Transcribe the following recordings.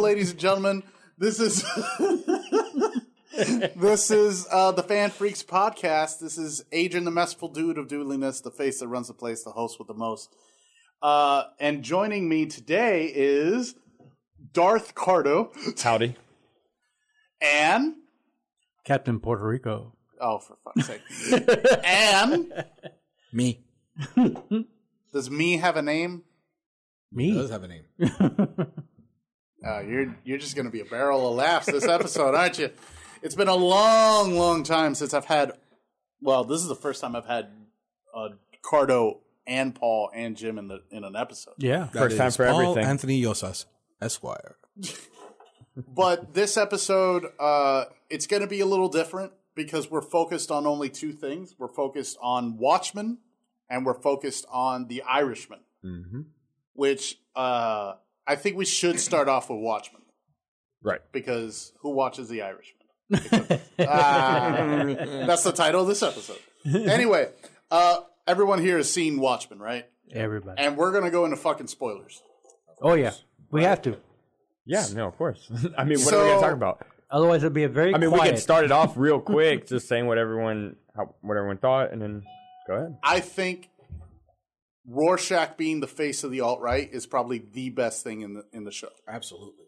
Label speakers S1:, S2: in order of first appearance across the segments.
S1: ladies and gentlemen. This is this is uh, the Fan Freaks podcast. This is Adrian, the messful dude of doodliness, the face that runs the place, the host with the most. Uh, and joining me today is Darth Cardo
S2: Howdy.
S1: and
S3: Captain Puerto Rico.
S1: oh, for fuck's sake, and
S4: Me.
S1: does me have a name?
S4: It
S3: Me?
S4: does have a name.
S1: Uh, you're you're just going to be a barrel of laughs this episode, aren't you? It's been a long, long time since I've had. Well, this is the first time I've had uh, Cardo and Paul and Jim in the in an episode.
S3: Yeah.
S2: First time
S4: is
S2: for
S4: Paul
S2: everything.
S4: Anthony Yosas, Esquire.
S1: But this episode, uh, it's going to be a little different because we're focused on only two things. We're focused on Watchmen, and we're focused on The Irishman. Which uh, I think we should start off with Watchmen
S2: Right.
S1: because who watches The Irishman? Ah, that's the title of this episode. Anyway, uh, everyone here has seen Watchmen, right?
S3: Everybody.
S1: And we're gonna go into fucking spoilers.
S3: Oh, yeah. We have to.
S2: Yeah, no, of course. I mean, what
S1: So-
S2: are we going to talk about?
S3: Otherwise, it'd be a very
S2: I mean, we
S3: quiet.
S2: can start it off real quick, just saying what everyone how, what everyone thought, and then go ahead.
S1: I think Rorschach being the face of the alt right is probably the best thing in the in the show.
S4: Absolutely.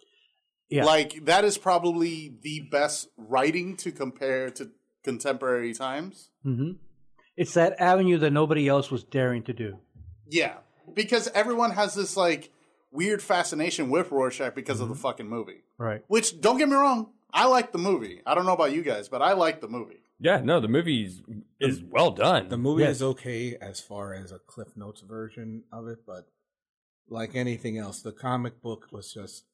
S3: Yeah.
S1: Like that is probably the best writing to compare to contemporary times.
S3: It's that avenue that nobody else was daring to do.
S1: Yeah, because everyone has this like weird fascination with Rorschach because of the fucking movie.
S3: Right.
S1: Which don't get me wrong, I like the movie. I don't know about you guys, but I like the movie.
S2: Yeah, no, the movie is well done.
S4: The movie
S3: Yes.
S4: is okay as far as a Cliff Notes version of it, but like anything else, the comic book was just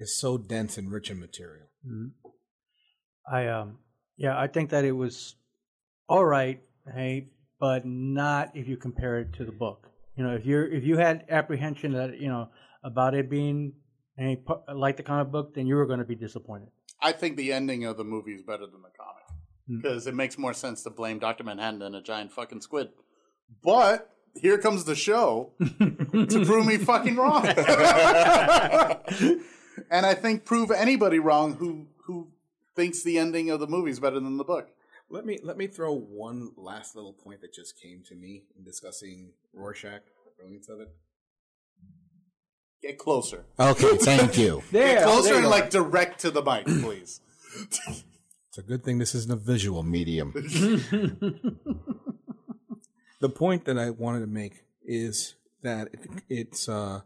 S4: is so dense and rich in material.
S3: Mm-hmm. I, um, yeah, I think that it was all right, hey, but not if you compare it to the book. You know, if you're, if you had apprehension that, you know, about it being hey, pu- like the comic book, then you were going to be disappointed.
S1: I think the ending of the movie is better than the comic
S4: Hmm.
S1: because it makes more sense to blame Dr. Manhattan than a giant fucking squid. But here comes the show to prove me fucking wrong. and I think prove anybody wrong who who thinks the ending of the movie is better than the book.
S4: Let me let me throw one last little point that just came to me in discussing Rorschach, the brilliance of it.
S1: Get closer.
S4: Okay, thank you.
S1: Get closer and like direct to the mic, please.
S4: It's a good thing this isn't a visual medium.
S3: Mm-hmm.
S4: the point that I wanted to make is that it, it's uh,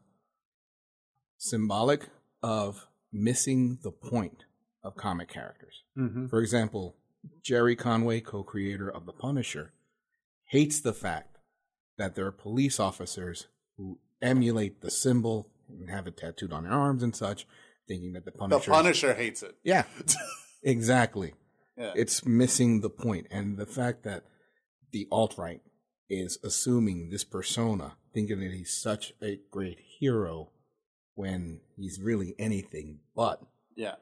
S4: symbolic of missing the point of comic characters.
S3: Mm-hmm.
S4: For example, Jerry Conway, co creator of The Punisher, hates the fact that there are police officers who emulate the symbol and have it tattooed on their arms and such, thinking that the
S1: The
S4: Punisher.
S1: Punisher hates it.
S4: yeah, exactly
S1: Yeah.
S4: it's missing the point and the fact that the alt right is assuming this persona thinking that he's such a great hero when he's really anything but
S1: yeah.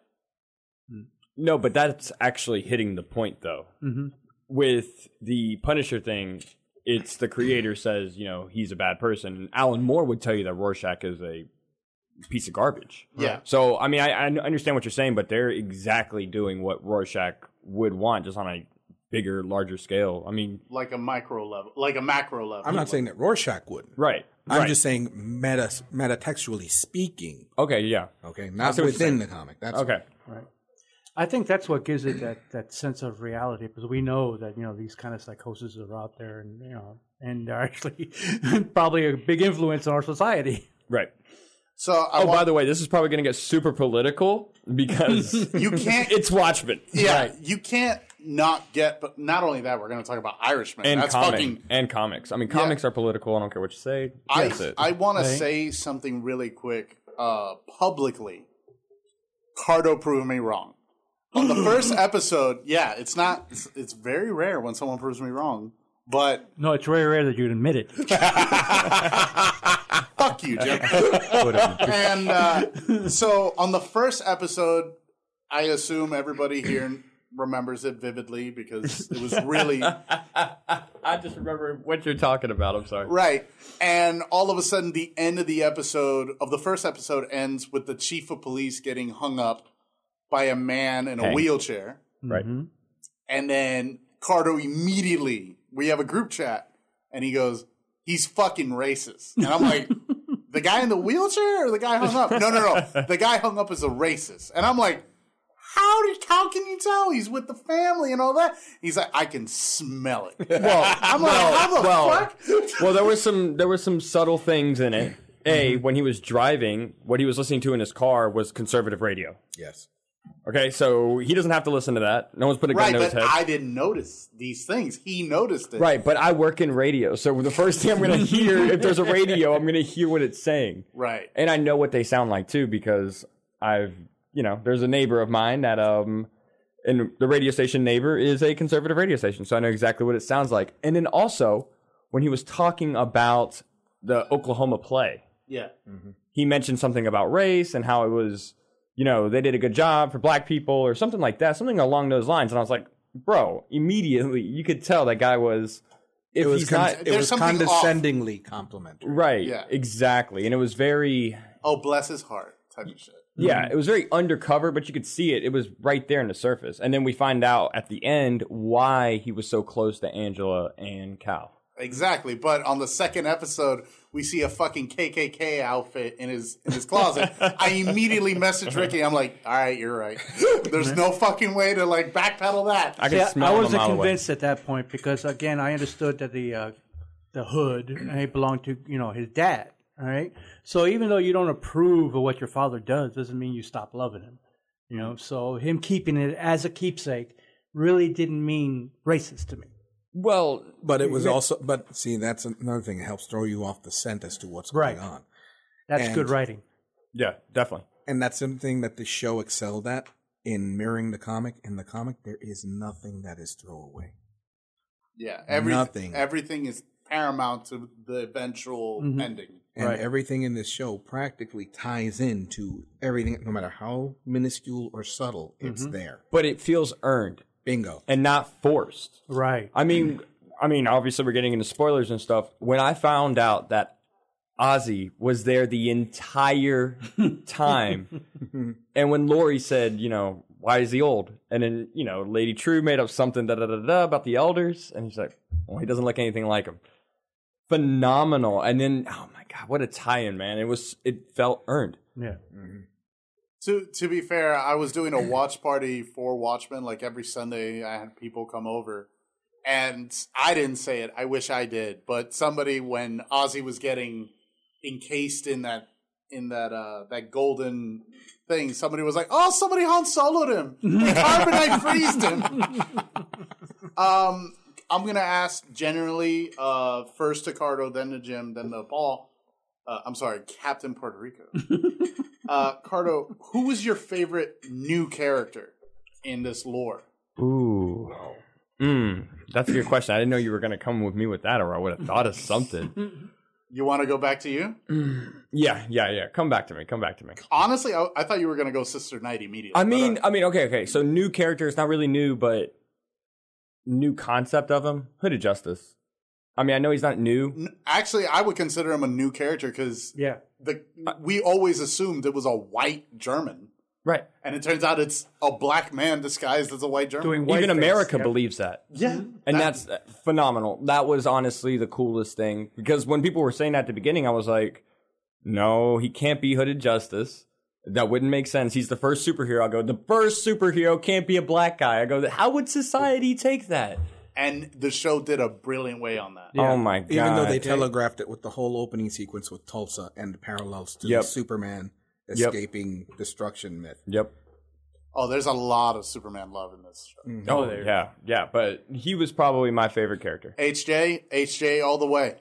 S2: no, but that's actually hitting the point though.
S3: Mm-hmm.
S2: With the Punisher thing, it's the creator says you know he's a bad person, and Alan Moore would tell you that Rorschach is a piece of garbage.
S1: Yeah.
S2: So I mean, I, I understand what you're saying, but they're exactly doing what Rorschach would want, just on a bigger, larger scale. I mean,
S1: Like a micro level, like a macro level.
S4: i'm not saying that rorschach would
S2: right?
S4: i'm
S2: right.
S4: just saying meta metatextually speaking
S2: okay. Yeah.
S4: okay
S2: I
S4: not
S2: see what you're saying.
S4: within the comic that's
S2: Okay.
S3: Right. I think that's what gives it that, that sense of reality because we know that you know these kind of psychoses are out there and you know and they're actually probably a big influence on our society.
S2: Right.
S1: So I
S2: Oh,
S1: want,
S2: by the way, this is probably going to get super political because
S1: you can't
S2: it's Watchmen.
S1: Yeah,
S2: Right.
S1: you can't not get. But not only that, we're going to talk about Irishmen.
S2: And
S1: That's
S2: comic,
S1: fucking.
S2: and comics. I mean, comics are political. I don't care what you say.
S1: I
S2: That's it.
S1: I want to
S3: Right.
S1: say something really quick. Uh, publicly, Cardo proved me wrong. On the first episode, yeah, it's not. It's, it's very rare when someone proves me wrong. But
S3: No, it's very rare that you'd admit it.
S1: fuck you, Jim. and uh, so on the first episode, I assume everybody here remembers it vividly because it was really
S2: I just remember what you're talking about. I'm sorry.
S1: right. And all of a sudden, the end of the episode of the first episode ends with the chief of police getting hung up by a man in a
S2: Hanged.
S1: wheelchair.
S2: Right.
S3: Mm-hmm.
S1: And then Cardo immediately, we have a group chat, and he goes, he's fucking racist. And I'm like, the guy in the wheelchair or the guy hung up? No, no, no. The guy hung up is a racist. And I'm like, how did, how can you tell he's with the family and all that? He's like, I can smell it.
S2: Well,
S1: I'm like, how the
S2: well,
S1: fuck? Mm-hmm.
S2: well, there was some there were some subtle things in it. A, when he was driving, what he was listening to in his car was conservative radio.
S4: Yes.
S2: Okay, so he doesn't have to listen to that. No one's putting a
S1: Right,
S2: gun to his
S1: but
S2: head.
S1: I didn't notice these things. He noticed it.
S2: right, but I work in radio, so the first thing I'm going to hear if there's a radio, I'm going to hear what it's saying,
S1: Right.
S2: and I know what they sound like too because I've you know there's a neighbor of mine that um. And the radio station neighbor is a conservative radio station, so I know exactly what it sounds like. And then also, when he was talking about the Oklahoma play,
S1: Yeah.
S2: he mentioned something about race and how it was, you know, they did a good job for black people or something like that, something along those lines. And I was like, bro, immediately you could tell that guy was, if
S4: It was
S2: he's
S4: con-
S2: not
S4: it
S1: there's
S4: was
S1: something
S4: condescendingly complimentary.
S2: right,
S1: Yeah.
S2: exactly. And it was very,
S1: Oh, bless his heart type of shit.
S2: yeah, it was very undercover, but you could see it. It was right there in the surface. And then we find out at the end why he was so close to Angela and Cal.
S1: Exactly. But on the second episode, we see a fucking KKK outfit in his in his closet. I immediately message Ricky. I'm like, all right, you're right. There's no fucking way to like backpedal that.
S2: I could
S3: Yeah,
S2: smell
S3: I
S2: him a
S3: wasn't
S2: mile away.
S3: convinced at that point because again, I understood that the uh, the hood eh, belonged to you know his dad. All right, so even though you don't approve of what your father does, doesn't mean you stop loving him. You know, so him keeping it as a keepsake really didn't mean racist to me.
S2: Well,
S4: But it was also, but see, that's another thing. It helps throw you off the scent as to what's
S3: Right.
S4: going on.
S3: That's
S4: And-
S3: good writing.
S2: yeah, definitely.
S4: And that's something that the show excelled at in mirroring the comic. In the comic, there is nothing that is throwaway.
S1: Yeah. Every,
S4: Nothing.
S1: Everything is paramount to the eventual
S2: Mm-hmm.
S1: ending.
S4: And
S3: Right.
S4: everything in this show practically ties into everything, no matter how minuscule or subtle, it's there.
S2: But it feels earned
S4: Bingo.
S2: and not forced.
S3: Right.
S2: I mean, I mean, obviously we're getting into spoilers and stuff. When I found out that Ozzy was there the entire time, and when Lori said, you know, why is he old? And then you know, Lady True made up something da da da da about the elders, and he's like, well, he doesn't look anything like him. Phenomenal. And then, oh my god, what a tie-in, man! It was, it felt earned.
S3: Yeah.
S4: Mm-hmm.
S1: To to be fair, I was doing a watch party for Watchmen. Like every Sunday, I had people come over, and I didn't say it. I wish I did, but somebody when Ozzy was getting encased in that in that uh that golden thing, somebody was like, "Oh, somebody Han Soloed him. They Carbonite freezed him." um, I'm gonna ask generally, uh, first to Cardo, then to Jim, then to Paul. Uh, I'm sorry, Captain Puerto Rico. Uh, Cardo, who was your favorite new character in this lore?
S2: Ooh. Mm, that's a good question. I didn't know you were going to come with me with that, or I would have thought of something.
S1: You want to go back to you?
S2: Yeah, yeah, yeah. Come back to me. Come back to me.
S1: Honestly, I, I thought you were going to go Sister Knight immediately.
S2: I
S1: but,
S2: mean,
S1: uh,
S2: I mean, okay, okay. So new character. It's not really new, but new concept of him. Hood of Justice. I mean, I know he's not new.
S1: n- actually, I would consider him a new character because
S3: Yeah.
S1: the we always assumed it was a white German,
S2: Right.
S1: and it turns out it's a black man disguised as a white German.
S3: Doing
S2: Even
S3: whiteface,
S2: America
S3: yeah.
S2: believes that.
S1: yeah,
S2: And that's uh, phenomenal. That was honestly the coolest thing because when people were saying that at the beginning, I was like, no, he can't be Hooded Justice. That wouldn't make sense. He's the first superhero. I go, the first superhero can't be a black guy. I go, how would society take that?
S1: and the show did a brilliant way on that.
S2: Oh my god!
S4: Even though they telegraphed it with the whole opening sequence with Tulsa and the parallels to
S2: Yep.
S4: the Superman
S2: Yep.
S4: escaping destruction myth.
S2: yep.
S1: Oh, there's a lot of Superman love in this show.
S2: Oh, yeah, yeah. But he was probably my favorite character.
S1: HJ, HJ, all the way.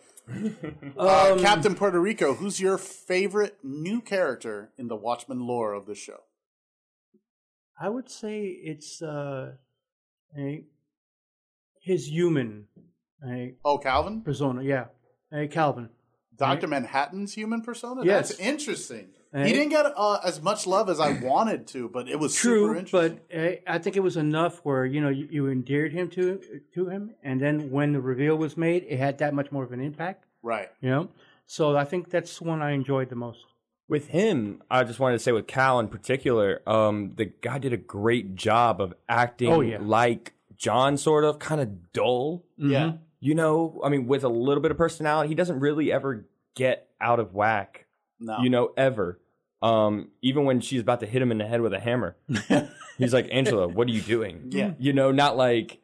S1: Uh,
S4: Um,
S1: Captain Puerto Rico, who's your favorite new character in the Watchmen lore of the show?
S3: I would say it's uh, eh, his human eh,
S1: Oh, Calvin?
S3: persona. Yeah. Hey, Calvin.
S1: Doctor Manhattan's human persona.
S3: Yes.
S1: That's interesting.
S3: Right.
S1: He didn't get uh, as much love as I wanted to, but it was super
S3: True,
S1: interesting.
S3: but I, I think it was enough where you know you, you endeared him to to him, and then when the reveal was made, it had that much more of an impact.
S1: right.
S3: You know, so I think that's the one I enjoyed the most.
S2: With him, I just wanted to say with Cal in particular, um, the guy did a great job of acting
S3: Oh, yeah.
S2: like John, sort of, kind of dull.
S3: Mm-hmm.
S1: Yeah.
S2: You know, I mean, with a little bit of personality, he doesn't really ever get out of whack.
S1: No.
S2: You know, ever. Um, even when she's about to hit him in the head with a hammer, he's like, "Angela, what are you doing?"
S1: Yeah.
S2: You know, not like,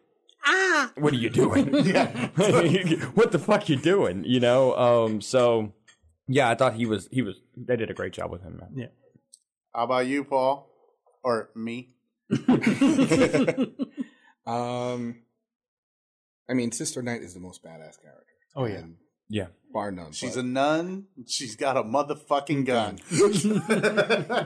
S2: "Ah, what are you doing?"
S1: yeah.
S2: what the fuck you doing? You know. Um. So, yeah, I thought he was. He was. They did a great job with him, man.
S1: How about you, Paul? Or me?
S4: Um, I mean, Sister Knight is the most badass character.
S3: Oh yeah.
S4: And
S2: Yeah.
S4: bar none.
S1: She's
S4: but-
S1: a nun. She's got a motherfucking gun.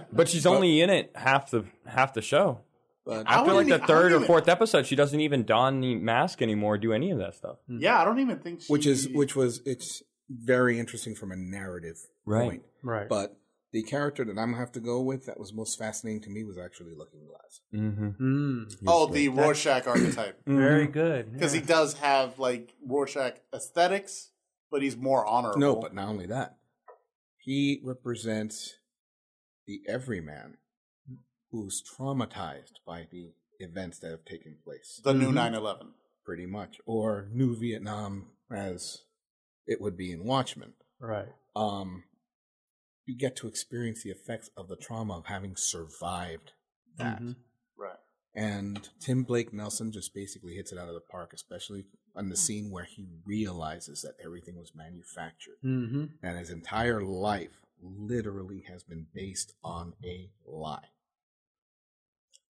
S2: But she's only in it half the half the show.
S4: but
S1: I
S2: After like
S1: wouldn't
S2: the
S1: e- I
S2: third or
S1: wouldn't even-
S2: fourth episode, she doesn't even don the mask anymore, do any of that stuff.
S1: yeah, I don't even think she.
S4: which is which was it's very interesting from a narrative
S2: Right.
S4: point.
S3: Right.
S4: But the character that I'm gonna have to go with that was most fascinating to me was actually Looking Glass.
S2: Mm-hmm.
S3: Mm,
S1: Oh, the Rorschach archetype.
S3: very good.
S1: Because
S3: yeah.
S1: he does have like Rorschach aesthetics, but he's more honorable.
S4: No, but not only that, he represents the everyman who's traumatized by the events that have taken place,
S1: the new
S3: Mhm.
S1: 911.
S4: pretty much, or New Vietnam as it would be in Watchmen.
S3: right.
S4: um, you get to experience the effects of the trauma of having survived that.
S3: Mhm.
S1: Right.
S4: And Tim Blake Nelson just basically hits it out of the park, especially on the scene where he realizes that everything was manufactured
S3: Mm-hmm.
S4: and his entire life literally has been based on a lie.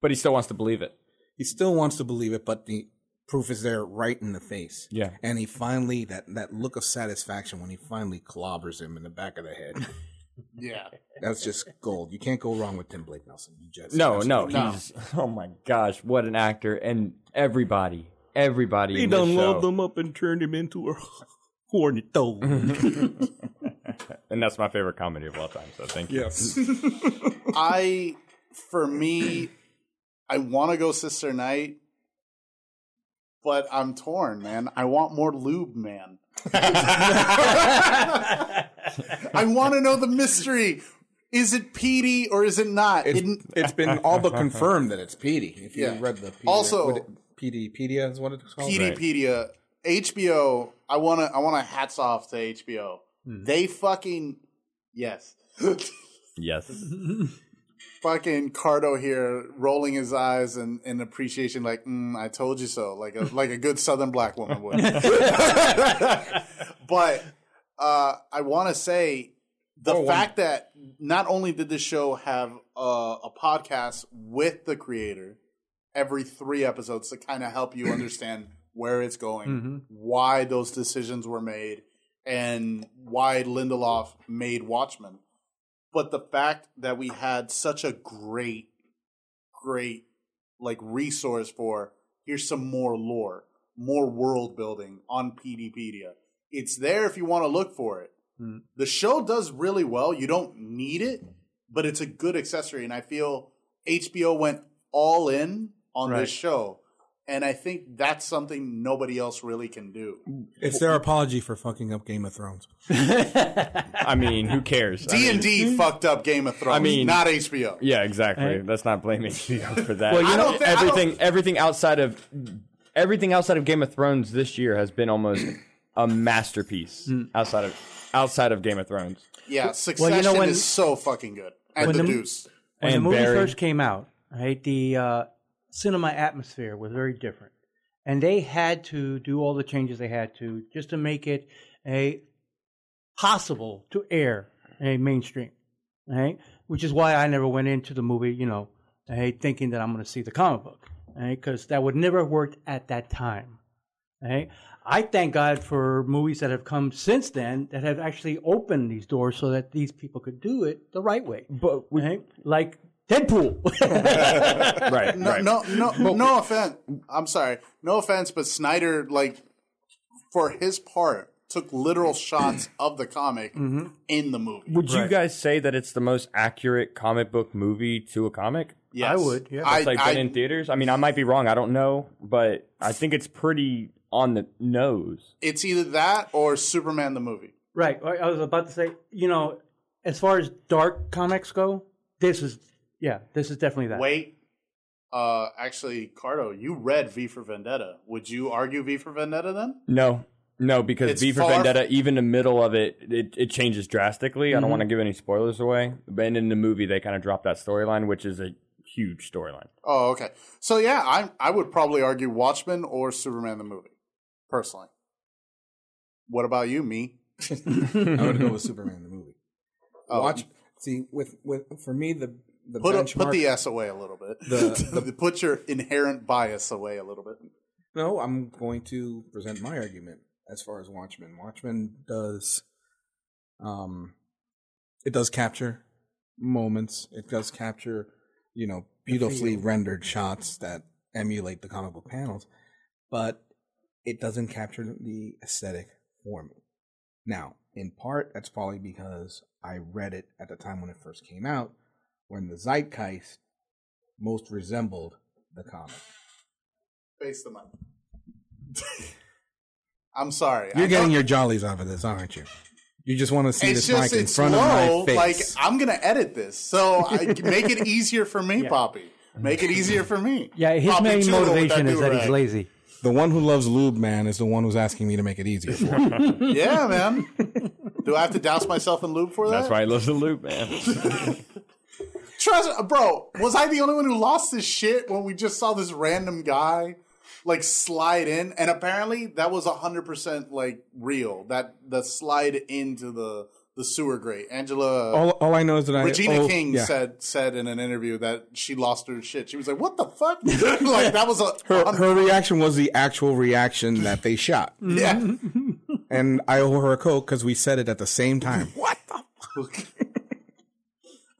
S2: But he still wants to believe it.
S4: He still wants to believe it, but the proof is there right in the face.
S2: Yeah.
S4: And he finally, that, that look of satisfaction when he finally clobbers him in the back of the head.
S1: Yeah.
S4: That's just gold. You can't go wrong with Tim Blake Nelson. You just
S2: No, no,
S1: No.
S2: he's oh my gosh, what an actor. And everybody, everybody in this show.
S4: up and turned him into a hornet dog.
S2: And that's my favorite comedy of all time, so thank you.
S4: yes.
S1: I, for me, I want to go Sister Night, but I'm torn, man. I want more lube, man. I want to know the mystery. Is it Petey or is it not? It-
S4: It's, it's been all but confirmed that it's Petey. If you
S1: Yeah.
S4: read the Petey,
S1: Also-
S4: what it- Peteypedia is what it's called.
S1: PDpedia, HBO. I want to. I want to hats off to HBO.
S4: Mm-hmm.
S1: They fucking yes,
S2: Yes.
S1: fucking Cardo here rolling his eyes and in appreciation, like mm, I told you so, like a like a good Southern black woman would. but uh, I want to say the
S4: Oh, one-
S1: fact that not only did this show have a, a podcast with the creator every three episodes to kind of help you understand where it's going, why those decisions were made, and why Lindelof made Watchmen. But the fact that we had such a great, great like resource for here's some more lore, more world building on PDpedia. It's there if you want to look for it.
S3: Hmm.
S1: The show does really well. You don't need it, but it's a good accessory. And I feel HBO went all in on
S3: Right.
S1: this show. And I think that's something nobody else really can do.
S4: It's their apology for fucking up Game of Thrones.
S2: I mean, who cares? I
S1: D
S2: mean-
S1: and
S3: Hmm?
S1: D fucked up Game of Thrones. I
S2: mean-
S1: mean, not HBO.
S2: Yeah, exactly. Let's not blame HBO for that.
S3: Well, you
S1: I know- don't thi- I don't-
S2: everything everything outside of everything outside of Game of Thrones this year has been almost a masterpiece
S4: Hmm.
S2: outside of outside of Game of Thrones.
S1: Yeah, Succession
S3: Well, you know when-
S1: is so fucking good. And
S3: When
S1: the
S3: the-
S1: Deuce.
S3: when
S2: and
S3: the movie
S2: Barry.
S3: first came out, right, the uh, cinema atmosphere was very different, and they had to do all the changes they had to just to make it a possible to air a mainstream, right? Which is why I never went into the movie, you know, hey, thinking that I'm going to see the comic book, right? Because that would never have worked at that time, right? I thank God for movies that have come since then that have actually opened these doors so that these people could do it the right way.
S2: But we,
S3: Right? Like Deadpool.
S2: right,
S1: No,
S2: right.
S1: no, no, no offense. I'm sorry. No offense, but Snyder, like, for his part, took literal shots of the comic
S3: Mm-hmm.
S1: in the movie.
S2: Would you
S3: Right.
S2: guys say that it's the most accurate comic book movie to a comic?
S1: Yes.
S3: I would, yeah.
S1: I,
S2: It's like
S1: I-
S2: been in theaters. I mean, I might be wrong. I don't know, but I think it's pretty on the nose.
S1: it's either that or Superman the movie.
S3: Right. I I was about to say, you know, as far as dark comics go, this is yeah, this is definitely that.
S1: Wait. Uh, actually, Cardo, you read V for Vendetta. Would you argue V for Vendetta then?
S2: No, no, because
S1: It's
S2: V for
S1: far-
S2: Vendetta, even the middle of it, it, it changes drastically. I don't want to give any spoilers away. And in the movie, they kind of drop that storyline, which is a huge storyline.
S1: Oh, okay. So yeah, I I would probably argue Watchmen or Superman the movie, personally. What about you, me?
S4: I would go with Superman the movie.
S1: Oh.
S4: Watch, see, with with for me the the
S1: Put a,
S4: benchmark.
S1: put the S away a little bit.
S4: The-
S1: put your inherent bias away a little bit.
S4: no, I'm going to present my argument as far as Watchmen. Watchmen does, um, it does capture moments. It does capture, you know, beautifully rendered shots that emulate the comic book panels, but it doesn't capture the aesthetic for me. Now, in part, that's probably because I read it at the time when it first came out, when the zeitgeist most resembled the comic.
S1: Face the mic. I'm sorry.
S4: You're
S1: I
S4: getting
S1: know-
S4: your jollies off of this, aren't you? You just want to see
S1: It's
S4: this mic
S1: just
S4: in
S1: it's
S4: front
S1: slow.
S4: of my
S1: Like
S4: face.
S1: I'm gonna edit this, so I, make it easier for me, Poppy. Make it easier for me.
S3: Yeah, his
S1: Poppy
S3: main
S1: Chulo with
S3: motivation is that
S1: do-rag.
S3: he's lazy.
S4: the one who loves lube, man, is the one who's asking me to make it easier for him.
S1: Yeah, man. Do I have to douse myself in lube for that?
S2: That's why I love the loop, man.
S1: Trust, bro. Was I the only one who lost this shit when we just saw this random guy like slide in? And apparently, that was hundred percent like real. That the slide into the the sewer grate. Angela
S4: all, all I know is that I
S1: Regina
S4: oh,
S1: King
S4: yeah.
S1: said said in an interview that she lost her shit. She was like, "What the fuck?" like that was a
S4: her, her reaction was the actual reaction that they shot,
S1: yeah.
S4: mm-hmm. and I owe her a coke because we said it at the same time. What the?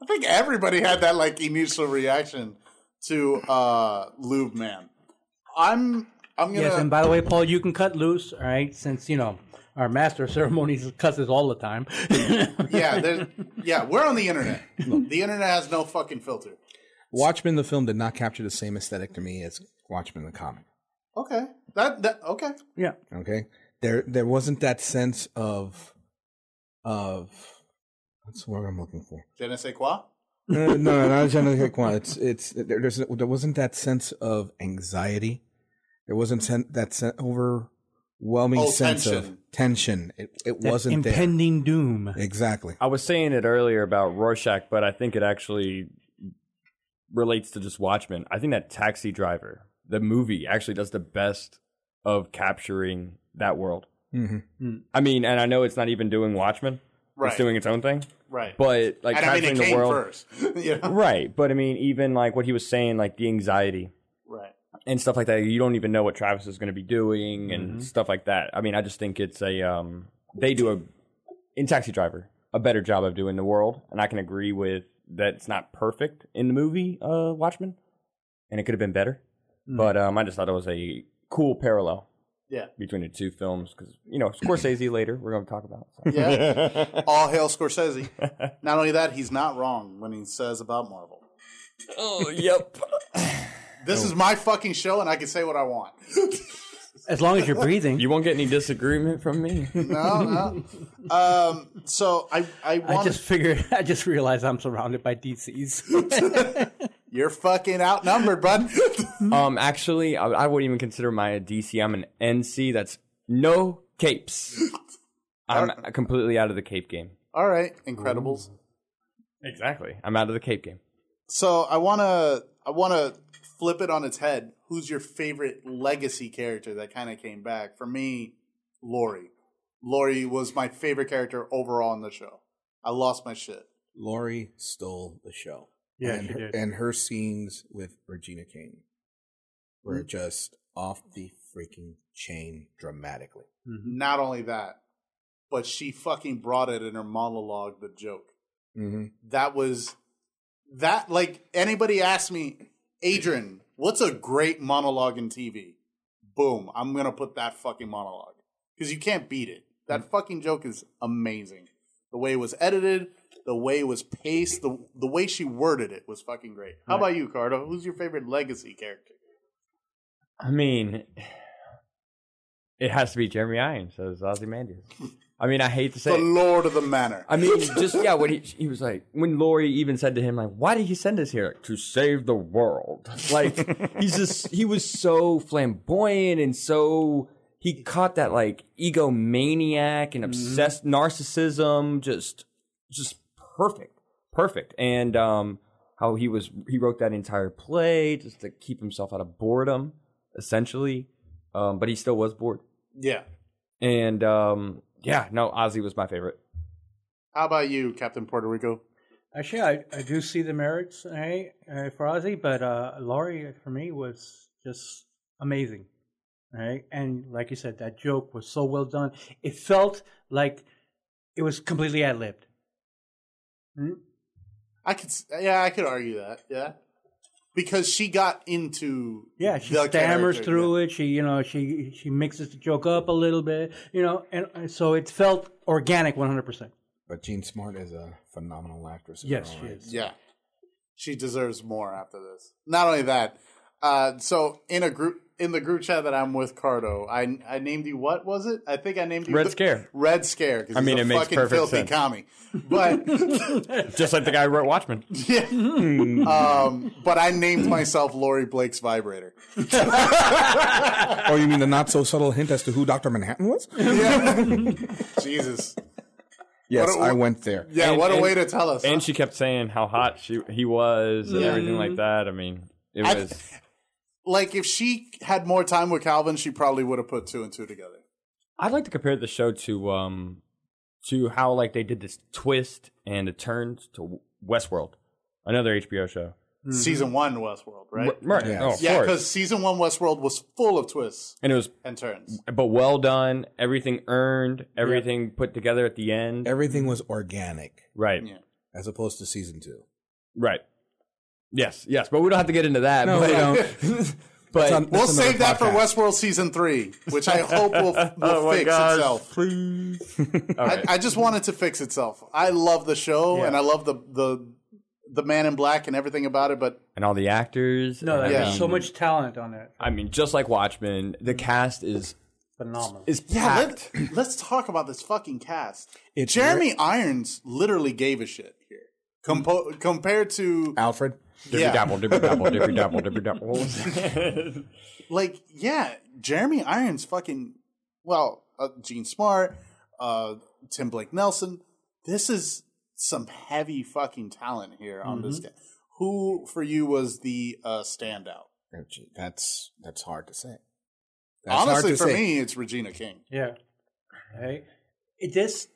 S1: I think everybody had that like initial reaction to uh Lube Man. I'm I'm gonna
S3: Yes, and by the way, Paul, you can cut loose, all right, since you know our master of ceremonies cusses all the time.
S1: yeah there's yeah we're on the internet. the internet has no fucking filter.
S4: Watchmen the film did not capture the same aesthetic to me as Watchmen the comic.
S1: Okay, that that okay.
S3: yeah.
S4: Okay, there there wasn't that sense of of what's the word I'm looking for.
S1: Je ne sais quoi.
S4: Eh, no, no, not a general one. It's it's there, there's there wasn't that sense of anxiety. There wasn't sen- that sen- overwhelming
S1: Oh,
S4: sense of
S1: tension.
S4: tension. It it
S3: That
S4: wasn't
S3: impending doom.
S4: there. Exactly.
S2: I was saying it earlier about Rorschach, but I think it actually relates to just Watchmen. I think that Taxi Driver, the movie, actually does the best of capturing that world.
S4: hmm
S2: I mean, and I know it's not even doing Watchmen;
S1: Right,
S2: it's doing its own thing.
S1: right.
S2: But like
S1: and I mean,
S2: capturing
S1: it
S2: the
S1: came
S2: world,
S1: first. you know?
S2: right? But I mean, even like what he was saying, like the anxiety
S1: Right.
S2: and stuff like that. You don't even know what Travis is going to be doing and
S1: Mm-hmm.
S2: stuff like that. I mean, I just think it's a um, they do a in Taxi Driver a better job of doing the world, and I can agree with that. It's not perfect in the movie uh, Watchmen, and it could have been better. But um, I just thought it was a cool parallel.
S1: Mm-hmm. Yeah.
S2: between the two films, because you know Scorsese later we're going to talk about. so.
S1: Yeah. All hail Scorsese. Not only that, he's not wrong when he says about Marvel.
S2: oh, yep.
S1: This
S2: Oh.
S1: is my fucking show, and I can say what I want.
S3: As long as you're breathing.
S2: You won't get any disagreement from me.
S1: no, no. Um, so I, I
S3: I
S1: want
S3: just figured I just realized I'm surrounded by DCs.
S1: you're fucking outnumbered, bud.
S2: Um, actually, I, I wouldn't even consider my a DC. I'm an NC. That's no capes. I'm completely out of the cape game.
S1: All right, Incredibles.
S2: Exactly. I'm out of the cape game.
S1: So I wanna, I wanna flip it on its head. Who's your favorite legacy character that kind of came back? For me, Lori. Lori was my favorite character overall in the show. I lost my shit.
S4: Laurie stole the show.
S3: Yeah,
S4: and
S3: she
S4: her,
S3: did.
S4: and her scenes with Regina King were
S3: Mm-hmm.
S4: just off the freaking chain dramatically.
S1: Not only that, but she fucking brought it in her monologue, the joke.
S4: Mm-hmm.
S1: that was that like anybody asked me adrian what's a great monologue in tv boom i'm gonna put that fucking monologue because you can't beat it
S3: Mm.
S1: That fucking joke is amazing. The way it was edited, the way it was paced, the the way she worded it was fucking great. How about you, Cardo? Who's your favorite legacy character?
S2: I mean, it has to be Jeremy Irons as Ozymandias. I mean, I hate to say
S1: The
S2: it.
S1: Lord of the Manor.
S2: I mean, just yeah. When he, he was like, when Lori even said to him, like, "Why did he send us here to save the world?" Like, he's just he was so flamboyant and so he caught that like egomaniac and obsessed narcissism, just just perfect, perfect. And um, how he was he wrote that entire play just to keep himself out of boredom, essentially. Um, but he still was bored.
S1: Yeah.
S2: And um, yeah, no, Ozzy was my favorite.
S1: How about you, Captain Puerto Rico?
S3: Actually, I, I do see the merits hey, uh, for Ozzy, but uh, Laurie for me was just amazing. Right? And like you said, that joke was so well done. It felt like it was completely ad libbed.
S1: I could, s- yeah, I could argue that, yeah, because she got into
S3: Yeah, she
S1: the
S3: stammers
S1: character,
S3: through it. She, you know, she she mixes the joke up a little bit, you know, and uh, so it felt organic, one hundred percent.
S4: But Jean Smart is a phenomenal actress. in
S3: Yes,
S4: her own
S3: she
S4: right.
S3: is.
S1: Yeah, she deserves more after this. Not only that, uh, so in a group in the group chat that I'm with, Cardo, I I named you what was it? I think I named you
S2: Red
S1: the-
S2: Scare.
S1: Red Scare. I mean, it makes fucking
S2: perfect
S1: filthy
S2: sense.
S1: commie. But
S2: Just like the guy who wrote Watchmen.
S1: um, but I named myself Lori Blake's vibrator.
S4: Oh, you mean the not so subtle hint as to who Doctor Manhattan was?
S1: Jesus.
S4: yes,
S1: What a-
S4: I went there.
S1: Yeah,
S2: And-
S1: what a
S2: and-
S1: way to tell us.
S2: And
S1: huh?
S2: she kept saying how hot she he was and everything like that. I mean, it
S1: I-
S2: was
S1: like if she had more time with Calvin, she probably would have put two and two together.
S2: I'd like to compare the show to um to how like they did this twist and it turned to Westworld, another HBO show.
S1: Season one Westworld, right?
S2: Mm-hmm. Right.
S4: Yes.
S2: Oh, of
S1: Yeah,
S2: course.
S1: because season one Westworld was full of twists
S2: And it was
S1: and turns.
S2: but well done, everything earned, everything put together at the end.
S4: Everything was organic
S2: right.
S1: Yeah.
S4: as opposed to season two.
S2: Right. Yes, yes, but we don't have to get into that.
S4: No,
S2: but,
S4: we don't.
S2: But
S4: That's
S1: We'll
S4: another
S1: save that for
S4: podcast.
S1: Westworld season three, which I hope will, will
S2: Oh my
S1: fix
S2: gosh,
S1: itself.
S2: Please.
S1: I, I just want it to fix itself. I love the show and I love the the the Man in Black and everything about it, but
S2: and all the actors.
S3: No,
S2: and I
S1: Yeah.
S3: there's
S2: mean-
S3: so much talent on that.
S2: I mean, just like Watchmen, the cast is
S3: Phenomenal.
S2: is
S1: yeah,
S2: packed.
S1: let, let's talk about this fucking cast.
S4: It's
S1: Jeremy Irons literally gave a shit here Compo- compared to
S4: Alfred.
S2: Dippy
S1: yeah,
S2: dabble, dippy dabble, dippy dabble, dippy dabble. What was that?
S1: like yeah, Jeremy Irons fucking well, uh, Gene Smart, uh, Tim Blake Nelson. This is some heavy fucking talent here on
S4: Mm-hmm.
S1: this guy. Who for you was the uh, standout?
S4: Oh, gee, That's that's hard to say. That's hard
S1: Honestly,
S4: to
S1: for
S4: say.
S1: me, it's Regina King.
S3: Yeah. Hey, it this,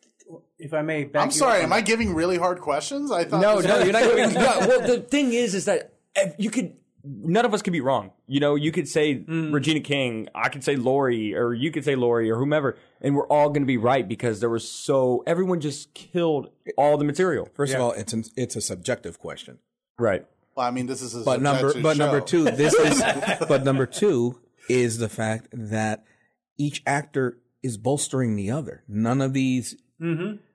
S3: if I may, back
S1: I'm sorry. Am I giving really hard questions? I thought.
S2: no,
S1: this-
S2: no, you're not. Gonna be, no, well, the thing is, is that if you could. None of us could be wrong. You know, you could say Regina King, I could say Lori, or you could say Lori, or whomever, and we're all going to be right because there was so everyone just killed all the material.
S4: First of all, it's an, it's a subjective question.
S2: Right.
S1: Well, I mean, this is a
S4: But number
S1: subjective
S4: but number
S1: show.
S4: two, this is but number two is the fact that each actor is bolstering the other. None of these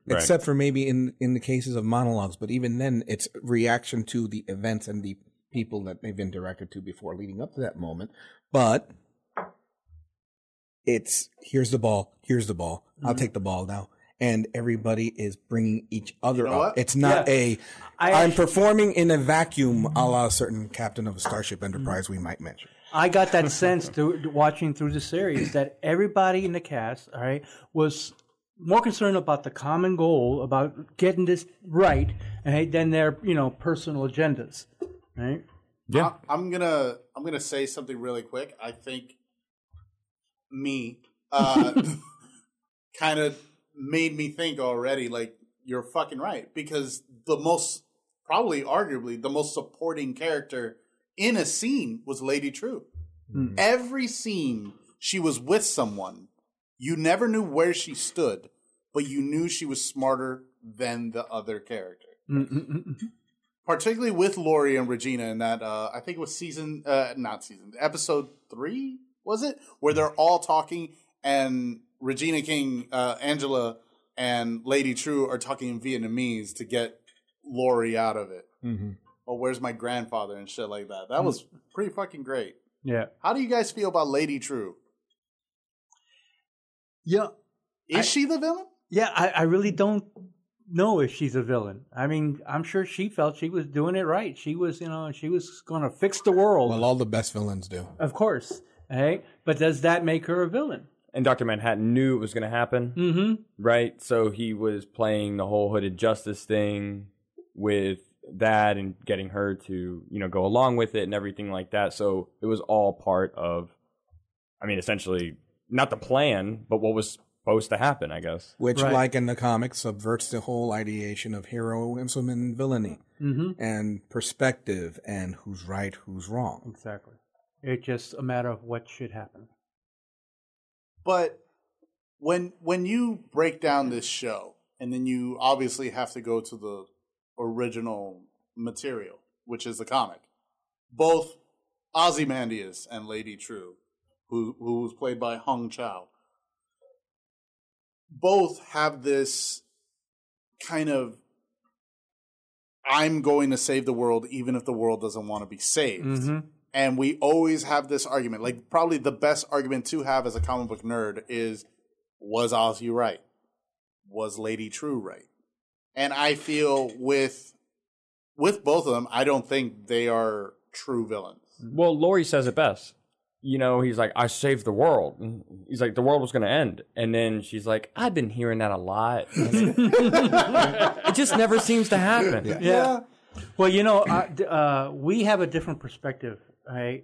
S4: except for maybe in in the cases of monologues, but even then it's reaction to the events and the people that they've been directed to before leading up to that moment. But it's here's the ball, here's the ball. I'll take the ball now. And everybody is bringing each other
S1: know
S4: up.
S1: what?
S4: It's not
S3: Yeah.
S4: a
S3: I
S4: I'm
S3: actually-
S4: performing in a vacuum, a la a certain captain of a Starship Enterprise we might mention.
S3: I got that sense through watching through the series that everybody in the cast, all right, was more concerned about the common goal about getting this right, hey, than their you know personal agendas, right?
S2: Yeah.
S1: I'm gonna I'm gonna say something really quick. I think me uh, kind of made me think already. Like you're fucking right because the most probably arguably the most supporting character in a scene was Lady True. Every scene she was with someone, you never knew where she stood, but you knew she was smarter than the other character particularly with Lori and Regina in that uh, I think it was season uh, not season episode three was it where they're all talking and Regina King, uh, Angela, and Lady True are talking in Vietnamese to get Lori out of it.
S4: Mm-hmm.
S1: Oh, where's my grandfather and shit like that.
S3: Mm.
S1: That was pretty fucking great.
S3: Yeah.
S1: How do you guys feel about Lady True?
S3: Yeah.
S1: Is
S3: I-
S1: she the villain?
S3: Yeah, I, I really don't know if she's a villain. I mean, I'm sure she felt she was doing it right. She was, you know, she was going to fix the world,
S4: Well, all the best villains do.
S3: of course. Hey, but does that make her a villain?
S2: And Dr. Manhattan knew it was going to happen,
S3: Mm-hmm.
S2: right? So he was playing the whole hooded justice thing with that and getting her to, you know, go along with it and everything like that. So it was all part of, I mean, essentially not the plan, but what was supposed to happen, I guess.
S4: Which,
S3: Right.
S4: like in the comics, subverts the whole ideation of heroism and villainy
S3: Mm-hmm.
S4: and perspective and who's right, who's wrong.
S3: Exactly. It's just a matter of what should happen.
S1: But when when you break down this show, and then you obviously have to go to the original material, which is the comic. Both Ozymandias and Lady True, who who was played by Hung Chow, both have this kind of I'm going to save the world even if the world doesn't want to be saved
S3: Mm-hmm.
S1: and we always have this argument. Like probably the best argument to have as a comic book nerd is was Ozzy right? Was Lady True right? And I feel with with both of them, I don't think they are true villains.
S2: Well, Laurie says it best. You know, he's like, I saved the world. And He's like, the world was going to end. And then she's like, I've been hearing that a lot. And it, it just never seems to happen.
S3: Yeah. Well, you know, I- d- uh, we have a different perspective right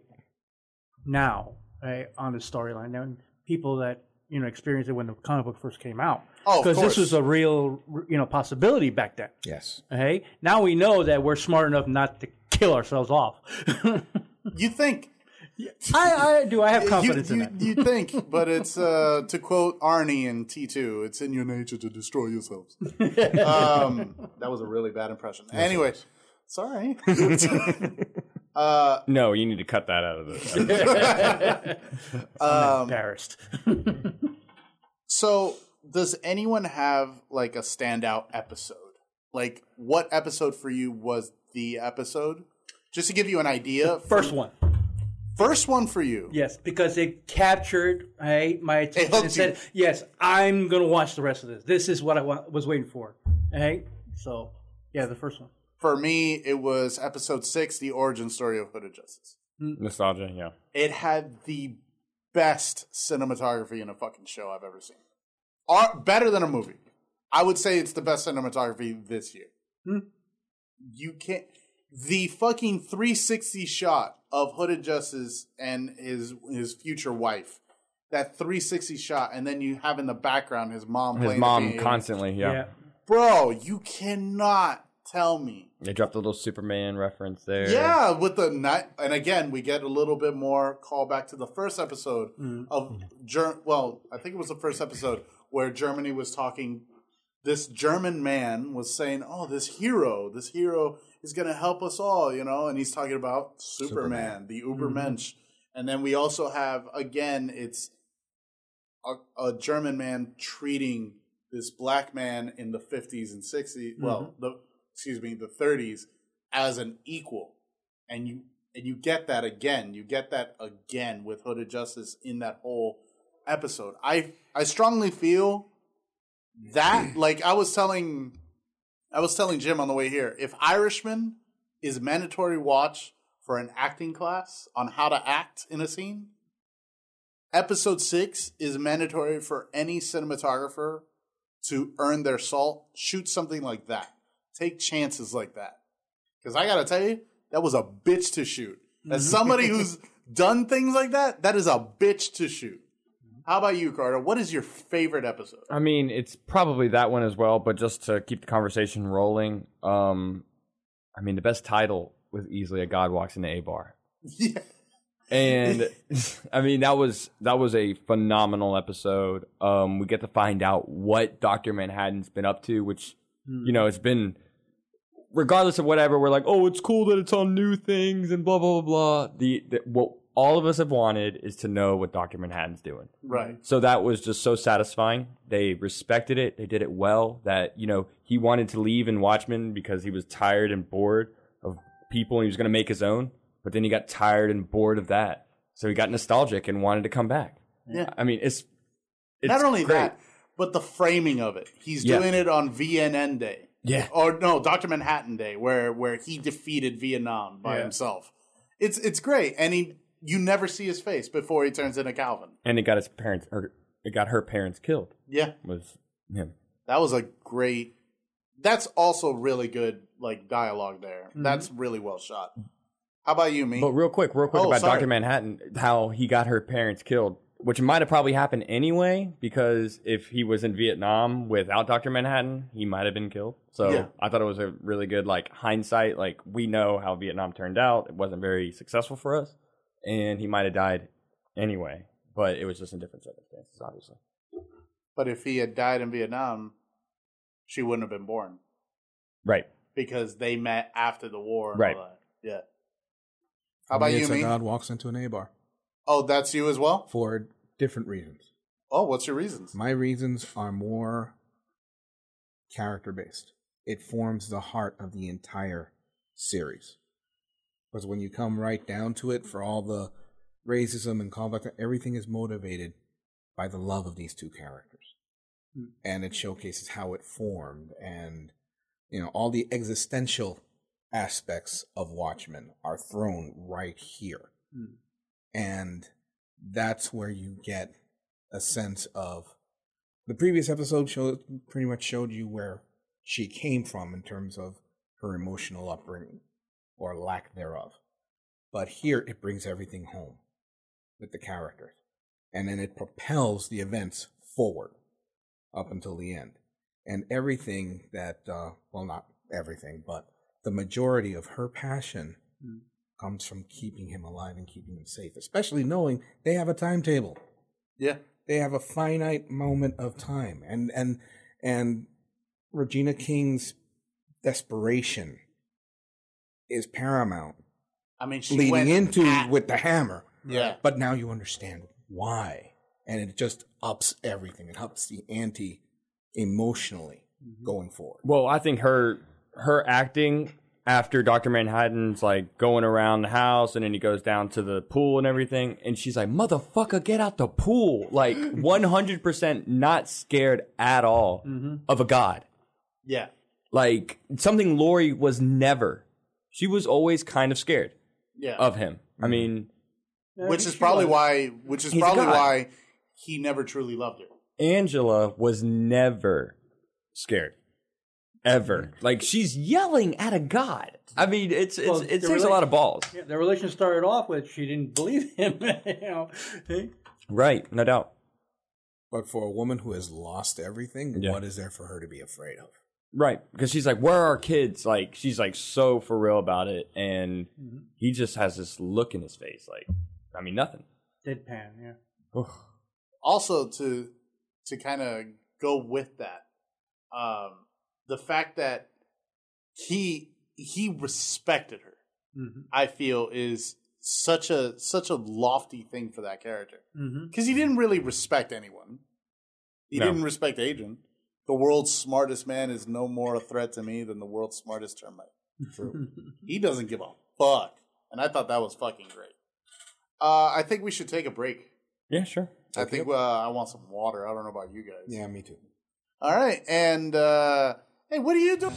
S3: now right, on the storyline than people that you know experienced it when the comic book first came out.
S1: Oh, of
S3: because this
S1: course.
S3: was a real you know possibility back then.
S4: Yes.
S3: Hey, now we know that we're smart enough not to kill ourselves off. I,
S1: You think
S3: I do. I have
S1: you,
S3: confidence
S1: you,
S3: in that.
S1: you think, but it's uh, to quote Arnie in T two, it's in your nature to destroy yourselves. um, that was a really bad impression. Anyway, sorry. uh,
S2: No, you need to cut that out of the.
S1: um,
S3: Embarrassed.
S1: So, does anyone have like a standout episode? Like, what episode for you was the episode? Just to give you an idea,
S3: First one.
S1: first one for you.
S3: Yes, because it captured hey, my attention
S1: hooked
S3: and said,
S1: you.
S3: "Yes, I'm going to watch the rest of this. This is what I wa- was waiting for." Hey, so yeah, the first one.
S1: For me, it was episode six, the origin story of Hooded Justice.
S2: Nostalgia, yeah.
S1: It had the best cinematography in a fucking show I've ever seen. Ar- better than a movie. I would say it's the best cinematography this year.
S2: Hmm.
S1: You can't. The fucking 360 shot of Hooded Justice and his his future wife. That 360 shot, and then you have in the background his mom.
S2: His
S1: playing the
S2: mom
S1: piano.
S2: constantly, yeah.
S3: Yeah,
S1: Bro, you cannot tell me.
S2: They dropped a little Superman reference there.
S1: Yeah, with the night, and again, we get a little bit more callback to the first episode of Ger- well, I think it was the first episode where Germany was talking. This German man was saying, "Oh, this hero, this hero is going to help us all," you know, and he's talking about Superman, the Ubermensch, and then we also have again, it's a, a German man treating this black man in the 50s and 60s, well, the excuse me, the 30s as an equal. And you and you get that again. You get that again with Hooded Justice in that whole episode. I I strongly feel that like I was telling I was telling Jim on the way here, if Irishman is mandatory watch for an acting class on how to act in a scene, episode 6 is mandatory for any cinematographer to earn their salt, shoot something like that. Take chances like that. Because I gotta tell you, that was a bitch to shoot. As somebody who's done things like that, that is a bitch to shoot. How about you, Carter? What is your favorite episode?
S2: I mean, it's probably that one as well, but just to keep the conversation rolling, um, I mean, the best title was easily A God Walks into A Bar.
S1: Yeah.
S2: and I mean that was that was a phenomenal episode. Um, we get to find out what Doctor Manhattan's been up to, which you know it's been regardless of whatever. We're like, oh, it's cool that it's on new things and blah blah blah blah. The, the what all of us have wanted is to know what Dr. Manhattan's doing.
S3: Mm-hmm.
S1: Right.
S2: So that was just so satisfying. They respected it. They did it well. That you know he wanted to leave in Watchmen because he was tired and bored of people, and he was going to make his own. But then he got tired and bored of that, so he got nostalgic and wanted to come back.
S1: Yeah.
S2: I mean, it's, it's
S1: Not only
S2: great.
S1: that, but the framing of it. He's
S2: Yeah.
S1: doing it on VNN Day.
S2: Yeah.
S1: Or no, Dr. Manhattan Day, where where he defeated Vietnam by
S3: Yeah.
S1: himself. It's it's great, and he you never see his face before he turns into Calvin.
S2: and it got his parents, or it got her parents killed.
S1: Yeah,
S2: Was him?
S1: that was a great. That's also really good, like dialogue there. That's really well shot. How about you, me?
S2: Mm-hmm. But real quick, real quick
S1: Oh,
S2: about
S1: sorry.
S2: Dr. Manhattan, how he got her parents killed, which might have probably happened anyway, because if he was in Vietnam without Dr. Manhattan, he might have been killed. So
S1: Yeah.
S2: I thought it was a really good like hindsight. Like we know how Vietnam turned out. It wasn't very successful for us. And he might have died anyway. But it was just in different circumstances, obviously.
S1: But if he had died in Vietnam, she wouldn't have been born
S2: Right.
S1: because they met after the war. And
S2: Right.
S1: All that. Yeah. How about
S4: Me,
S1: you,
S4: it's a
S1: me?
S4: God walks into an A bar
S1: Oh, that's you as well.
S4: for different reasons.
S1: Oh, what's your reasons?
S4: My reasons are more character based. It forms the heart of the entire series. Because when you come right down to it, for all the racism and conflict, everything is motivated by the love of these two characters. And it showcases how it formed and you know, all the existential aspects of Watchmen are thrown right here. And that's where you get a sense of the previous episode showed pretty much showed you where she came from in terms of her emotional upbringing or lack thereof. But here it brings everything home with the characters. And then it propels the events forward up until the end. And everything that, uh, well, not everything, but the majority of her passion comes from keeping him alive and keeping him safe, especially knowing they have a timetable
S1: Yeah.
S4: they have a finite moment of time and and and regina king's desperation is paramount
S1: I mean, she
S4: leading
S1: went
S4: into
S1: at-
S4: with the hammer
S1: Yeah.
S4: but now you understand why and it just ups everything it ups the ante emotionally
S1: Mm-hmm.
S4: going forward
S2: Well, I think her her acting after Dr. Manhattan's like going around the house and then he goes down to the pool and everything and she's like, "Motherfucker, get out the pool." Like 100% not scared at all of a god.
S1: Yeah.
S2: Like something Lori was never. She was always kind of scared
S1: Yeah.
S2: of him. I mean,
S1: which is probably why. Which is
S2: He's a
S1: probably
S2: god.
S1: why he never truly loved her.
S2: Angela was never scared. Ever. Like she's yelling at a god. I mean, it's it's
S3: Well,
S2: it
S3: the
S2: takes a
S3: rela-
S2: lot of balls.
S3: Yeah, their relation started off with she didn't believe him. you know, Hey,
S2: Right, no doubt.
S4: but for a woman who has lost everything
S2: Yeah.
S4: what is there for her to be afraid of
S2: Right, because she's like, "Where are our kids?" Like she's like so for real about it, and
S3: Mm-hmm.
S2: he just has this look in his face, like, I mean, nothing.
S3: deadpan. Yeah,
S1: also to to kind of go with that um the fact that he he respected her
S3: Mm-hmm.
S1: i feel is such a such a lofty thing for that character
S3: mm-hmm.
S1: because he didn't really respect anyone he
S2: No.
S1: didn't respect adrian the world's smartest man is no more a threat to me than the world's smartest termite
S4: True.
S1: he doesn't give a fuck and i thought that was fucking great uh, i think we should take a break
S2: Yeah, sure.
S1: I think uh, I want some water. I don't know about you guys.
S4: yeah me too
S1: All right. And uh, hey, what are you doing?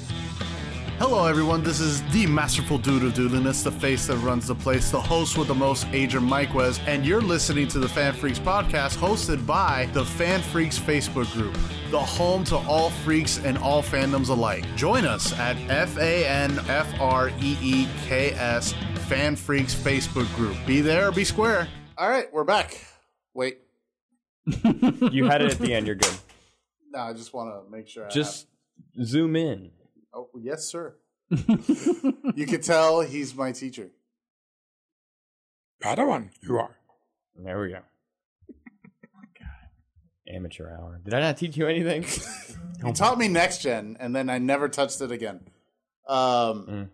S1: Hello, everyone. This is the masterful dude of doodliness, the face that runs the place, the host with the most, Adrian Mikewez, and you're listening to the Fan Freaks podcast, hosted by the Fan Freaks Facebook group, the home to all freaks and all fandoms alike. Join us at F A N F R E E K S Fan Freaks Facebook group. Be there or be square. All right, we're back. Wait,
S2: You had it at the end. You're good.
S1: no, I just want to make sure. I have-
S2: Just zoom in.
S1: Oh, yes, sir. you could tell he's my teacher.
S4: padawan you are
S2: There we go. Amateur hour. Did I not teach you anything?
S1: He taught me next gen, and then I never touched it again. Um,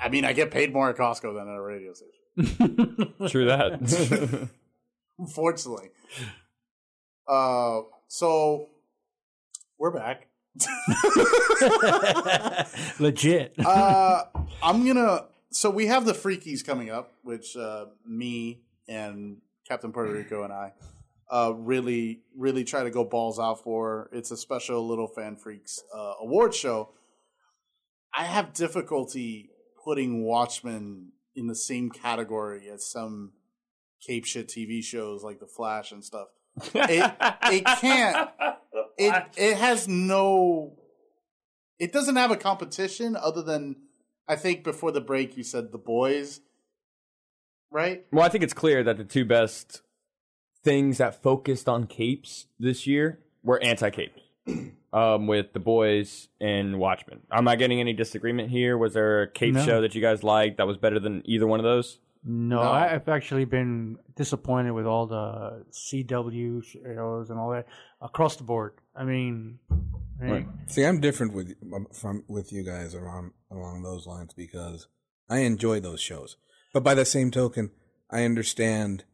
S1: I mean, I get paid more at Costco than at a radio station.
S2: True that.
S1: Unfortunately. Uh, so we're back.
S3: Legit.
S1: uh, I'm gonna. So we have the freakies coming up, which uh, me and Captain Puerto Rico and I uh, really, really try to go balls out for. It's a special little fan freaks uh, award show. I have difficulty putting Watchmen in the same category as some cape shit TV shows like The Flash and stuff. It, it can't. It it has no. It doesn't have a competition other than I think before the break you said the boys, right?
S2: well, I think it's clear that the two best things that focused on capes this year were anti-capes. Um, with the boys and Watchmen. I'm not getting any disagreement here. Was there a cape
S3: No.
S2: show that you guys liked that was better than either one of those?
S1: No.
S3: No, I- I've actually been disappointed with all the CW shows and all that across the board. I mean, hey,
S2: Right.
S4: See, I'm different with um, from with you guys around along those lines because I enjoy those shows. But by the same token, I understand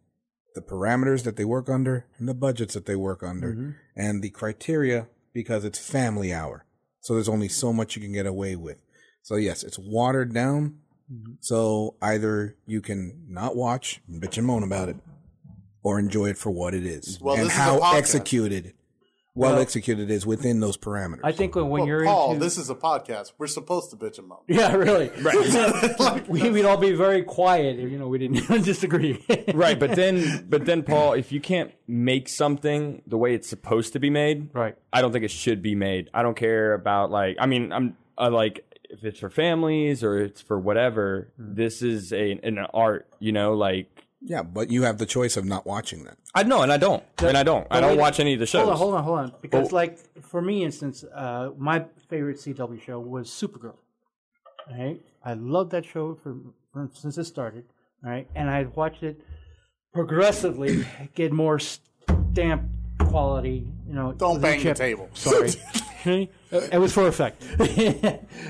S4: the parameters that they work under and the budgets that they work under
S3: Mm-hmm.
S4: and the criteria because it's family hour. So there's only so much you can get away with. So yes, it's watered down.
S3: Mm-hmm.
S4: So either you can not watch and bitch and moan about it or enjoy it for what it is
S1: Well,
S4: and
S1: this is a
S4: how
S1: podcast.
S4: executed well,
S3: Well-
S4: executed is within those parameters.
S3: I think when, when
S1: Well,
S3: you're
S1: Paul,
S3: into
S1: this is a podcast. We're supposed to bitch and moan.
S3: yeah, really, we, we'd all be very quiet if you know we didn't disagree.
S2: right but then but then paul if you can't make something the way it's supposed to be made
S3: right.
S2: i don't think it should be made i don't care about like i mean i'm I like if it's for families or it's for whatever this is a an art you know like
S4: Yeah, but you have the choice of not watching that.
S2: i know and i don't and i don't i
S3: the way
S2: don't
S3: that-
S2: watch any of the shows
S3: Hold on, hold on, hold on. Because, like, for me, instance, uh, my favorite CW show was Supergirl. All right, I loved that show from, from since it started. All right, and I watched it progressively get more stamp quality. You know,
S1: Don't
S3: with
S1: bang
S3: each
S1: the
S3: ep-
S1: table.
S3: Sorry, Okay? it was for effect.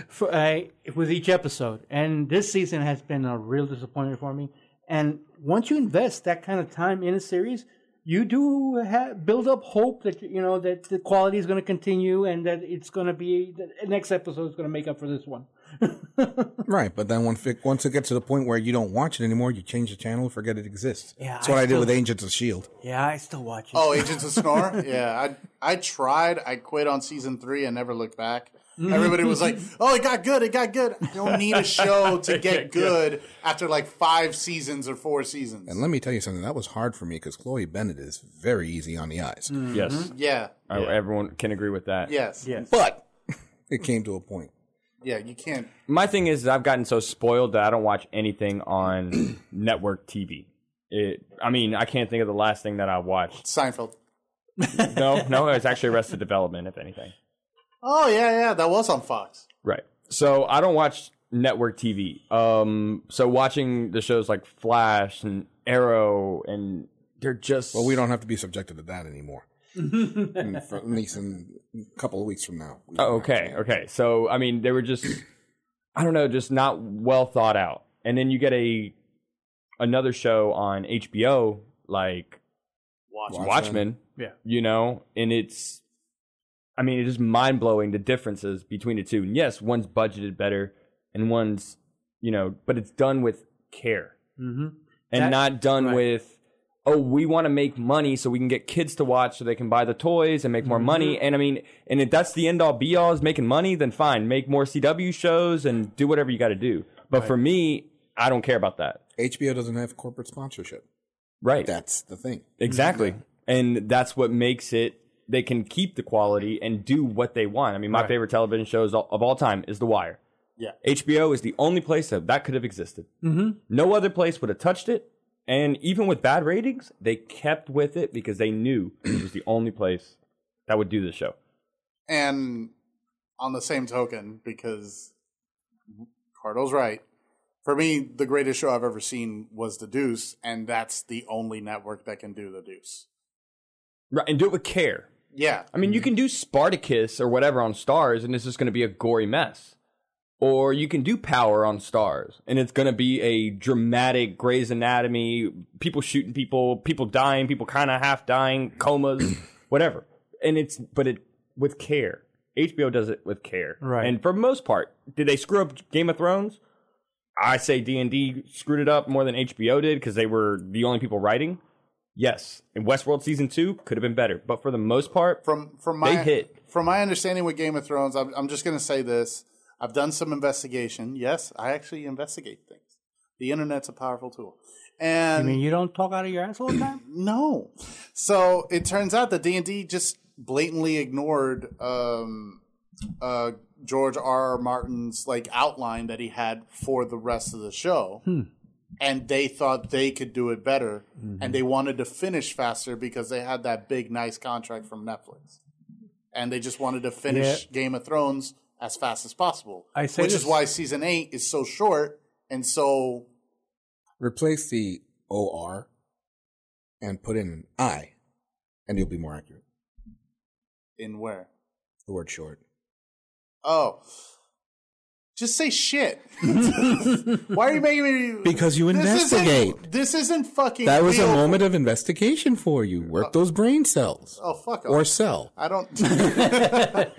S3: for, I with each episode, and this season has been a real disappointment for me. And once you invest that kind of time in a series, you do ha build up hope that you know that the quality is going to continue and that it's going to be the next episode is going to make up for this one.
S4: Right, but then when, fi- once it gets to the point where you don't watch it anymore, you change the channel and forget it exists.
S3: Yeah,
S4: That's what
S3: I
S4: I, E did
S3: still-
S4: with Agents of S.H.I.E.L.D.
S3: Yeah, I still watch it.
S1: Oh, Agents of Snore? Yeah, I I tried. I quit on season three and never looked back.
S3: Mm-hmm.
S1: Everybody was like, "Oh, it got good. It got good." I don't need a show to get good after like five seasons or four seasons.
S4: And let me tell you something, that was hard for me because Chloe Bennett is very easy on the eyes.
S3: Mm.
S2: yes
S1: Mm-hmm. yeah,
S3: Uh,
S2: I- everyone can agree with that
S1: yes, yeah,
S3: yes.
S4: But it came to a point.
S1: yeah. You can't.
S2: my thing is that I've gotten so spoiled that I don't watch anything on network TV. It, I mean, I can't think of the last thing that I watched.
S1: Seinfeld.
S2: No, no, it's actually Arrested Development, if anything.
S1: Oh yeah, yeah. That was on Fox.
S2: Right. So I don't watch network TV. Um, so watching the shows like Flash and Arrow, and they're just
S4: Well, we don't have to be subjected to that anymore.
S3: Mm-hmm.
S4: In- for- at least in a couple of weeks from now. We
S2: Hmm. Oh,
S4: don't have
S2: okay, okay. So I mean, they were just, I don't know, just not well thought out. And then you get a another show on HBO like
S1: Watch.
S4: Watch.
S2: Watchmen.
S3: Yeah.
S2: You know, and it's, I mean, it is mind blowing the differences between the two. And yes, one's budgeted better and one's, you know, but it's done with care
S3: hmm
S2: and
S3: That-
S2: not done
S3: right.
S2: with, oh, we want to make money so we can get kids to watch so they can buy the toys and make more money.
S3: Mm-hmm.
S2: And I mean, and if that's the end all be all is making money, then fine, make more CW shows and do whatever you got to do. But for me, I don't care about that.
S4: HBO doesn't have corporate sponsorship.
S2: Right.
S4: That's the thing.
S2: Exactly. And that's what makes it they can keep the quality and do what they want. I mean, my
S3: Right.
S2: favorite television shows of all time is The Wire.
S1: Yeah.
S2: HBO is the only place that that could have existed.
S3: Mhm.
S2: No other place would have touched it. And even with bad ratings, they kept with it because they knew it was the only place that would do this show.
S1: And on the same token, because Cardo's right. For me, the greatest show I've ever seen was The Deuce, and that's the only network that can do The Deuce.
S2: Right, and do it with care.
S1: Yeah,
S2: I mean, you can do Spartacus or whatever on Stars, and it's just going to be a gory mess. or you can do power on stars, and it's going to be a dramatic Grey's Anatomy, people shooting people, people dying, people kind of half dying, comas, whatever. And it's but it with care. HBO does it with care,
S3: Right.
S2: And for the most part, did they screw up Game of Thrones? I say D and D screwed it up more than HBO did because they were the only people writing. Yes, and Westworld season two could have been better, but for the most part,
S1: From from my
S2: They hit.
S1: from my understanding with Game of Thrones, I'm, I'm just going to say this: I've done some investigation. Yes, I actually investigate things. The internet's a powerful tool,
S3: I
S1: and
S3: mean, you don't talk out of your ass all the time.
S1: No. So it turns out that D and D just blatantly ignored um, uh, George R. R. Martin's like outline that he had for the rest of the show,
S3: Hmm.
S1: and they thought they could do it better,
S3: Mm-hmm.
S1: and they wanted to finish faster because they had that big nice contract from Netflix, and they just wanted to finish Game of Thrones as fast as possible.
S3: I say
S1: which
S3: this-
S1: is why season eight is so short and so
S4: Replace the OR and put in an I, and you'll be more accurate.
S1: in where.
S4: The word short.
S1: Oh. Just say shit. Why are you making me
S4: Because you investigate.
S1: Isn't, this isn't fucking
S4: That was a
S1: real.
S4: moment of investigation for you.
S2: Uh,
S4: Work those brain cells
S1: Oh fuck
S4: or
S1: off.
S4: cell.
S1: I don't hey,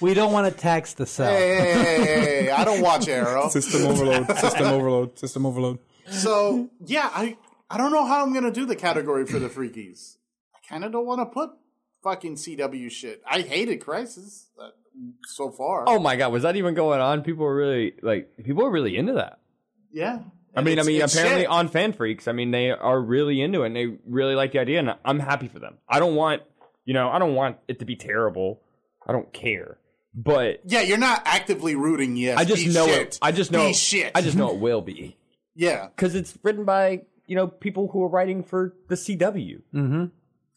S3: we don't want to tax the cell.
S1: hey, hey, hey, hey, I don't watch
S2: uh,
S1: Arrow.
S4: System overload. System overload. System overload.
S1: So yeah, I I don't know how I'm gonna do the category for the freakies. I kinda don't wanna put fucking CW shit. I hated Crisis uh, so far.
S2: oh my god, was that even going on? People were really like, people were really into that.
S1: yeah.
S2: I mean, I
S1: It's-
S2: mean,
S1: it's
S2: apparently uh,
S1: shit.
S2: on Fan Freaks, I mean, they are really into it and they really like the idea, and I'm happy for them. I don't want, you know, I don't want it to be terrible. I don't care, but
S1: Yeah, you're not actively rooting, yes.
S2: I just
S1: be
S2: know
S1: shit.
S2: it. I just know.
S1: Be shit.
S2: I just know it will be
S1: Yeah.
S2: because it's written by you know people who are writing for the CW.
S3: Mm-hmm.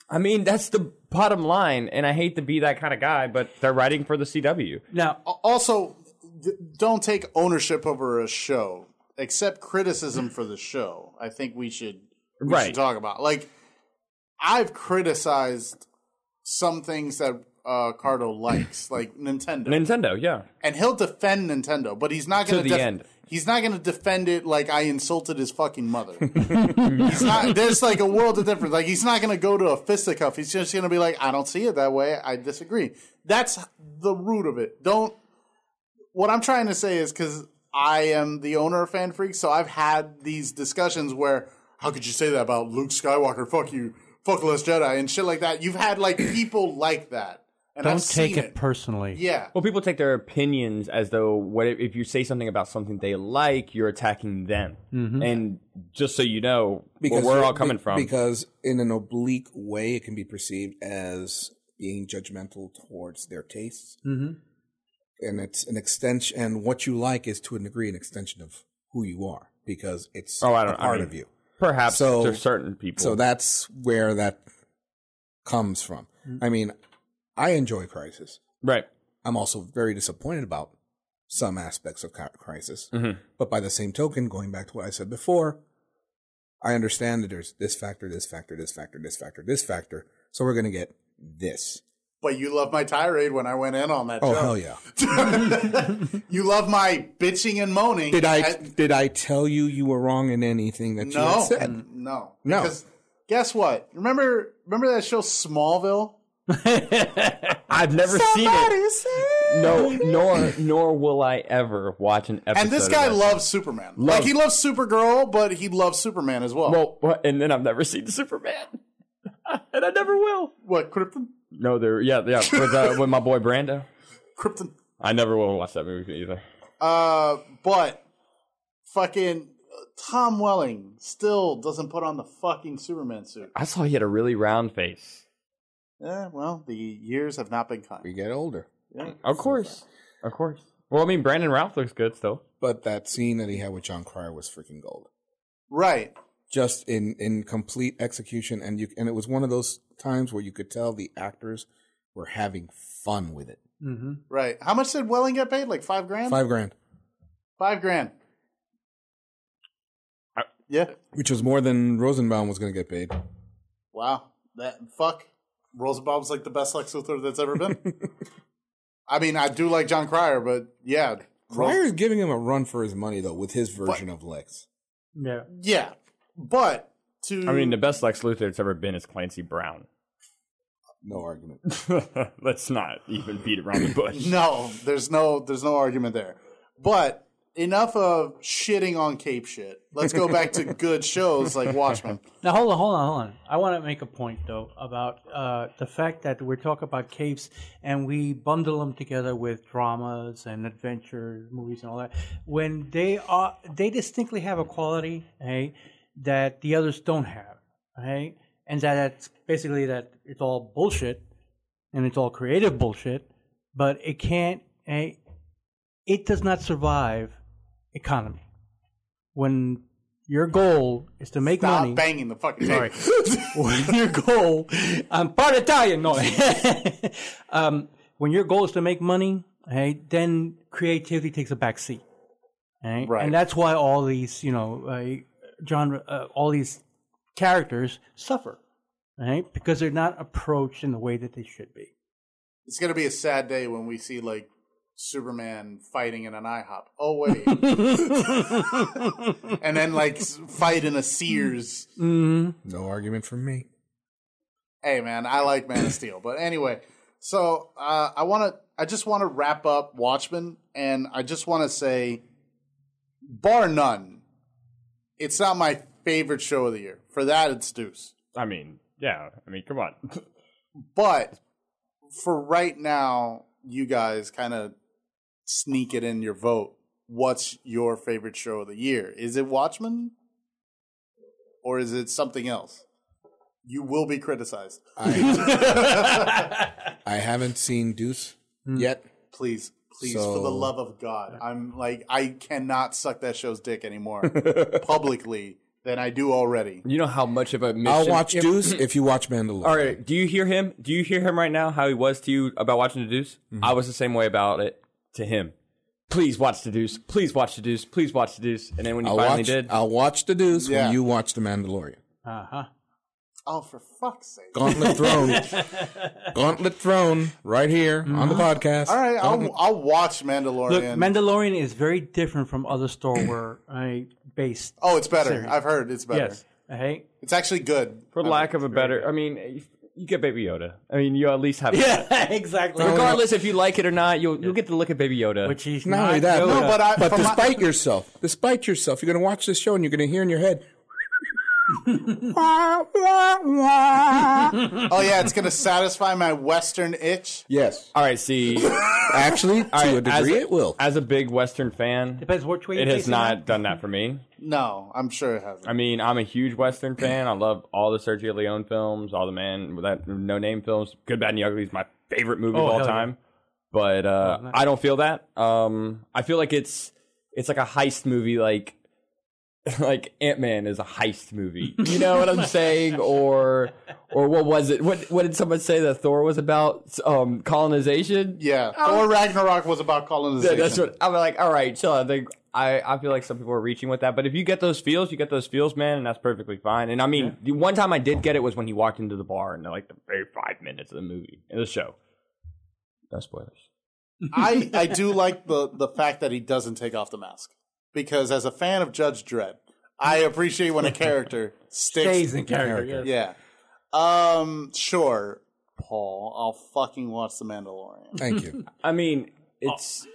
S2: I mean, that's the bottom line, and I hate to be that kind of guy, but they're writing for the CW.
S3: Now,
S1: also d- don't take ownership over a show accept criticism for the show i think we should we
S2: Right.
S1: should talk about like i've criticized some things that uh cardo likes like nintendo
S2: Nintendo, yeah,
S1: and he'll defend nintendo but he's not gonna
S2: the end.
S1: he's not gonna defend it like i insulted his fucking mother he's not there's like a world of difference like he's not gonna go to a fisticuff he's just gonna be like i don't see it that way i disagree that's the root of it don't what I'm trying to say is because I am the owner of Fan Freak, so I've had these discussions where how could you say that about Luke Skywalker? Fuck you, fuck Last Jedi and shit like that. You've had like people like that, and
S3: don't
S1: I've
S3: take
S1: seen
S3: it, personally.
S1: yeah,
S2: Well, people take their opinions as though what if if you say something about something they like, you're attacking them. And just so you know, where we're all coming
S4: be-
S2: from.
S4: Because in an oblique way, it can be perceived as being judgmental towards their tastes,
S2: Mm-hmm.
S3: Mhm.
S4: and it's an extension. And what you like is, to a degree, an extension of who you are because it's
S2: Oh, I don't-
S4: a
S2: I
S4: part
S2: mean-
S4: of you.
S2: Perhaps
S4: So-
S2: to certain people.
S4: So that's where that comes from.
S2: Mm-hmm.
S4: I mean, I enjoy Crisis.
S2: right.
S4: I'm also very disappointed about some aspects of Cri- Crisis.
S1: Mm-hmm.
S4: But by the same token, going back to what I said before, I understand that there's this factor, this factor, this factor, this factor, this factor. So we're going to get this.
S1: but you love my tirade when I went in on that.
S4: Oh
S1: show.
S4: hell yeah!
S1: You love my bitching and moaning.
S4: Did I
S1: at-
S4: did I tell you you were wrong in anything that you had
S1: no, Mm,
S4: said?
S1: no,
S4: No.
S1: Because guess what? Remember, remember that show Smallville?
S2: I've never seen it. No, nor nor will I ever watch an episode.
S1: And this
S2: of
S1: guy
S2: that.
S1: loves Superman. Like he loves Supergirl, but he loves Superman as well.
S2: Well, what- and then I've never seen Superman, and I never will.
S1: what Krypton?
S2: No, there. Yeah, yeah. With, uh, with my boy Brando,
S1: Krypton.
S2: I never will watch that movie either.
S1: Uh, but fucking uh, Tom Welling still doesn't put on the fucking Superman suit.
S2: I saw he had a really round face.
S1: Yeah, well, the years have not been
S4: We
S1: kind.
S4: get older.
S2: Of course. Of course. Well, I mean, Brandon Ralph looks good still.
S4: But that scene that he had with John Cryer was freaking gold.
S1: Right.
S4: just in in complete execution and you and it was one of those times where you could tell the actors were having fun with it
S3: Mm-hmm.
S1: Right. How much did Welling get paid? Like five grand?
S4: five grand
S1: Five grand.
S2: I-
S1: yeah.
S4: which was more than rosenbaum was going to get paid
S1: Wow. That fuck. Rosenbaum's like the best Lex Luthor that's ever been. I mean, I do like John Cryer, but yeah,
S4: Pryor is giving him a run for his money though with his version of Lex.
S3: Yeah.
S1: Yeah, but to
S2: I mean,
S5: Mm.
S2: the best Lex Luthor that's ever been is Clancy Brown.
S4: No argument.
S2: Let's not even beat around the bush.
S1: no, there's no there's no argument there. But enough of shitting on Cape shit. Let's go back to good shows like Watchmen.
S3: Now hold on, hold on, hold on. I want to make a point though about uh, the fact that we're talking about capes and we bundle them together with dramas and adventure movies and all that. When they are, they distinctly have a quality, hey, that the others don't have, hey, and that that's basically that it's all bullshit and it's all creative bullshit, but it can't, hey, it does not survive economy when. Your goal is to make
S1: Stop
S3: money
S1: banging the fucking table.
S3: when your goal, I'm part Italian, no. um, when your goal is to make money, hey, then creativity takes a back seat. Right?
S1: Right.
S3: And that's why all these, you know, uh, genre, uh, all these characters suffer, right? Because they're not approached in the way that they should be.
S1: It's gonna be a sad day when we see like Superman fighting in an IHOP. Oh wait, and then like s- fight in a Sears.
S4: No argument from me.
S1: hey man, I like Man of Steel. But anyway, so uh, I want to, I just want to wrap up Watchmen, and I just want to say, bar none, it's not my favorite show of the year. For that, it's Deuce.
S2: I mean, yeah. I mean, come on.
S1: But for right now, you guys kind of sneak it in your vote. What's your favorite show of the year? Is it Watchmen, or is it something else? You will be criticized.
S4: I, I haven't seen Deuce yet.
S1: please please
S4: So-
S1: for the love of god i'm like i cannot suck that show's dick anymore publicly than i do already
S5: You know how much of a mission.
S4: I'll watch
S5: If-
S4: Deuce if you watch Mandalorian.
S5: All right. Do you hear him? Do you hear him right now? How he was to you about watching the Deuce? I was the same way about it to him. Please watch the Deuce. Please watch the Deuce. Please watch the Deuce. And then when you
S4: I'll
S5: finally
S4: watch,
S5: did,
S4: I'll watch the Deuce
S1: Yeah.
S4: when you watch the Mandalorian.
S3: Uh huh.
S1: oh for fuck's sake
S4: Gauntlet Throne, Gauntlet Throne, right here on the podcast.
S1: all right
S4: Gauntlet-
S1: I'll, I'll watch
S3: Look,
S1: mandalorian
S3: Mandalorian is very different from other Star Wars right, based.
S1: oh it's better
S3: Serious.
S1: i've heard it's better
S3: Yes. Hey.
S1: it's actually good
S2: For lack of a better, I mean, if- you get Baby Yoda. I mean, you at least have. Oh,
S3: Yeah, exactly.
S5: regardless if you like it or not, you'll you'll get to look at Baby Yoda.
S3: Which he's
S4: not
S3: not.
S4: only that,
S1: No,
S3: Yoda.
S1: but I-
S4: but
S1: for my-
S4: despite yourself, despite yourself, you're going to watch this show and you're going to hear in your head. "Wah, wah, wah."
S1: oh yeah it's gonna satisfy my western itch
S4: yes,
S2: All right, see,
S4: actually, to a
S2: as
S4: degree,
S2: a-
S4: it will.
S2: as a big Western fan,
S3: Depends which way
S2: it
S3: you
S2: has
S3: face
S2: not done that for me.
S1: no i'm sure it hasn't
S2: I mean, I'm a huge Western fan. I love all the Sergio Leone films, all the man that no name films. Good, bad, and the ugly is my favorite movie of
S3: Oh,
S2: all
S3: hell yeah.
S2: time. But uh, I don't feel that. Um, I feel like it's it's like a heist movie, like like Ant Man is a heist movie. You know what I'm saying? Or or what was it? What what did someone say that Thor was about? Um, colonization.
S1: yeah thor ragnarok was about colonization
S2: Yeah, that's what I'm like. All right, chill. I think I, I feel like some people are reaching with that, but if you get those feels, you get those feels, man, and that's perfectly fine. And I mean, the one time I did get it was when he walked into the bar and like the very five minutes of the movie in the show. No spoilers.
S1: I I do like the the fact that he doesn't take off the mask because as a fan of Judge Dredd, I appreciate when a character sticks
S3: Stays in character,
S1: Yeah. Um. Sure, Paul. I'll fucking watch The Mandalorian.
S4: Thank you.
S2: I mean, it's Oh.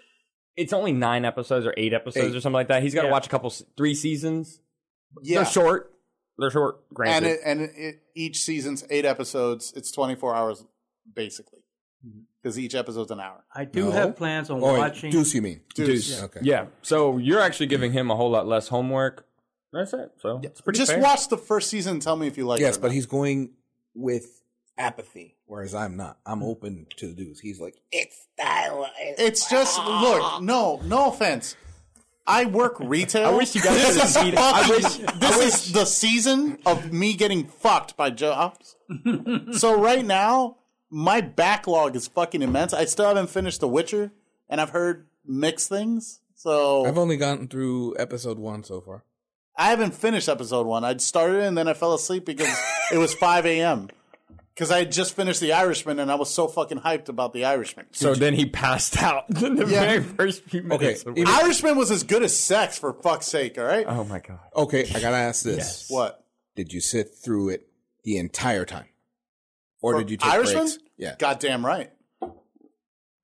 S2: it's only nine episodes or eight episodes
S4: Eight.
S2: or something like that. He's got to
S3: Yeah.
S2: watch a couple, s- three seasons.
S1: Yeah.
S2: They're short. They're short.
S1: And
S2: Granted,
S1: it, and it, each season's eight episodes. It's twenty four hours basically
S2: Mm-hmm.
S1: because each episode's an hour.
S3: I do
S4: No.
S3: have plans on
S4: Oh, wait,
S3: watching.
S4: Deuce, you mean?
S1: Deuce.
S4: Okay.
S2: yeah. So you're actually giving him a whole lot less homework. That's it. So it's pretty
S1: Just
S2: fair.
S1: watch the first season. and Tell me if you like it.
S4: Yes,
S1: or
S4: but
S1: not.
S4: he's going with apathy, whereas I'm not.
S1: Mm-hmm.
S4: I'm open to the Deuce. He's like, it's stylized.
S1: It's just look. No, no offense. I work retail.
S2: I wish you guys
S1: this
S2: could've
S1: is
S2: seen it. I
S1: fucking-
S2: wish-
S1: this is the season of me getting fucked by jobs. so right now, my backlog is fucking immense. I still haven't finished The Witcher, and I've heard mixed things. So
S4: I've only gotten through episode one so far.
S1: I haven't finished episode one. I started it and then I fell asleep because it was five a.m. because I had just finished The Irishman and I was so fucking hyped about The Irishman.
S2: So then he passed out in the
S1: Yeah.
S2: very first few minutes.
S4: Okay,
S2: of-
S4: even-
S1: Irishman was as good as sex for fuck's sake, all
S4: Uh,
S1: right?
S2: oh my god!
S4: Okay, I gotta ask this:
S2: Yes.
S1: what?
S4: Did you sit through it the entire time, or
S1: For
S4: did you take
S1: Irishman?
S4: breaks? Yeah,
S1: Goddamn right.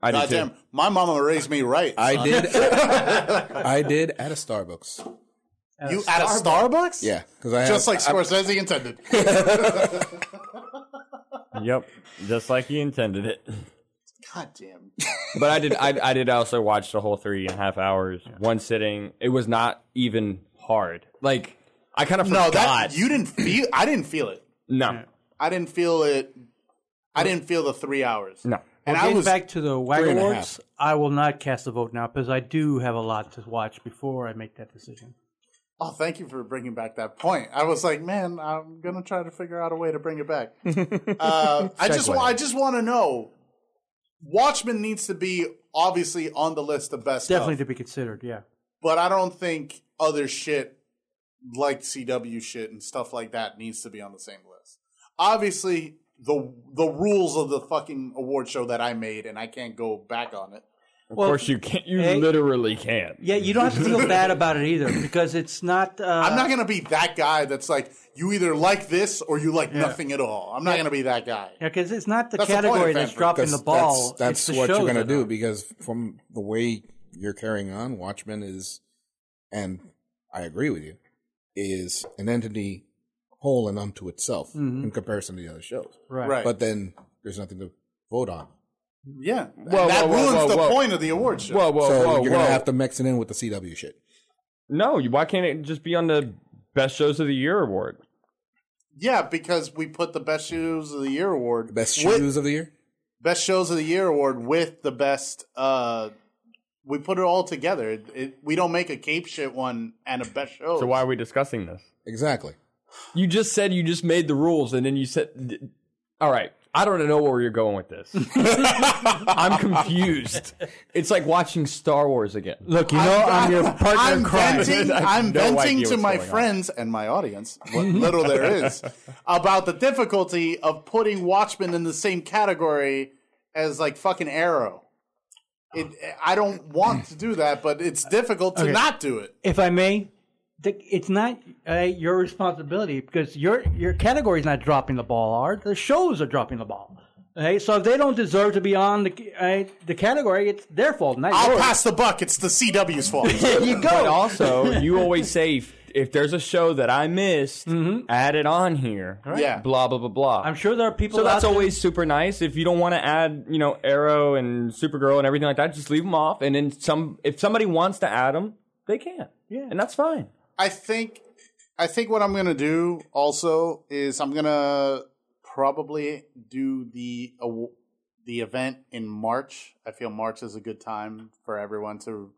S2: I did
S1: Goddamn.
S2: too.
S1: My mama raised me right.
S4: I
S1: son.
S4: did. I did at a Starbucks.
S3: At
S1: You
S3: a-
S1: at a Starbucks?
S4: Yeah, because I
S1: Just
S4: have-
S1: like Scorsese intended.
S2: Yep, just like he intended it.
S1: Goddamn.
S2: But I did. I, I did also watch the whole three and a half hours one sitting. It was not even hard. Like I kind of
S1: No,
S2: forgot.
S1: that you didn't feel. I didn't feel it.
S2: no,
S1: I didn't feel it. I didn't feel the three hours.
S2: no.
S1: and I
S3: Getting
S1: was
S3: back to the WAG
S4: Three and a
S3: awards, I will not cast a vote now because I do have a lot to watch before I make that decision.
S1: Oh, thank you for bringing back that point. I was like, man, I'm gonna try to figure out a way to bring it back. uh, I just, wa- I just want to know. Watchmen needs to be obviously on the list of best,
S3: Definitely
S1: of,
S3: to be considered. Yeah,
S1: but I don't think other shit like CW shit and stuff like that needs to be on the same list. Obviously, the the rules of the fucking award show that I made, and I can't go back on it.
S2: Of
S3: Well,
S2: course you can't. You
S3: eh,
S2: literally can't.
S3: yeah. You don't have to feel bad about it either because it's not. Uh,
S1: I'm not gonna be that guy that's like, you either like this or you like nothing at all. I'm not gonna be that guy.
S3: because it's not the
S1: That's the point,
S3: category that's
S1: Fanford,
S3: dropping the
S4: That's-
S3: ball.
S4: That's,
S3: it's
S4: that's
S3: the
S4: what
S3: shows
S4: you're gonna
S3: that
S4: do
S3: are.
S4: because from the way you're carrying on, Watchmen is, and I agree with you, is an entity whole and unto itself in comparison to the other shows.
S3: Mm-hmm. right.
S1: Right.
S4: But then there's nothing to vote on.
S1: Yeah.
S2: Whoa,
S1: that
S2: whoa, whoa,
S1: ruins
S2: whoa,
S1: the
S2: whoa.
S1: point of the award show.
S2: Whoa, whoa,
S4: so
S2: whoa,
S4: you're
S2: whoa!
S4: gonna have to mix it in with the CW shit.
S2: no, you- why can't it just be on the best shows of the year award?
S1: Yeah, because we put the best shows of the year award,
S4: The best
S1: with-
S4: shoes of the year.
S1: best shows of the year award with the best. uh We put it all together. It, it- we don't make a cape shit one and a best show.
S2: So why are we discussing this?
S4: Exactly.
S2: You just said you just made the rules, and then you said, "All right, I don't know where you're going with this. I'm confused. It's like watching Star Wars again.
S6: Look, you know I'm your partner
S1: I'm
S6: in crime.
S1: venting,
S2: I have
S1: I'm
S2: no
S1: venting
S2: idea
S1: to
S2: what's
S1: my
S2: going on.
S1: friends and my audience, what little there is, about the difficulty of putting Watchmen in the same category as like fucking Arrow. It, I don't want to do that, but it's difficult to not do it.
S3: if I may, the, it's not uh, your responsibility because your your category is not dropping the ball. Art the shows are dropping the ball. Okay, so if they don't deserve to be on the uh, the category, it's their fault, not
S1: I'll
S3: yours.
S1: pass the buck. It's the CW's fault.
S3: there you go.
S2: But also, you always say if, if there's a show that I missed, add it on here.
S1: Yeah.
S2: Blah blah blah blah.
S3: Mm-hmm. I'm sure there are people.
S2: so that's
S3: out there-
S2: always super nice. If you don't want to add, you know, Arrow and Supergirl and everything like that, just leave them off. And then some. If somebody wants to add them, they can.
S3: Yeah.
S2: and that's fine.
S1: I think I think what I'm gonna do also is I'm gonna probably do the aw- the event in March. I feel March is a good time for everyone to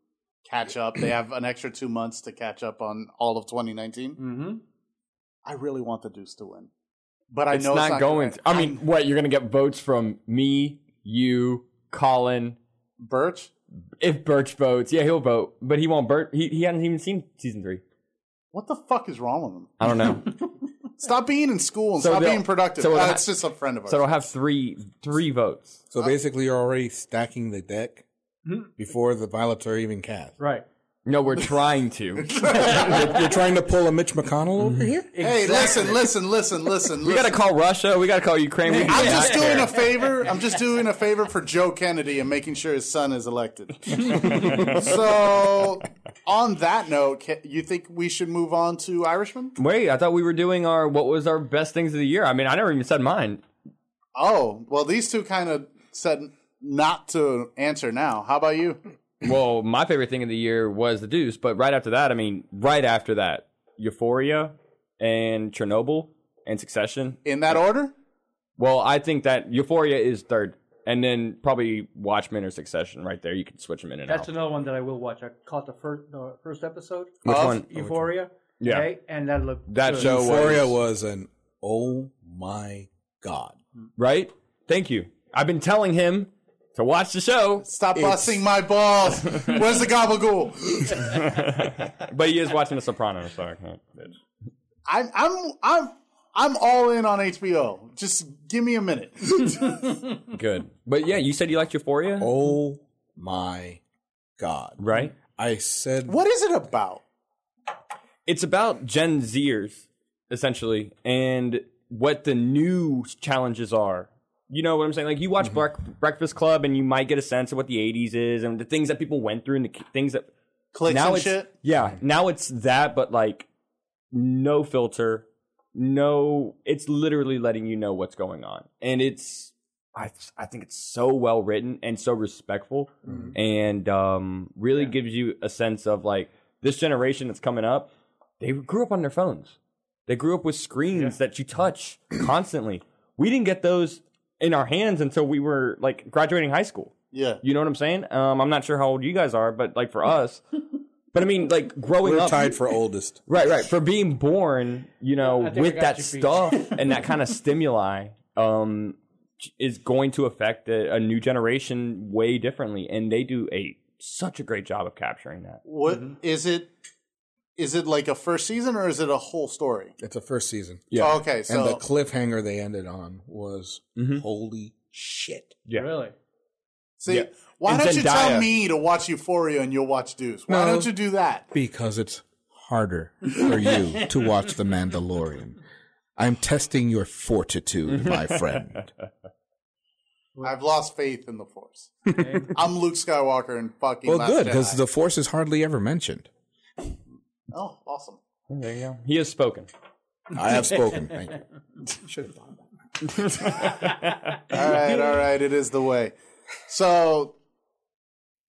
S1: catch up. They have an extra two months to catch up on all of 2019.
S3: Mhm.
S1: I really want the Deuce to win, but I
S2: It's
S1: know
S2: not,
S1: it's not
S2: going.
S1: gonna-
S2: to. I mean, what you're gonna get votes from me, you, Colin.
S1: Birch.
S2: If Birch votes, yeah, he'll vote, but he won't. Birch. He he hasn't even seen season three.
S1: What the fuck is wrong with him?
S2: I don't know.
S1: Stop being in school and
S2: So
S1: stop
S2: they'll-
S1: being productive.
S2: so
S1: Uh,
S2: they'll-
S1: it's just a friend of ours.
S2: so I'll have three three votes.
S3: Uh,
S4: So basically, you're already stacking the deck
S3: Mm-hmm.
S4: before the violets are even cast.
S3: right.
S2: No, we're trying to.
S4: You're, you're trying to pull a Mitch McConnell
S3: Mm-hmm.
S4: over here.
S1: hey, listen, listen, listen, listen.
S2: We gotta
S1: listen.
S2: call Russia. We gotta call Ukraine. We
S1: I'm
S2: can
S1: just
S2: act
S1: doing
S2: there.
S1: a favor. I'm just doing a favor for Joe Kennedy and making sure his son is elected. so, on that note, ca- you think we should move on to Irishman?
S2: Wait, I thought we were doing our what was our best things of the year. I mean, I never even said mine.
S1: Oh, well, these two kind of said not to answer now. How about you?
S2: Well, my favorite thing of the year was the Deuce, but right after that, I mean, right after that, Euphoria and Chernobyl and Succession.
S1: In that order?
S2: Well, I think that Euphoria is third, and then probably Watchmen or Succession right there. You could switch them in and
S3: That's
S2: out.
S3: another one that I will watch. I caught the first the first episode.
S2: Which
S3: of
S2: one?
S3: Euphoria.
S2: Oh, Yeah.
S3: okay? and that looked
S2: That
S3: good.
S2: show
S4: Euphoria
S2: was
S4: was an oh my god.
S2: right. Thank you. I've been telling him to watch the show,
S1: Stop busting my balls. Where's the gabagool?
S2: but he is watching The Sopranos, so I can't.
S1: I'm, I'm, I'm. I'm all in on HBO. Just give me a minute.
S2: Good. But yeah, you said you liked Euphoria,
S4: Oh my god!
S2: right?
S4: I said
S1: what is it about?
S2: It's about Gen Zers essentially and what the new challenges are. You know what I'm saying? Like you watch Break- Breakfast Club and you might get a sense of what the 80s is and the things that people went through and the k- things that
S1: Clicks
S2: now
S1: and
S2: it's
S1: shit.
S2: yeah now it's that but like no filter no it's literally letting you know what's going on and it's i i think it's so well written and so respectful and um really gives you a sense of like this generation that's coming up they grew up on their phones they grew up with screens that you touch constantly we didn't get those in our hands until we were like graduating high school
S1: Yeah.
S2: you know what I'm saying? Um, I'm not sure how old you guys are, but like for us, but I mean, like growing
S4: we're
S2: up,
S4: tied for oldest.
S2: right, right, for being born, you know,
S7: I think I
S2: with
S7: got
S2: that
S7: you, Pete.
S2: stuff and that kind of stimuli, um, is going to affect a, a new generation way differently, and they do a such a great job of capturing that.
S1: What
S4: Mm-hmm.
S1: is it? Is it like a first season or is it a whole story? Oh,
S4: It's a first season.
S2: Yeah.
S1: okay,
S4: and the
S1: so
S4: cliffhanger they ended on was
S2: Mhm.
S4: holy shit.
S2: Yeah.
S7: Really?
S1: see,
S2: yeah.
S1: why
S2: And
S1: don't you tell
S2: Zendaya.
S1: me to watch Euphoria and you'll watch Deuce? Why
S4: No.
S1: don't you do that?
S4: Because it's harder for you to watch The Mandalorian. I'm testing your fortitude, my friend.
S1: I've lost faith in the Force. I'm Luke Skywalker and fucking.
S4: well,
S1: Last
S4: good,
S1: Jedi.
S4: because the Force is hardly ever mentioned.
S1: oh, awesome.
S2: There you go. He has spoken.
S4: I have spoken. Thank you. Should have thought that.
S1: All right, all right. It is the way. So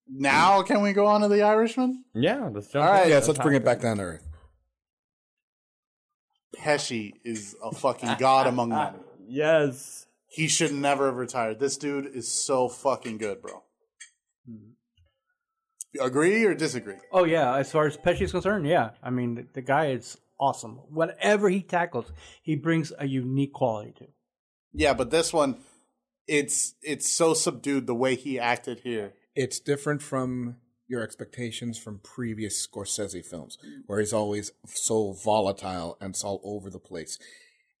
S1: now can we go on to the Irishman?
S2: Yeah. Let's jump
S1: All right.
S4: Yes, let's bring it back down to earth.
S1: Pesci is a fucking god among men.
S2: Yes.
S1: He should never have retired. This dude is so fucking good, bro. Mm-hmm. Agree or disagree?
S3: Oh yeah, as far as Pesci's concerned, yeah. I mean, the, the guy is awesome. Whatever he tackles, he brings a unique quality to. it.
S1: Yeah, but this one, it's it's so subdued the way he acted here.
S4: It's different from your expectations from previous Scorsese films, where he's always so volatile and it's all over the place.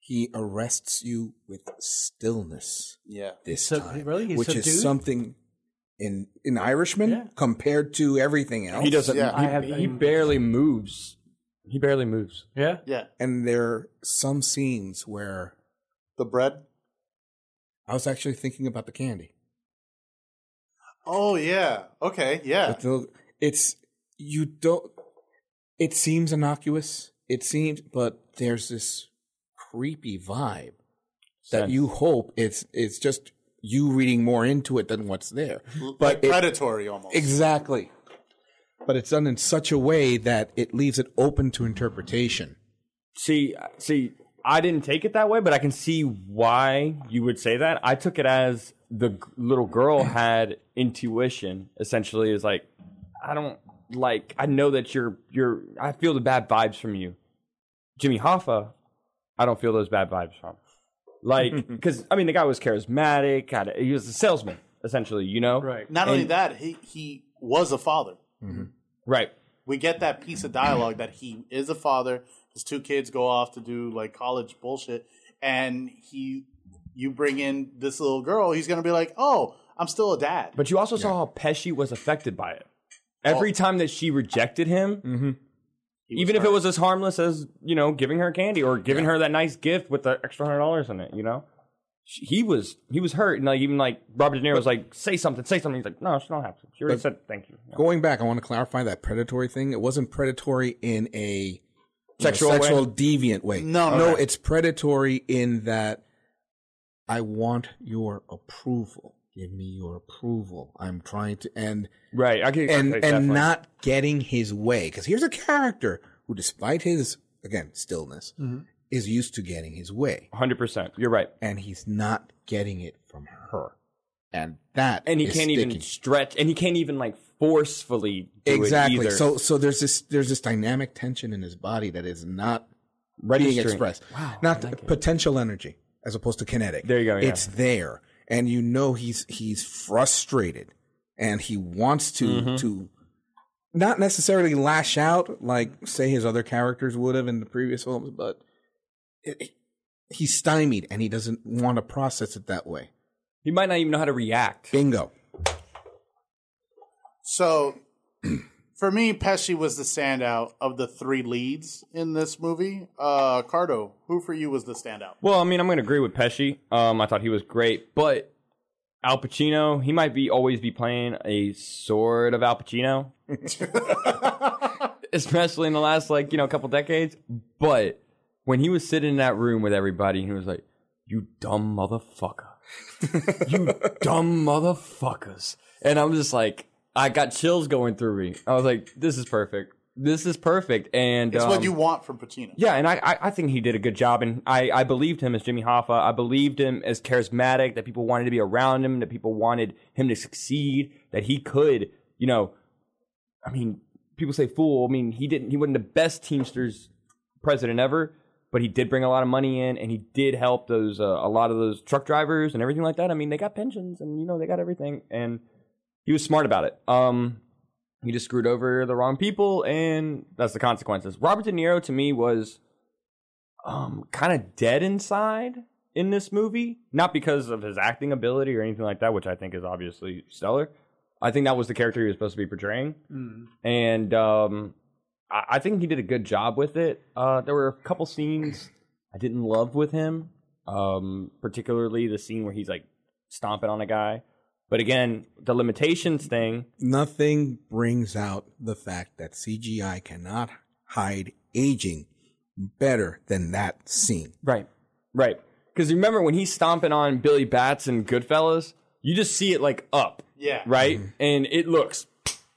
S4: He arrests you with stillness.
S1: Yeah,
S4: this
S3: Sub-
S4: time,
S3: really? He's
S4: which is
S3: subdued?
S4: something in in Irishman
S3: Yeah.
S4: compared to everything else.
S2: He doesn't.
S1: Yeah.
S2: He,
S3: I have-
S2: he barely moves. He barely moves.
S3: Yeah,
S1: yeah.
S4: and there are some scenes where
S1: The bread.
S4: I was actually thinking about the candy.
S1: Oh yeah. Okay. Yeah.
S4: But the- It's you don't. It seems innocuous. It seems, but there's this creepy vibe that
S2: Sense.
S4: you hope it's it's just you reading more into it than what's there.
S1: But
S4: But it-
S1: predatory almost.
S4: Exactly. But it's done in such a way that it leaves it open to interpretation.
S2: see see i didn't take it that way but i can see why you would say that i took it as the g- little girl had intuition essentially is like i don't like i know that you're you're i feel the bad vibes from you jimmy hoffa i don't feel those bad vibes from like because i mean the guy was charismatic had, he was a salesman essentially you know
S3: right.
S1: Not only that, he he was a father.
S2: right
S1: we get that piece of dialogue that he is a father. His two kids go off to do like college bullshit, and he, you bring in this little girl. He's gonna be like, "Oh, I'm still a dad."
S2: But you also saw how Pesci was affected by it. Every time that she rejected him, even if it was as harmless as you know giving her candy or giving her that nice gift with the extra hundred dollars in it, you know, She- he was he was hurt, and like even like Robert De Niro was like, "Say something, say something." He's like, "No, she don't have to. She already said thank you." Yeah.
S4: Going back, I want to clarify that predatory thing. It wasn't predatory in a you know,
S2: Sexual way?
S4: sexual deviant way.
S1: No,
S4: no,
S1: okay.
S4: it's predatory in that I want your approval. Give me your approval. I'm trying to and
S2: Right, I can,
S4: and
S2: okay,
S4: and
S2: definitely.
S4: not getting his way because here's a character who, despite his again stillness,
S2: Mm-hmm.
S4: is used to getting his way.
S2: 100%. You're right.
S4: and he's not getting it from her. And that
S2: And he
S4: is
S2: can't even
S4: sticking.
S2: stretch and he can't even like forcefully do it
S4: exactly.
S2: either.
S4: So so there's this there's this dynamic tension in his body that is not being
S2: Registering.
S4: expressed.
S2: Wow,
S4: not
S2: I like it.
S4: potential energy as opposed to kinetic.
S2: There you go, yeah.
S4: It's there, and you know he's he's frustrated, and he wants to
S2: Mm-hmm.
S4: to not necessarily lash out like say his other characters would have in the previous films, but it, he's stymied and he doesn't want to process it that way.
S2: He might not even know how to react.
S4: Bingo.
S1: So for me, Pesci was the standout of the three leads in this movie. Uh, Cardo, who for you was the standout?
S2: Well, I mean, I'm going to agree with Pesci. Um, I thought he was great, but Al Pacino, he might be always be playing a sort of Al Pacino, especially in the last like you know couple decades. But when he was sitting in that room with everybody, he was like, "You dumb motherfucker, you dumb motherfuckers," and I'm just like, I got chills going through me. I was like, "This is perfect. This is perfect." And
S1: It's
S2: um,
S1: what you want from Pacino.
S2: yeah, and I, I, I think he did a good job, and I, I believed him as Jimmy Hoffa. I believed him as charismatic, that people wanted to be around him, that people wanted him to succeed, that he could, you know, I mean, people say fool. I mean, he didn't. He wasn't the best Teamsters president ever, but he did bring a lot of money in, and he did help those uh, a lot of those truck drivers and everything like that. I mean, they got pensions, and you know, they got everything, and he was smart about it. Um, he just screwed over the wrong people, and that's the consequences. Robert De Niro to me was um, kind of dead inside in this movie, not because of his acting ability or anything like that, which I think is obviously stellar. I think that was the character he was supposed to be portraying,
S3: Hmm.
S2: and um, I-, I think he did a good job with it. Uh, there were a couple scenes I didn't love with him, um, particularly the scene where he's like stomping on a guy. But again, the limitations thing.
S4: Nothing brings out the fact that CGI cannot hide aging better than that scene.
S2: Right. Right. Because remember when he's stomping on Billy Bats and Goodfellas, you just see it like up,
S1: Yeah.
S2: right? And it looks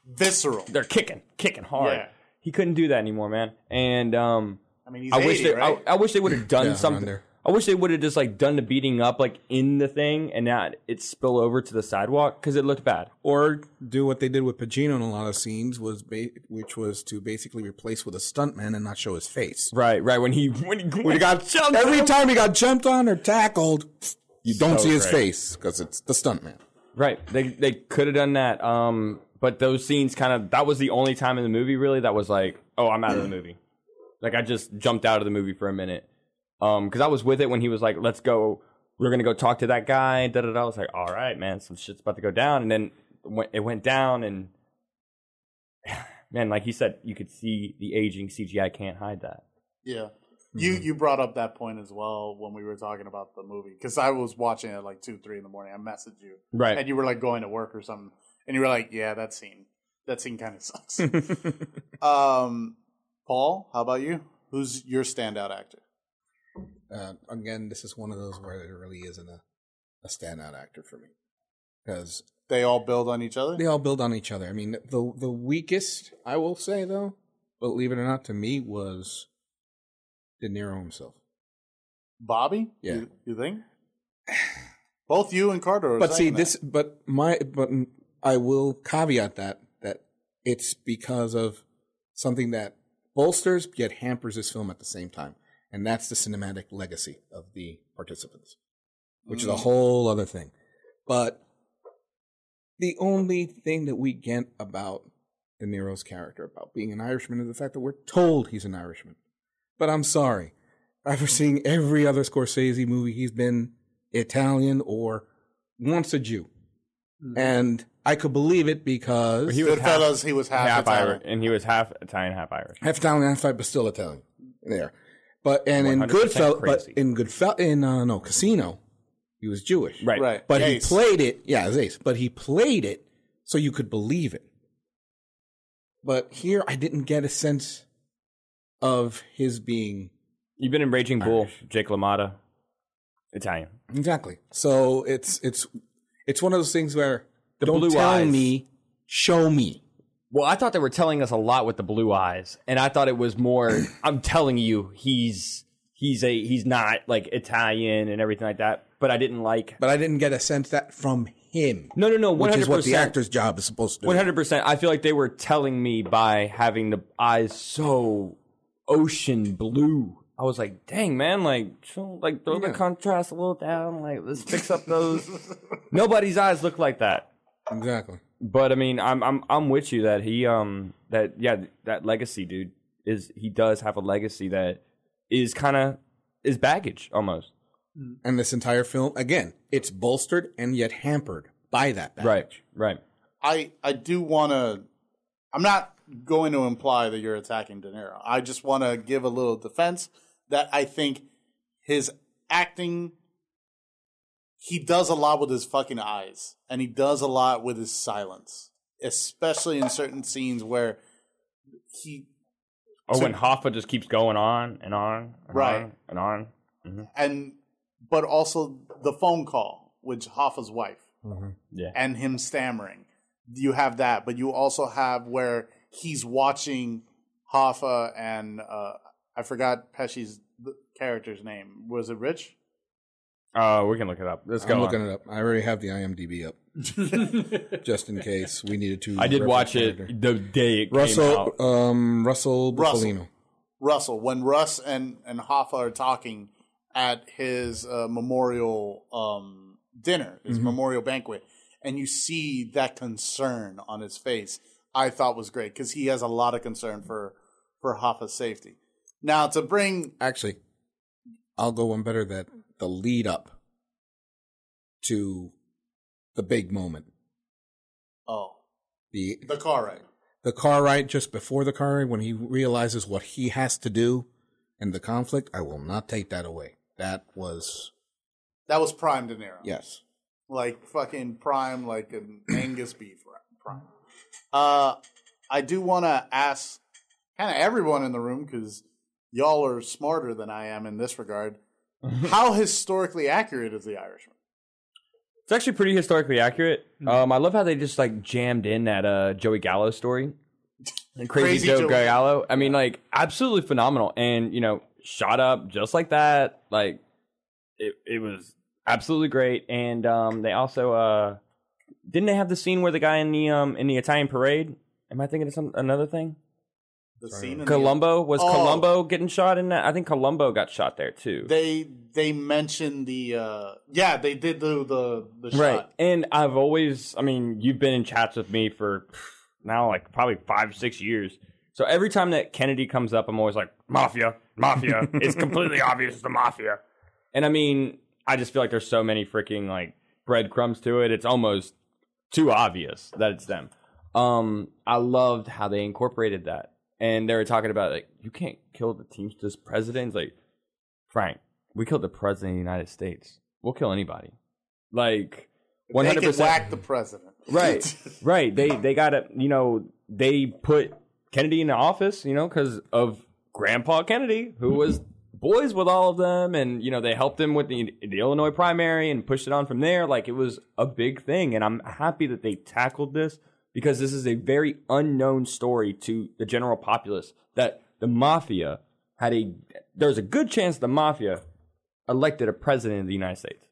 S1: Visceral.
S2: they're kicking, kicking hard.
S1: Yeah.
S2: He couldn't do that anymore, man. And um,
S1: I mean, he's
S2: I
S1: 80,
S2: wish they,
S1: right?
S2: I, I wish they would have done
S4: Yeah, around
S2: something.
S4: there.
S2: I wish they would have just like done the beating up like in the thing and not it spill over to the sidewalk because it looked bad.
S4: Or do what they did with Pacino in a lot of scenes was ba- which was to basically replace with a stuntman and not show his face.
S2: Right, right. When he when he, when he got jumped
S4: Every time he got jumped on or tackled, you don't see his
S2: great.
S4: face because it's the stuntman.
S2: Right. They they could have done that. Um, but those scenes kind of that was the only time in the movie really that was like, oh, I'm out of the movie. Like I just jumped out of the movie for a minute. Um, because I was with it when he was like, let's go, we're gonna go talk to that guy. Da da da. I was like, all right, man, some shit's about to go down. And then when- it went down, and man, like he said, you could see the aging CGI can't hide that.
S1: Yeah. You
S4: Mm-hmm.
S1: you brought up that point as well when we were talking about the movie because I was watching it at like two three in the morning. I messaged you
S2: Right.
S1: and you were like going to work or something, and you were like, "Yeah, that scene, that scene kind of sucks."
S4: Mm-hmm.
S1: um, Paul, how about you? Who's your standout actor?
S4: uh, again, this is one of those where there really isn't a, a standout actor for me because
S1: They all build on each other.
S4: they all build on each other. I mean, the the weakest I will say though, believe it or not, to me was De Niro himself.
S1: Bobby,
S4: Yeah.
S1: you, you think? Both you and Carter. Are
S4: But see,
S1: saying that.
S4: this, but my, but I will caveat that that it's because of something that bolsters yet hampers this film at the same time, and that's the cinematic legacy of the participants, which is a whole other thing. But the only thing that we get about De Niro's character about being an Irishman is the fact that we're told he's an Irishman. But I'm sorry. After seeing every other Scorsese movie, he's been Italian or once a Jew. And I could believe it because
S1: Hmm. He
S4: he
S1: was Goodfellas, he was half,
S2: half
S1: Italian.
S2: Irish, and he was half Italian, half Irish.
S4: half Italian, half Italian, but still Italian. There. But and in
S2: 100%
S4: Goodfellas, but
S2: crazy.
S4: in Goodfell, in uh, no Casino, he was Jewish.
S2: Right.
S1: Right,
S4: But
S1: Ace.
S4: he played it. Yeah, it was Ace. But he played it so you could believe it. But here, I didn't get a sense of his being
S2: You've been in Raging Bull, Jake LaMotta, Italian.
S4: exactly. So it's it's it's one of those things where don't
S2: blue
S4: tell
S2: eyes.
S4: me, show me.
S2: Well, I thought they were telling us a lot with the blue eyes, and I thought it was more. I'm telling you, he's he's a he's not like Italian and everything like that. But I didn't like.
S4: But I didn't get a sense that from him.
S2: No, no, no. One
S4: which
S2: hundred
S4: is what the
S2: percent.
S4: actor's job is supposed to do.
S2: One hundred percent. I feel like they were telling me by having the eyes so ocean blue. I was like, dang man, like chill, like throw the contrast a little down. Like let's fix up those. Nobody's eyes look like that.
S4: Exactly.
S2: But I mean, I'm I'm I'm with you that he um that yeah that legacy dude is he does have a legacy that is kind of is baggage almost.
S4: And this entire film, again, it's bolstered and yet hampered by that. baggage.
S2: Right, right.
S1: I I do want to. I'm not going to imply that you're attacking De Niro. I just want to give a little defense that I think his acting. He does a lot with his fucking eyes, and he does a lot with his silence, especially in certain scenes where he
S2: Oh, when Hoffa just keeps going on and on, and
S1: Right.
S2: on and on.
S1: and but also the phone call with Hoffa's wife
S2: Yeah.
S1: and him stammering. You have that, but you also have where he's watching Hoffa and uh, I forgot Pesci's th- character's name. Was it Rich?
S2: Oh, we can look it up. Let's go.
S4: I'm
S2: on.
S4: looking it up. I already have the IMDb up, just in case we needed to.
S2: I did
S4: reference
S2: watch
S4: later.
S2: it the day it came
S4: Russell,
S2: out.
S4: um, Russell
S1: Russell.
S4: Buffalino.
S1: Russell. When Russ and and Hoffa are talking at his uh, memorial um, dinner, his memorial banquet, and you see that concern on his face, I thought was great because he has a lot of concern for for Hoffa's safety. Now to bring
S4: Actually, I'll go one better. That the lead up to the big moment,
S1: oh
S4: the
S1: the car wreck.
S4: the car ride just before the car ride when he realizes what he has to do and the conflict. I will not take that away. That was
S1: That was prime De Niro.
S4: yes.
S1: like fucking prime, like an Angus beef ri- prime. Uh, I do want to ask kind of everyone in the room because y'all are smarter than I am in this regard. How historically accurate is The Irishman?
S2: It's actually pretty historically accurate. Um, I love how they just like jammed in that uh, Joey Gallo story. And
S1: Crazy
S2: crazy, Joe
S1: Joey.
S2: Gallo. I mean, like absolutely phenomenal, and you know, shot up just like that. Like it, it was absolutely great. And um, they also uh, didn't they have the scene where the guy in the um in the Italian parade? Am I thinking of some another thing?
S1: The scene in
S2: Columbo was
S1: Oh.
S2: Columbo getting shot in that? I think Columbo got shot there too.
S1: The, they they mentioned the uh yeah they did do the the shot.
S2: Right. And I've always, I mean, you've been in chats with me for now like probably five, six years. So every time that Kennedy comes up, I'm always like, Mafia, Mafia. it's completely obvious it's the Mafia. And I mean, I just feel like there's so many freaking like breadcrumbs to it. It's almost too obvious that it's them. Um, I loved how they incorporated that. And they were talking about like, you can't kill the Teamsters president. It's like, Frank, we killed the president of the United States. We'll kill anybody. Like one
S1: They
S2: hundred
S1: could
S2: percent.
S1: whack the president.
S2: Right, right. They they got to you know they put Kennedy in the office, you know, because of Grandpa Kennedy, who was boys with all of them, and you know they helped him with the, the Illinois primary and pushed it on from there. Like it was a big thing, and I'm happy that they tackled this because this is a very unknown story to the general populace that the mafia had a there's a good chance the mafia elected a president of the United States.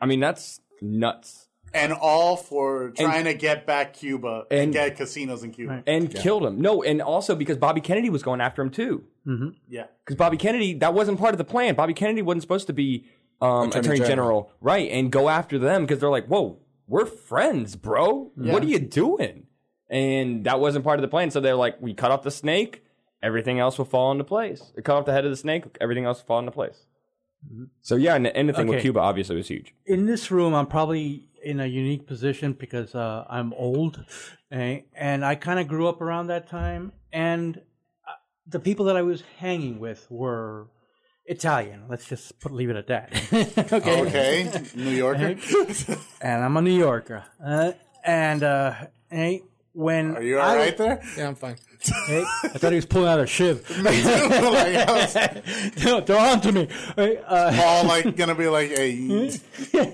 S2: I mean that's nuts.
S1: and all for trying to get back Cuba and,
S2: and-
S1: get casinos in Cuba.
S2: and killed him. No, and also because Bobby Kennedy was going after him too.
S3: Mm-hmm.
S1: Yeah,
S2: Because Bobby Kennedy, that wasn't part of the plan. Bobby Kennedy wasn't supposed to be um, Attorney, General. right? And go after them because they're like, "Whoa, we're friends, bro. What are you doing?" And that wasn't part of the plan. So they're like, "We cut off the snake. Everything else will fall into place. We cut off the head of the snake. Everything else will fall into place." So yeah, and anything with
S3: Okay.
S2: Cuba obviously was huge.
S3: in this room, I'm probably in a unique position because uh, I'm old, eh, and I kind of grew up around that time. And uh, the people that I was hanging with were Italian. Let's just put, leave it at that. okay.
S1: okay, New Yorker.
S3: And I'm a New Yorker. Uh, and uh, eh, when
S1: Are you all
S3: I,
S1: right there?
S4: Yeah, I'm fine.
S3: eh, I thought he was pulling out a shiv.
S1: Like, I was-
S3: They're on to me. Eh, uh,
S1: all like gonna be like, hey,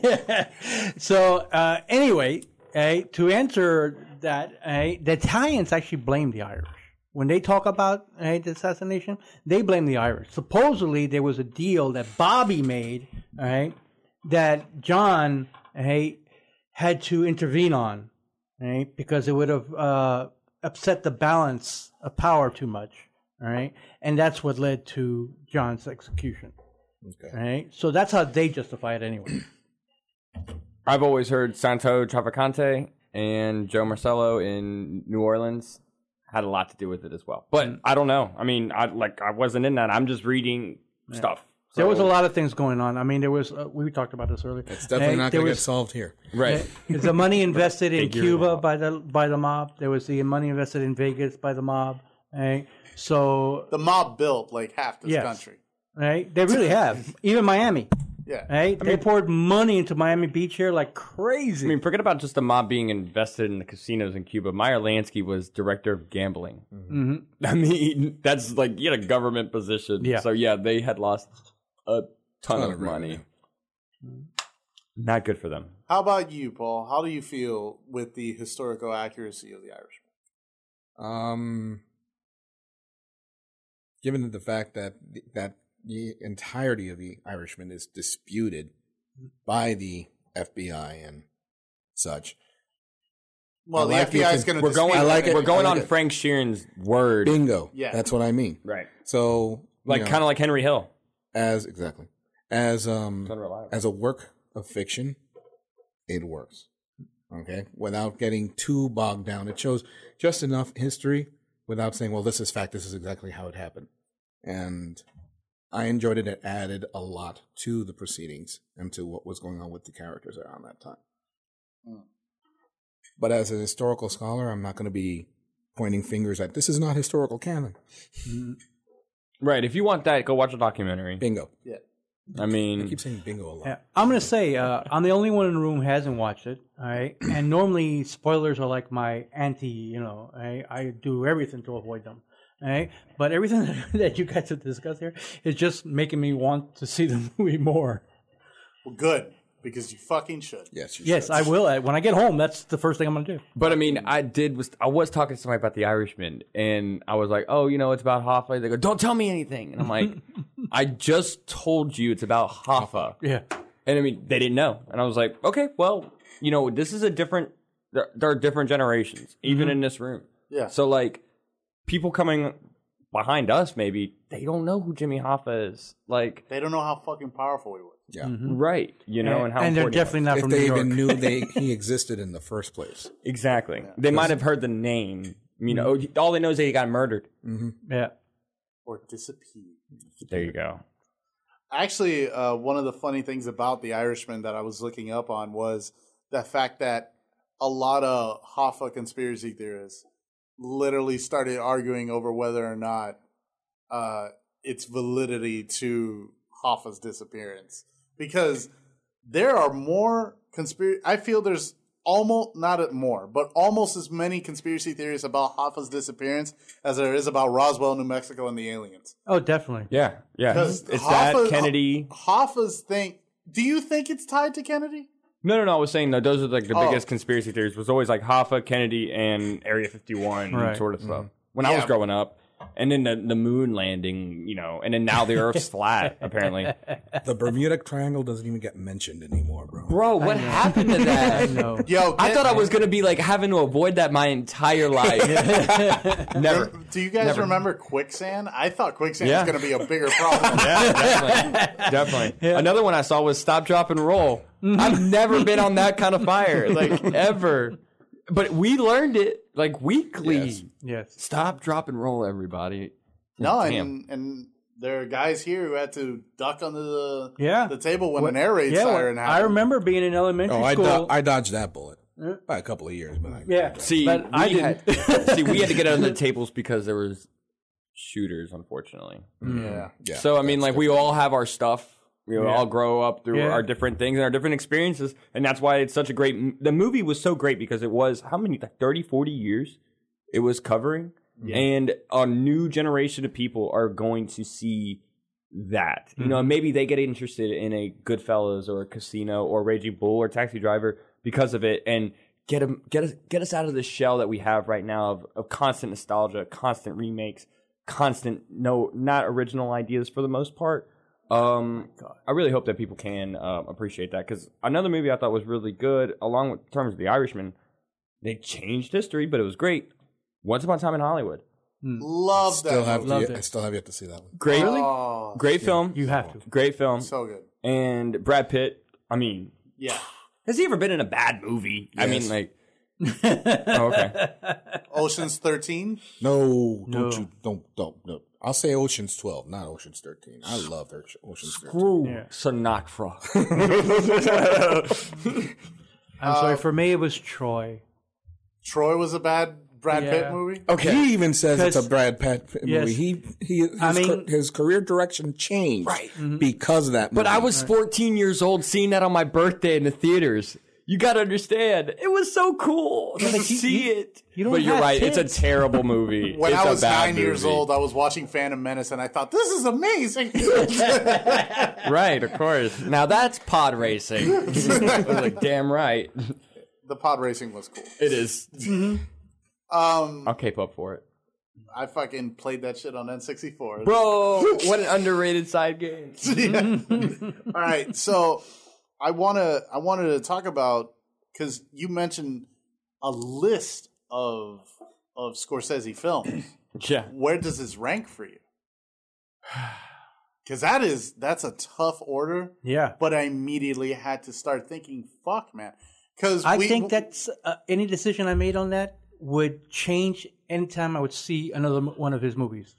S3: so uh, anyway, eh, to answer that, eh, the Italians actually blame the Irish when they talk about eh, the assassination. They blame the Irish. Supposedly, there was a deal that Bobby made, right, that John eh, had to intervene on, right, because it would have uh, upset the balance of power too much, all right, and that's what led to John's execution. Okay. Right, so that's how they justify it anyway.
S2: I've always heard Santo Travacante and Joe Marcello in New Orleans had a lot to do with it as well. But I don't know. I mean, I like I wasn't in that. I'm just reading stuff.
S3: There was a lot of things going on. I mean, there was uh, we talked about this earlier.
S4: It's definitely
S3: Hey,
S4: not
S3: there
S4: going to get
S3: was-
S4: solved here.
S6: Right.
S3: Is the money invested in
S6: Figure it
S3: Cuba
S6: out.
S3: by the by the mob? There was the money invested in Vegas by the mob. Right? So
S1: The mob built like half this
S3: Yes.
S1: country.
S3: right, they really have. Even Miami.
S1: Yeah.
S3: Right? they poured money into Miami Beach here like crazy.
S2: I mean, forget about just the mob being invested in the casinos in Cuba. Meyer Lansky was director of gambling.
S4: Mm-hmm.
S3: Mm-hmm.
S2: I mean, that's like you had a government position.
S3: Yeah.
S2: So yeah, they had lost a ton,
S4: Ton
S2: of
S4: of
S2: money.
S4: revenue.
S2: Not good for them.
S1: How about you, Paul? How do you feel with the historical accuracy of the Irishman?
S4: Um, given the fact that that the entirety of the Irishman is disputed by the FBI and such,
S1: Well,
S4: I
S1: the
S4: like
S1: FBI
S4: you
S1: is
S4: think-
S1: going to.
S2: We're going.
S4: I like it.
S2: We're going
S4: I like
S2: on
S4: it.
S2: Frank Sheeran's word.
S4: bingo.
S1: Yeah.
S4: that's what I mean.
S2: Right.
S4: So, you
S2: Like
S4: know,
S2: kind of like Henry
S4: Mm.
S2: Hill.
S4: as exactly as um
S2: unreliable.
S4: as a work of fiction, it works. Okay, without getting too bogged down, it shows just enough history without saying, "Well, this is fact. This is exactly how it happened." And I enjoyed it. It added a lot to the proceedings and to what was going on with the characters around that time. But as a historical scholar, I'm not going to be pointing fingers at this is not historical canon.
S3: Mm-hmm.
S2: Right. If you want that, go watch a documentary.
S4: Bingo.
S2: I
S4: I
S2: mean,
S4: keep saying bingo a lot.
S3: Yeah, I'm gonna say uh, I'm the only one in the room who hasn't watched it. All right, and normally spoilers are like my anti. You know, I, I do everything to avoid them. All right, but everything that you guys have discussed here is just making me want to see the movie more.
S1: Well, good because you fucking should.
S4: Yes. You
S3: Yes,
S4: should.
S3: I will. I- When I get home, that's the first thing I'm gonna do.
S2: But I mean, I did was I was talking to somebody about the Irishman, and I was like, "Oh, you know, it's about Hoffa." They go, "Don't tell me anything," and I'm like, "I just told you it's about Hoffa,"
S3: Yeah,
S2: and I mean, they didn't know, and I was like, "Okay, well, you know, this is a different. There, there are different generations, even in this room.
S1: Yeah.
S2: So like, people coming behind us, maybe they don't know who Jimmy Hoffa is, like,
S1: They don't know how fucking powerful he was.
S4: Yeah.
S2: right? You know, and, how
S3: Mm-hmm.
S2: important he
S3: they're
S2: was.
S3: definitely not
S4: if
S3: from
S4: they
S3: New York.
S4: even knew they he existed in the first place.
S2: exactly. They might have heard the name. You know, all they know is that he got murdered.
S4: Mm-hmm.
S3: yeah,
S1: Or disappeared.
S2: There you go.
S1: Actually, uh, one of the funny things about the Irishman that I was looking up on was the fact that a lot of Hoffa conspiracy theorists literally started arguing over whether or not uh, its validity to Hoffa's disappearance because there are more conspiracy. I feel there's almost not at more, but almost as many conspiracy theories about Hoffa's disappearance as there is about Roswell, New Mexico, and the aliens.
S3: oh, definitely.
S2: Yeah, yeah. It's
S1: Because
S2: that Kennedy.
S1: Hoffa's thing. Do you think it's tied to Kennedy?
S2: No, no, no. I was saying though, those are like the
S1: Oh.
S2: biggest conspiracy theories. Was always like Hoffa, Kennedy, and Area Fifty One
S3: Right.
S2: sort of stuff. When I
S1: Yeah.
S2: was growing up, and then the, the moon landing, you know, and then now the Earth's flat apparently.
S4: The Bermuda Triangle doesn't even get mentioned anymore, bro.
S2: Bro, what happened to
S3: I
S2: that?
S3: know.
S1: Yo,
S2: I
S1: get-
S2: thought I was gonna be like having to avoid that my entire life. Never.
S1: Do you guys remember quicksand? I thought quicksand
S2: Yeah.
S1: was going to be a bigger problem.
S2: Yeah, definitely. definitely. Another one I saw was Stop, Drop, and Roll. I've never been on that kind of fire, like ever. But we learned it like weekly.
S4: Yes.
S3: Yes,
S2: Stop, drop, and roll, everybody.
S1: No,
S2: Damn.
S1: and and there are guys here who had to duck under the
S3: Yeah.
S1: the table when an air raid
S3: yeah. well,
S1: siren
S3: I
S1: happened.
S3: remember being in elementary
S4: Oh, I,
S3: school.
S4: do- I dodged that bullet by a couple of years, but I
S3: yeah,
S2: See,
S3: but I
S2: we
S3: didn't.
S2: had- see, we had to get under the tables because there was shooters, unfortunately.
S3: Mm.
S1: yeah.
S4: yeah.
S2: so I mean, like we all have our stuff. We all grow up through
S3: Yeah.
S2: our different things and our different experiences, and that's why it's such a great. m- The movie was so great because it was how many like 30, 40 years it was covering, and a new generation of people are going to see that. You know, and maybe they get interested in a Goodfellas or a Casino or Raging Bull or Taxi Driver because of it, and get 'em- get us get us out of the shell that we have right now of, of constant nostalgia, constant remakes, constant no not original ideas for the most part. Um, I really hope that people can uh, appreciate that because another movie I thought was really good, along with in terms of The Irishman, they changed history, but it was great. Once upon a time in Hollywood,
S1: Love that.
S4: still have
S1: movie.
S4: to,
S3: Loved it.
S4: I still have yet to see that one.
S2: great,
S1: Oh,
S2: great film,
S3: You have to.
S2: great film,
S1: so good.
S2: and Brad Pitt. I mean,
S1: Yeah.
S2: has he ever been in a bad movie? I mean,
S4: Yes.
S2: like, oh, okay,
S1: Ocean's Thirteen.
S4: No,
S3: No.
S4: don't you don't don't no. I'll say Ocean's 12, not Ocean's 13. I love their Ocean's 13.
S2: Screw
S3: Yeah.
S2: Sinatra.
S3: I'm
S1: Uh,
S3: sorry. For me, it was Troy.
S1: Troy was a bad Brad
S3: Yeah.
S1: Pitt movie.
S2: okay.
S4: He even says it's a
S3: 'Cause-
S4: Brad Pitt movie.
S3: Yes.
S4: He he his,
S3: I
S4: ca-
S3: mean- Mm-hmm.
S4: his career direction changed because of that.
S2: But I
S4: movie.
S2: was 14 years old seeing that on my birthday in the theaters. You got to understand, it was so cool to see it.
S3: you don't
S2: but you're
S3: have
S2: right, it's
S3: kids.
S2: a terrible movie.
S1: When
S2: It's
S1: I
S2: a
S1: was
S2: bad
S1: nine years
S2: movie.
S1: old, I was watching Phantom Menace, and I thought, "This is amazing."
S2: Right, of course. Now that's pod racing. I was like, damn right.
S1: the pod racing was cool.
S2: It is.
S1: Um,
S2: I'll cape up for it.
S1: I fucking played that shit on N64.
S2: Bro, what an underrated side game.
S1: Yeah. All right, so I want to I wanted to talk about cuz you mentioned a list of of Scorsese films.
S2: Yeah.
S1: Where does this rank for you? Cuz that is that's a tough order,
S3: Yeah.
S1: but I immediately had to start thinking, fuck man. Cuz
S3: I think that's uh, any decision I made on that would change anytime I would see another m- one of his movies,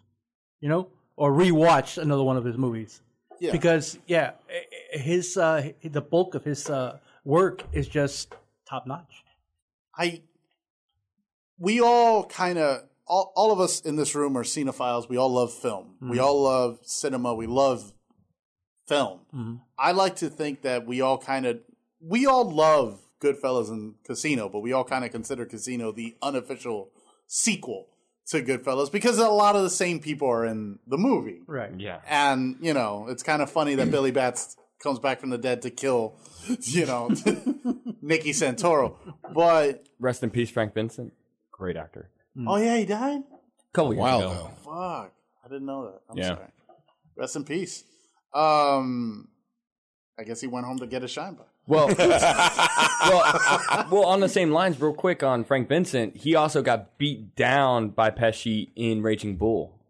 S3: you know, or rewatch another one of his movies.
S1: Yeah.
S3: Because yeah, i- i- his uh, the bulk of his uh, work is just top notch.
S1: I we all kind of all, all of us in this room are cinephiles. We all love film. We all love cinema. We love film. I like to think that we all kind of we all love Goodfellas and Casino, but we all kind of consider Casino the unofficial sequel to Goodfellas because a lot of the same people are in the movie.
S3: Right. Yeah.
S1: And you know, it's kind of funny that Billy Bats comes back from the dead to kill, you know, Nicky Santoro. But
S2: Rest in peace, Frank Vincent. Great actor.
S1: Oh yeah, he died.
S2: Couple years
S4: wow
S2: ago.
S4: though.
S1: Fuck, I didn't know that. I'm
S2: Yeah.
S1: sorry. Rest in peace. Um, I guess he went home to get a shine box.
S2: Well, well, well, on the same lines, real quick on Frank Vincent, he also got beat down by Pesci in Raging Bull,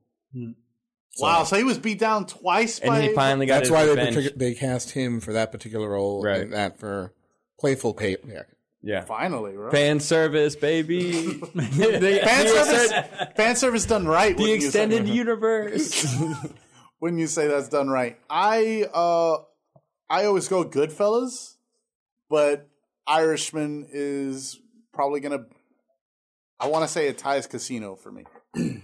S1: wow, so he was beat down twice.
S2: and
S1: by,
S2: he finally got
S4: That's
S2: his
S4: why they
S2: revenge.
S4: partic- they cast him for that particular role
S2: Right.
S4: and that for playful pay. Yeah.
S2: yeah,
S1: finally, bro.
S2: fan service, baby. The-
S1: Fan
S2: the
S1: service,
S2: extend-
S1: fan service done right.
S2: the
S1: wouldn't you say?
S2: extended universe.
S1: Wouldn't you say that's done right? I uh, I always go Goodfellas, but Irishman is probably gonna. I want to say it ties Casino for me.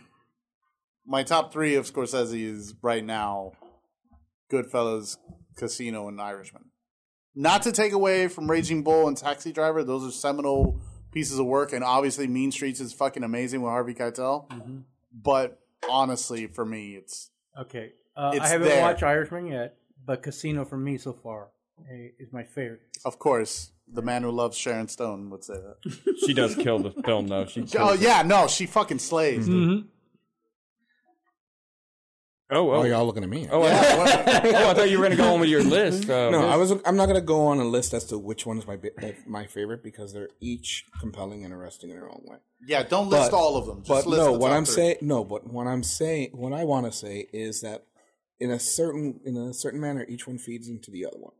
S1: My top three of Scorsese is right now Goodfellas, Casino, and Irishman. Not to take away from Raging Bull and Taxi Driver; those are seminal pieces of work, and obviously Mean Streets is fucking amazing with Harvey Keitel. But honestly, for me, it's
S3: Okay. Uh,
S1: It's
S3: I haven't
S1: there.
S3: watched Irishman yet, but Casino for me so far eh, is my favorite.
S1: Of course, the man who loves Sharon Stone would say that.
S2: she does kill the film though. She
S1: oh yeah, no, she fucking slays. dude.
S4: Mm-hmm.
S2: oh
S4: Oh,
S2: oh
S4: y'all looking at me?
S2: oh, I, oh, I thought you were gonna go on with your list. Uh,
S4: no, I was. I'm not gonna go on a list as to which one is my bi- like, my favorite because they're each compelling and arresting in their own way.
S1: Yeah, don't list
S4: But-
S1: all of them. Just
S4: But
S1: list
S4: no,
S1: the
S4: what
S1: top
S4: I'm
S1: three.
S4: saying, no, but what I'm saying, what I want to say is that in a certain in a certain manner, each one feeds into the other one.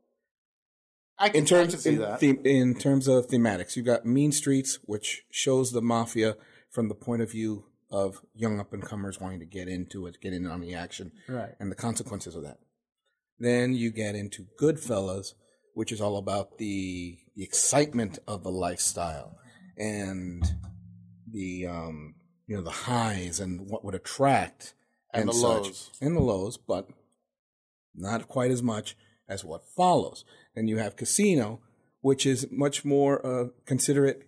S1: I can,
S4: in terms
S1: I can see
S4: in,
S1: that.
S4: them- in terms of thematics, you've got Mean Streets, which shows the mafia from the point of view of young up and comers wanting to get into it, get in on the action,
S3: Right.
S4: and the consequences of that. Then you get into Goodfellas, which is all about the, the excitement of the lifestyle and the um, you know the highs and what would attract
S1: And the
S4: such.
S1: lows.
S4: and the lows, but not quite as much as what follows. Then you have Casino, which is much more uh, considerate.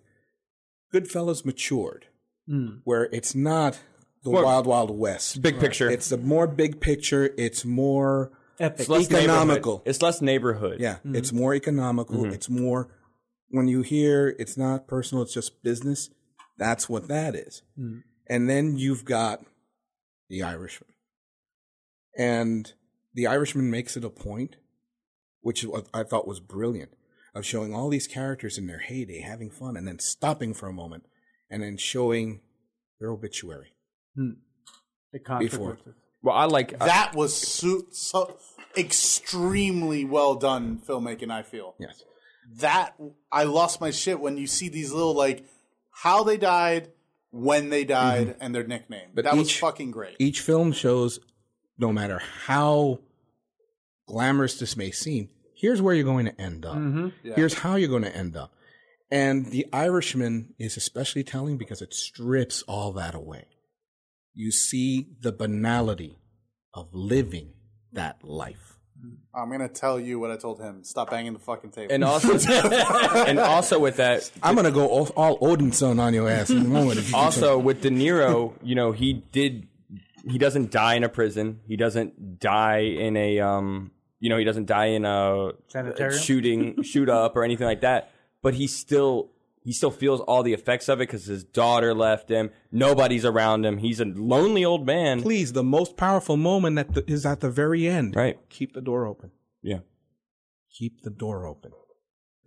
S4: Goodfellas matured,
S1: Hmm.
S4: where it's not the
S2: Well,
S4: wild wild west.
S2: big picture.
S4: It's the more big picture. It's more
S3: Epic.
S2: It's less neighborhood.
S4: economical.
S2: It's less neighborhood.
S4: yeah. It's more economical. It's more when you hear it's not personal. It's just business. That's what that is. And then you've got the Irishman, and the Irishman makes it a point, which is what I thought was brilliant, of showing all these characters in their heyday, having fun, and then stopping for a moment, and then showing their obituary.
S3: hmm, The
S4: Before.
S3: consequences.
S2: Well, I like uh,
S1: that was su- so extremely well done filmmaking. I feel
S4: Yes.
S1: that I lost my shit when you see these little like how they died, when they died and their nickname.
S4: Mm-hmm. But
S1: that was
S4: each- e-
S1: fucking great.
S4: each film shows no matter how glamorous this may seem here's where you're going to end up
S2: Mm-hmm.
S4: here's how you're going to end up and the irishman is especially telling because it strips all that away you see the banality of living that life
S1: I'm gonna tell you what I told him. Stop banging the fucking table.
S2: and also and also with that
S4: i'm going to go all, all odinson on your ass in a moment if you
S2: also with De Niro, you know, he did he doesn't die in a prison. He doesn't die in a um you know, he doesn't die in a
S3: Sanitarium?
S2: shooting shoot up or anything like that. But he still he still feels all the effects of it because his daughter left him. Nobody's around him. He's a lonely old man.
S4: please the most powerful moment that the, is at the very end
S2: Right.
S4: keep the door open
S2: Yeah.
S4: keep the door open.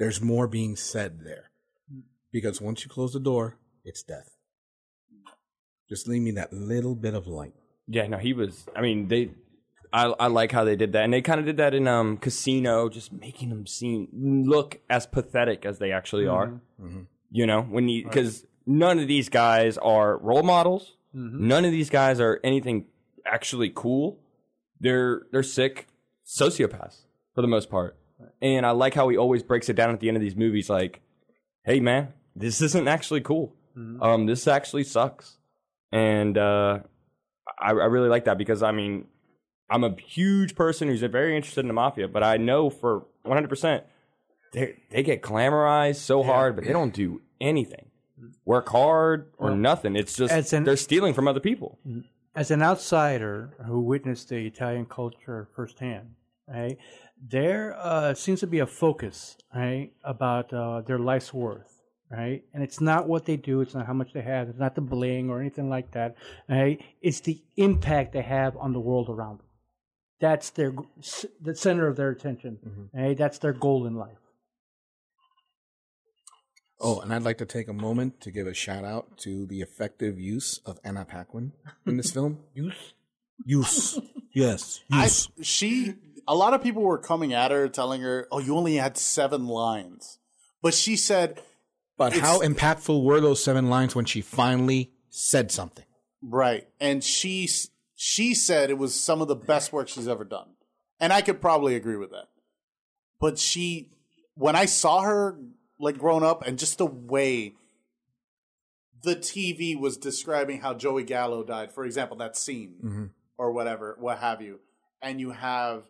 S4: There's more being said there. Because once you close the door, it's death. Just leave me that little bit of light.
S2: Yeah, no, he was. I mean, they. I I like how they did that, and they kind of did that in um Casino, just making them seem look as pathetic as they actually are. You know, when you because none of these guys are role models. None of these guys are anything actually cool. They're they're sick sociopaths for the most part, and I like how he always breaks it down at the end of these movies, like, "Hey, man, this isn't actually cool. Um, this actually sucks." And uh, I, I really like that because I mean, I'm a huge person who's very interested in the mafia, but I know for 100 percent they they get glamorized so hard, but they don't do anything. Work hard or nothing. It's just
S3: As in-
S2: they're stealing from other people.
S3: as an outsider who witnessed the Italian culture firsthand, right, there uh, seems to be a focus right, about uh, their life's worth. Right, and it's not what they do. It's not how much they have. It's not the bling or anything like that. Right, it's the impact they have on the world around them. That's their the center of their attention. Right, that's their goal in life.
S4: Oh, and I'd like to take a moment to give a shout out to the effective use of Anna Paquin in this film. Use? Use. Yes.
S1: I,
S4: Use.
S1: she, a lot of people were coming at her, telling her, "Oh, you only had seven lines," but she said,
S4: but how impactful were those seven lines when she finally said something?
S1: "Right," and she s- she said it was some of the best work she's ever done, and I could probably agree with that. But she, when I saw her like grown up, and just the way the TV was describing how Joey Gallo died, for example, that scene or whatever, what have you, and you have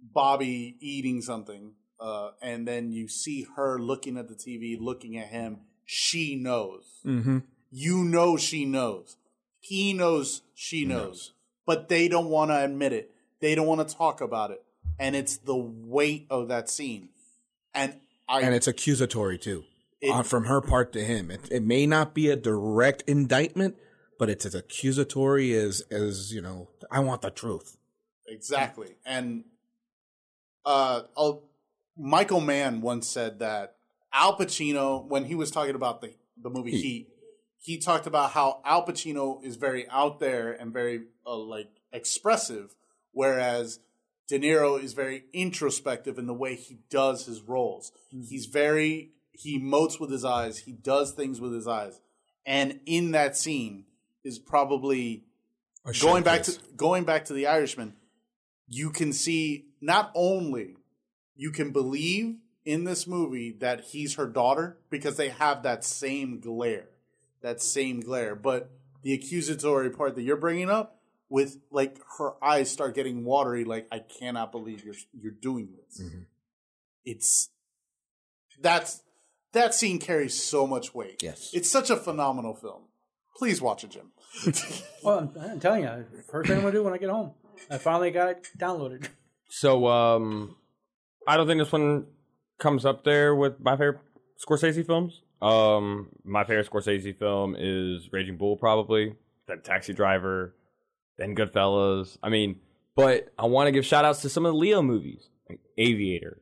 S1: Bobby eating something, uh, and then you see her looking at the TV, looking at him. She knows. You know she knows. He knows she knows. But they don't want to admit it. They don't want to talk about it. And it's the weight of that scene. And I
S4: and it's accusatory too
S1: It-
S4: uh, from her part to him it, it may not be a direct indictment but it's as accusatory as as you know i want the truth
S1: Exactly. And uh, I'll, Michael Mann once said that Al Pacino, when he was talking about the, the movie Heat, he talked about how Al Pacino is very out there and very uh, like expressive, whereas De Niro is very introspective in the way he does his roles. He's very he emotes with his eyes. He does things with his eyes, and in that scene is probably
S4: A
S1: going back to
S4: showcase.
S1: going back to the Irishman, you can see not only you can believe in this movie that he's her daughter because they have that same glare, that same glare, but the accusatory part that you're bringing up with like her eyes start getting watery like I cannot believe you're you're doing this.
S4: Mm-hmm.
S1: It's that's that scene carries so much weight.
S4: Yes.
S1: It's such a phenomenal film. Please watch it, Jim.
S3: Well, I'm, I'm telling you, first thing I'm gonna do when I get home, I finally got it downloaded.
S2: So um, I don't think this one comes up there with my favorite Scorsese films. Um, my favorite Scorsese film is Raging Bull, probably. Then Taxi Driver, then Goodfellas. I mean, but I want to give shout outs to some of the Leo movies, like Aviator,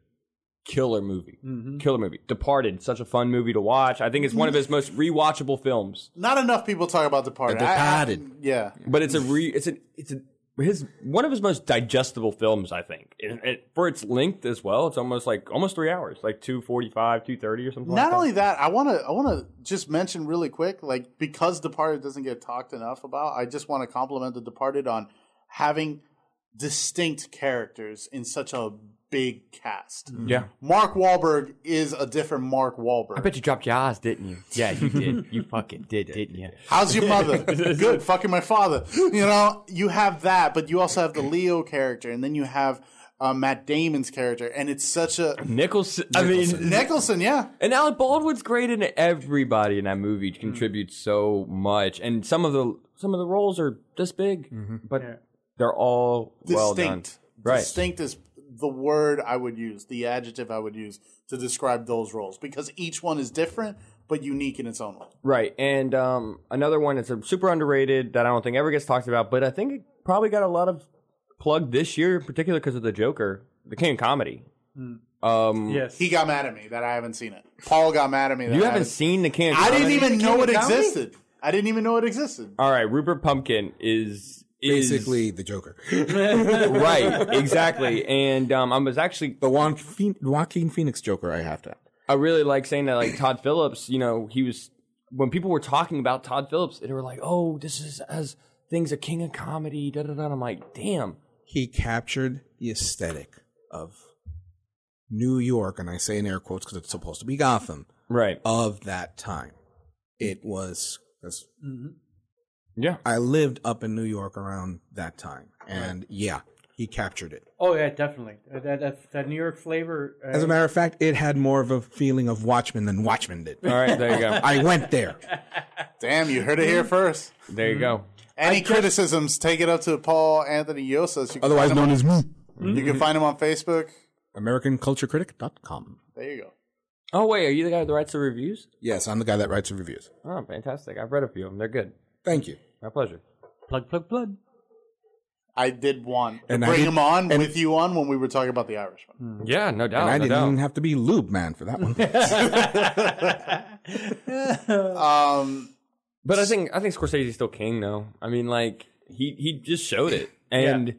S2: killer movie, killer movie. Departed, such a fun movie to watch. I think it's one of his most rewatchable films.
S1: Not enough people talk about the party.
S4: The Departed.
S6: Mm.
S1: yeah,
S2: But it's a re it's a it's a his one of his most digestible films, I think, and, and for its length as well. It's almost like almost three hours, like two forty five, two thirty, or something.
S1: Not
S2: like
S1: only
S2: that.
S1: that, I want to I want to just mention really quick, like because Departed doesn't get talked enough about, I just want to compliment The Departed on having distinct characters in such a big cast.
S2: Mm-hmm. yeah.
S1: Mark Wahlberg is a different Mark Wahlberg.
S6: I bet you dropped your eyes, didn't you? Yeah, you did. You fucking did, didn't you?
S1: How's your mother? Good, fucking my father. You know, you have that, but you also have the Leo character, and then you have uh, Matt Damon's character, and it's such a
S2: Nicholson. I mean,
S1: Nicholson, yeah.
S2: And Alec Baldwin's great in it. Everybody in that movie
S6: Mm.
S2: contributes so much, and some of the some of the roles are this big,
S6: Mm-hmm.
S2: but
S3: Yeah.
S2: they're all well done.
S1: distinct.
S2: Right.
S1: Distinct is the word I would use, the adjective I would use to describe those roles because each one is different but unique in its own way.
S2: Right. And um, another one that's a super underrated that I don't think ever gets talked about, but I think it probably got a lot of plug this year, in particular because of the Joker, the King of Comedy. Um,
S3: Yes.
S1: He got mad at me that I haven't seen it. Paul got mad at me. That
S2: You
S1: I
S2: haven't seen the King of
S1: I
S2: Comedy?
S1: didn't even know it
S2: of Comedy?
S1: existed. I didn't even know it existed.
S2: All right. Rupert Pumpkin is. is-
S4: Basically, the Joker.
S2: right, exactly, and um, I was actually
S4: The Juan Phoen- Joaquin Phoenix Joker, I have to.
S2: I really like saying that like Todd Phillips, you know, he was when people were talking about Todd Phillips, they were like, "Oh, this is as things a king of comedy." Da da da. I'm like, "Damn."
S4: He captured the aesthetic of New York, and I say in air quotes because it's supposed to be Gotham,
S2: Right.
S4: of that time. It was, 'cause
S2: Yeah.
S4: I lived up in New York around that time, and yeah, he captured it.
S3: Oh yeah, definitely. Uh, That that, that New York flavor. Uh,
S4: As a matter of fact, it had more of a feeling of Watchmen than Watchmen did.
S2: All right, there you go.
S4: I went there.
S1: Damn, you heard it
S2: Mm-hmm.
S1: here first.
S2: There you go.
S1: Any criticisms, take it up to Paul Anthony Yosas. You can
S4: Otherwise
S1: find him
S4: known as me.
S1: on,
S2: Mm-hmm.
S1: you can find him on Facebook.
S4: AmericanCultureCritic.com.
S1: There you go.
S2: Oh wait, are you the guy that writes the reviews?
S4: Yes, I'm the guy that writes the reviews.
S2: Oh, fantastic! I've read a few of them. They're good.
S4: Thank you.
S2: My pleasure.
S3: plug plug plug.
S1: I did want to
S4: And I
S1: bring
S4: did-
S1: him on with you on when we were talking about the Irishman.
S4: Mm-hmm.
S2: Yeah, no doubt.
S4: And I
S2: Oh, no
S4: didn't
S2: doubt.
S4: even have to be Lube Man for that one.
S2: Mm.
S1: Um,
S2: But I think I think Scorsese's still king though. I mean, like he he just showed it, and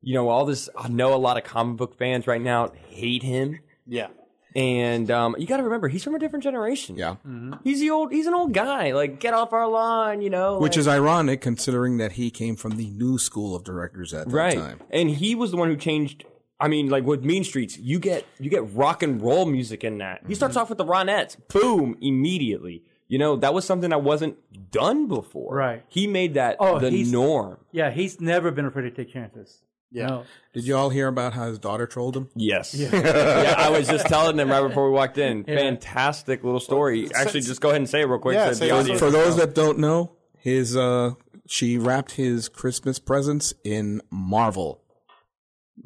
S2: you know all this. I know a lot of comic book fans right now hate him.
S1: yeah.
S2: And um, you got to remember, he's from a different generation.
S4: yeah.
S2: he's the old, he's an old guy. Like, get off our lawn, you know.
S4: Which
S2: like-
S4: is ironic considering that he came from the new school of directors at that
S2: right.
S4: time.
S2: And he was the one who changed. I mean, like with Mean Streets, you get you get rock and roll music in that. He starts off with the Ronettes, boom, immediately. You know, that was something that wasn't done before.
S3: Right.
S2: He made that
S3: Oh,
S2: the
S3: he's-
S2: norm.
S3: Yeah, he's never been afraid to take chances.
S1: Yeah.
S3: No.
S4: Did you all hear about how his daughter trolled him?
S2: Yes. Yeah. I was just telling them right before we walked in. Fantastic little story. Actually, just go ahead and say it real quick.
S1: Yeah,
S2: so
S1: say
S2: the
S1: it.
S2: audience-
S4: For those that don't know, his uh she wrapped his Christmas presents in Marvel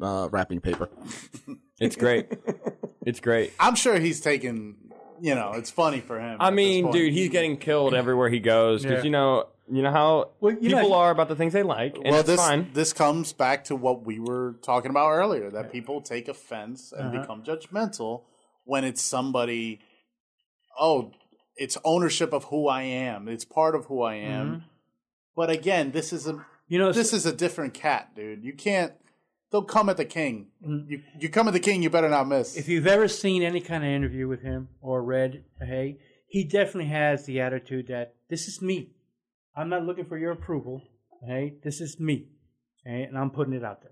S4: uh wrapping paper.
S2: It's great. It's great.
S1: I'm sure he's taken. You know, it's funny for him.
S2: I
S1: at this
S2: mean,
S1: point.
S2: dude, he's getting killed everywhere he goes because
S3: Yeah.
S2: you know, you know how
S3: Well, you know-
S2: people are about the things they like, and
S1: well,
S2: it's
S1: this
S2: fine.
S1: this comes back to what we were talking about earlier that people take offense and
S2: Uh-huh.
S1: become judgmental when it's somebody. Oh, it's ownership of who I am. It's part of who I am.
S2: Mm-hmm.
S1: But again, this is a
S3: You know,
S1: this is a different cat, dude. You can't. They'll come at the king.
S2: Mm-hmm.
S1: You you come at the king, you better not miss.
S3: if you've ever seen any kind of interview with him or read, hey, he definitely has the attitude that this is me. I'm not looking for your approval. Hey, this is me, hey, and I'm putting it out there.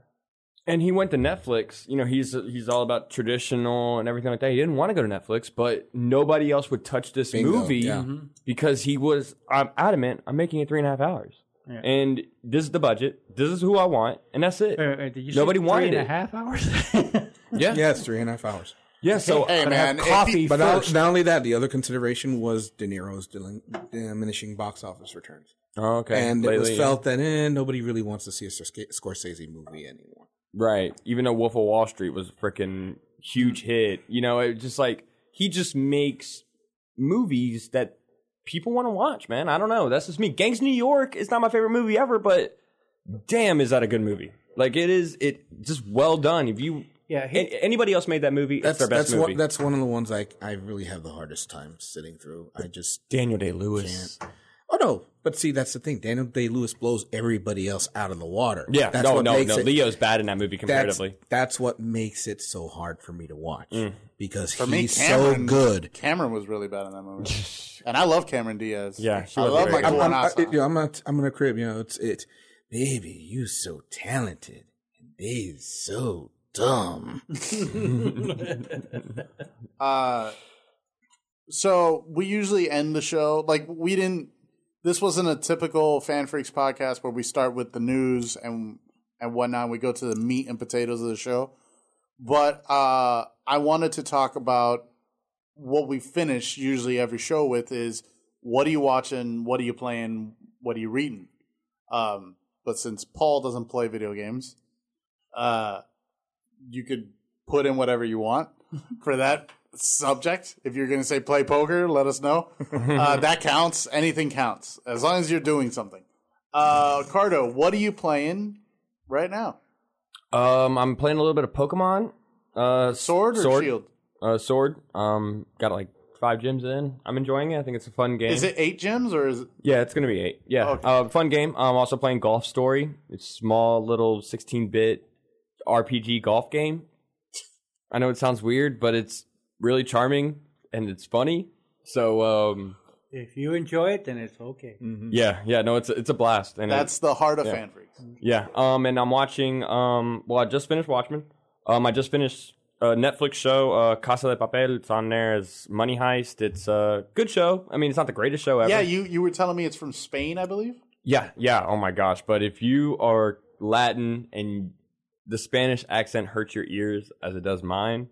S2: And he went to Netflix. You know, he's he's all about traditional and everything like that. He didn't want to go to Netflix, but nobody else would touch this
S4: Bingo,
S2: movie
S4: yeah.
S2: because he was. I'm adamant. I'm making it three and a half hours, and this is the budget. This is who I want, and that's it.
S3: Wait, wait, wait, Uh, did you say
S2: Nobody wanted
S3: three
S2: it.
S3: and a half hours.
S2: yeah, yeah.
S4: Yeah, it's three and a half hours.
S2: so
S1: Hey,
S2: I'm gonna
S1: man,
S2: Oh, have
S1: if he-
S2: coffee.
S4: But not,
S2: first.
S4: not only that, the other consideration was De Niro's dilin- diminishing box office returns.
S2: Oh, okay,
S4: and it
S2: Lately,
S4: was felt that eh, nobody really wants to see a Scorsese Scorsese movie anymore.
S2: Right. Even though Wolf of Wall Street was a freaking huge hit, you know, it just like he just makes movies that people want to watch, man. I don't know. That's just me. Gangs of New York is not my favorite movie ever, but damn, is that a good movie? Like it is. It just well done. If you
S3: yeah, he,
S2: a- anybody else made that movie,
S4: That's
S2: it's their best
S4: that's
S2: movie.
S4: one that's one of the ones I I really have the hardest time sitting through. I just
S2: Daniel Day Lewis.
S4: oh no. But see, that's the thing. Daniel Day Lewis blows everybody else out of the water.
S6: Yeah,
S4: that's
S6: no,
S4: what
S6: no,
S4: makes
S6: no.
S4: it-
S6: Leo's bad in that movie
S4: that's,
S6: comparatively.
S4: that's what makes it so hard for me to watch
S2: Mm.
S4: because
S1: For
S4: he's
S1: me,
S4: so
S1: Cameron-
S4: good.
S1: Cameron was really bad in that movie, and I love Cameron Diaz.
S6: Yeah, she
S1: I
S6: was
S1: love
S6: great.
S1: Michael
S4: I'm, I'm, I,
S1: Onassis.
S4: you know, I'm not. I'm gonna crib. You know, it's it's baby. You so talented. and They so dumb.
S1: Uh, so we usually end the show like we didn't. This wasn't a typical fan freaks podcast where we start with the news and and whatnot. We go to the meat and potatoes of the show, but uh, I wanted to talk about what we finish usually every show with is what are you watching, what are you playing, what are you reading. Um, but since Paul doesn't play video games, uh, you could put in whatever you want for that subject. If you're going to say play poker, let us know. Uh, that counts. Anything counts as long as you're doing something. Uh, Cardo, what are you playing right now?
S2: Um, I'm playing a little bit of Pokemon. Uh,
S1: Sword or
S2: sword,
S1: shield?
S2: Uh, sword. Um, got like five gyms in. I'm enjoying it. I think it's a fun game.
S1: Is it eight gems or is it?
S2: Yeah, it's gonna be eight. Yeah,
S1: Okay.
S2: uh, fun game. I'm also playing Golf Story. It's small little 16-bit RPG golf game. I know it sounds weird, but it's really charming and it's funny. So um,
S3: If you enjoy it, then it's okay.
S2: Mm. yeah, yeah, no, it's a, it's a blast. And
S1: Mm-hmm. That's the heart of
S2: Yeah.
S1: fan freaks.
S2: Yeah. Um, and I'm watching. Um, well, I just finished Watchmen. Um, I just finished a Netflix show, uh, Casa de Papel. It's on there as Money Heist. It's a good show. I mean, it's not the greatest show ever.
S1: Yeah, you you were telling me it's from Spain, I believe.
S2: yeah, yeah. Oh my gosh! But if you are Latin and the Spanish accent hurts your ears as it does mine.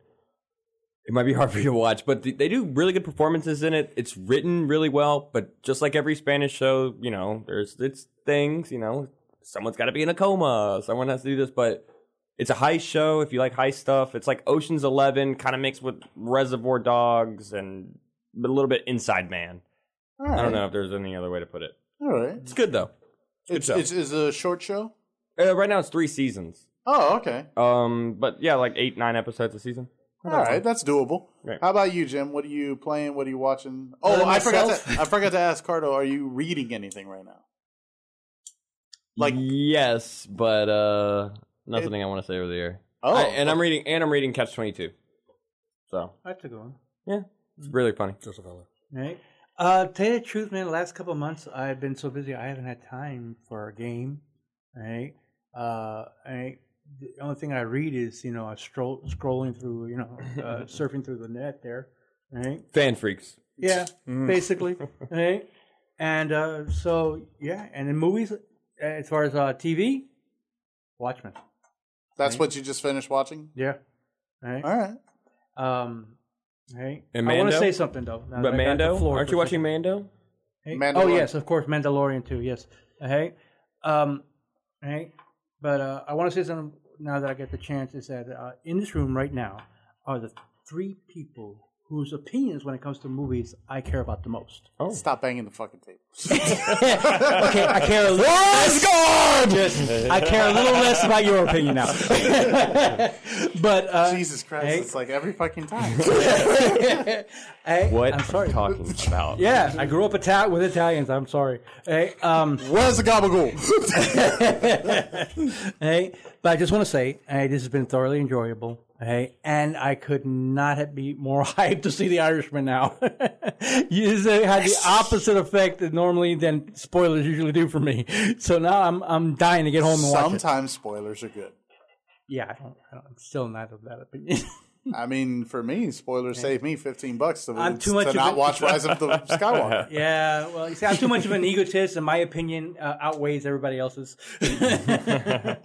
S2: It might be hard for you to watch, but th- they do really good performances in it. It's written really well, but just like every Spanish show, you know, there's it's things, you know, someone's got to be in a coma, someone has to do this, but it's a heist show. If you like heist stuff, it's like Ocean's Eleven, kind of mixed with Reservoir Dogs and a little bit Inside Man.
S1: All right.
S2: I don't know if there's any other way to put it.
S1: All right.
S2: It's good though.
S1: It's,
S2: show.
S1: it's, it's a short show.
S2: Uh, right now it's three seasons.
S1: Oh, okay.
S2: Um, but yeah, like eight, nine episodes a season.
S1: All right, that's doable.
S2: Right.
S1: How about you, Jim? What are you playing? What are you watching?
S4: Other
S1: Oh,
S4: than
S1: I forgot.
S4: myself?
S1: To, I forgot to ask Cardo. Are you reading anything right now? Like-
S2: yes, but uh, nothing I want to say over the air.
S1: Oh,
S2: I- and I'm reading, and I'm reading Catch Twenty Two. So
S3: That's a good one.
S2: it's really funny.
S3: Right. Uh, tell you the truth, man. The last couple of months, I've been so busy, I haven't had time for a game. Right. Uh, right. The only thing I read is, you know, I stroll scrolling through, you know, uh, surfing through the net there. Right.
S2: Fan freaks.
S3: Yeah.
S4: Mm-hmm.
S3: Basically. Right. And uh, so, yeah. And in movies, as far as uh, TV, Watchmen.
S1: that's what you just finished watching.
S3: Yeah. Right.
S1: All right.
S3: Um, right.
S2: And
S3: I want to
S2: Mando?
S3: say something though. now that
S2: But
S3: I got the
S2: Mando,
S3: floor
S2: aren't
S3: for
S2: you
S3: a
S2: watching
S3: second.
S2: Mando?
S3: Hey, Oh
S1: Mandalorian.
S3: yes, of course, Mandalorian too. Yes. Hey, um, hey, but uh, I want to say something now that I get the chance is that uh, in this room right now are the three people whose opinions when it comes to movies I care about the most.
S1: Stop banging the fucking table.
S7: okay, I care a little less. I care a little less about your opinion now. but uh,
S1: Jesus Christ!
S3: hey.
S1: It's like every fucking time.
S3: Hey,
S2: What
S3: I'm sorry.
S2: talking about?
S3: Yeah, I grew up Ita- with Italians. I'm sorry. Hey, um,
S1: Where's the gabagool?
S3: Hey, but I just want to say, hey, this has been thoroughly enjoyable. Hey, and I could not have be more hyped to see The Irishman now. you just had the opposite effect that normally than spoilers usually do for me. So now I'm I'm dying to get home and watch it.
S1: Sometimes spoilers are good.
S3: Yeah, I don't, I don't, I'm still not of that opinion.
S1: I mean, for me, spoilers save me fifteen bucks to,
S3: I'm too much
S1: to
S3: of
S1: not
S3: a-
S1: watch Rise of the Skywalker.
S3: yeah, well, you see, I'm too much of an egotist, and my opinion uh, outweighs everybody else's.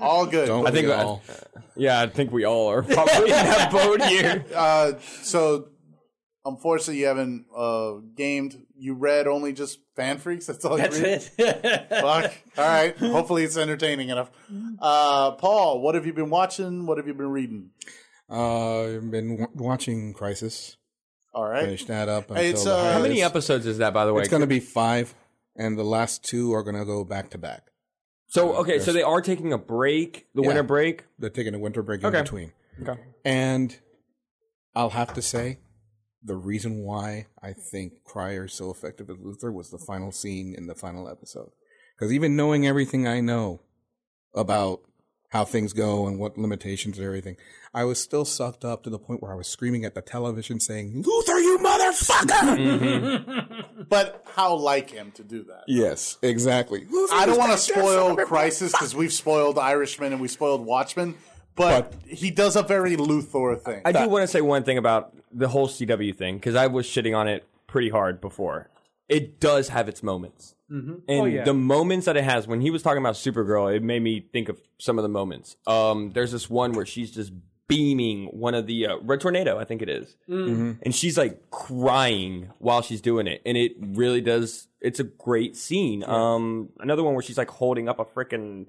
S1: All good.
S4: Don't
S1: But,
S4: I
S2: think-
S4: think all.
S2: Yeah, I think we all are probably in that boat here.
S1: uh, so, unfortunately, you haven't uh, gamed. You read only just fan freaks. That's all
S3: That's
S1: you read.
S3: it.
S1: Fuck. All right. Hopefully, it's entertaining enough. Uh, Paul, what have you been watching? What have you been reading?
S4: Uh, I've been w- watching Crisis.
S1: All right.
S4: Finish that up.
S1: Hey, it's,
S4: until the
S1: uh, How
S2: How many
S4: highest.
S2: episodes is that, by the way?
S4: It's going to be five, and the last two are going to go back to back.
S2: so okay, so they are taking a break, the
S4: Yeah.
S2: winter break.
S4: They're taking a winter break in
S2: Okay.
S4: between.
S2: Okay.
S4: And I'll have to say, the reason why I think Cryer is so effective as Luther was the final scene in the final episode. Because even knowing everything I know about how things go and what limitations and everything, I was still sucked up to the point where I was screaming at the television saying, Luther, you motherfucker!
S1: But how like him to do that?
S4: Yes, exactly. Luther
S1: I don't
S4: was
S1: want to
S4: goddamn son
S1: spoil
S4: of a-
S1: Crisis because we've spoiled Irishman and we spoiled Watchmen, but, he does a very Luthor thing.
S2: I do want to say one thing about the whole CW thing because I was shitting on it pretty hard before. It does have its moments, and
S3: yeah.
S2: the moments that it has. When he was talking about Supergirl, it made me think of some of the moments. Um, there's this one where she's just beaming one of the uh, Red Tornado, I think it is. and she's like crying while she's doing it, and it really does. It's a great scene. Um, another one where she's like holding up a freaking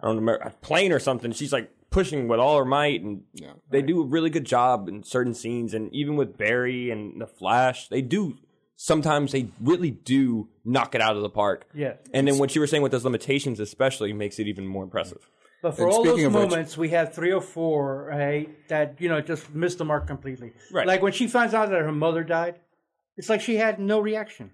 S2: I don't remember a plane or something. She's like pushing with all her might, and they do a really good job in certain scenes, and even with Barry and the Flash, they do. Sometimes they really do knock it out of the park.
S3: Yeah.
S2: And then what you were saying with those limitations, especially, makes it even more impressive.
S3: But for
S4: And
S3: all those
S4: speaking of which-
S3: moments, we had three or four right that you know just missed the mark completely.
S2: Right.
S3: Like when she finds out that her mother died, it's like she had no reaction.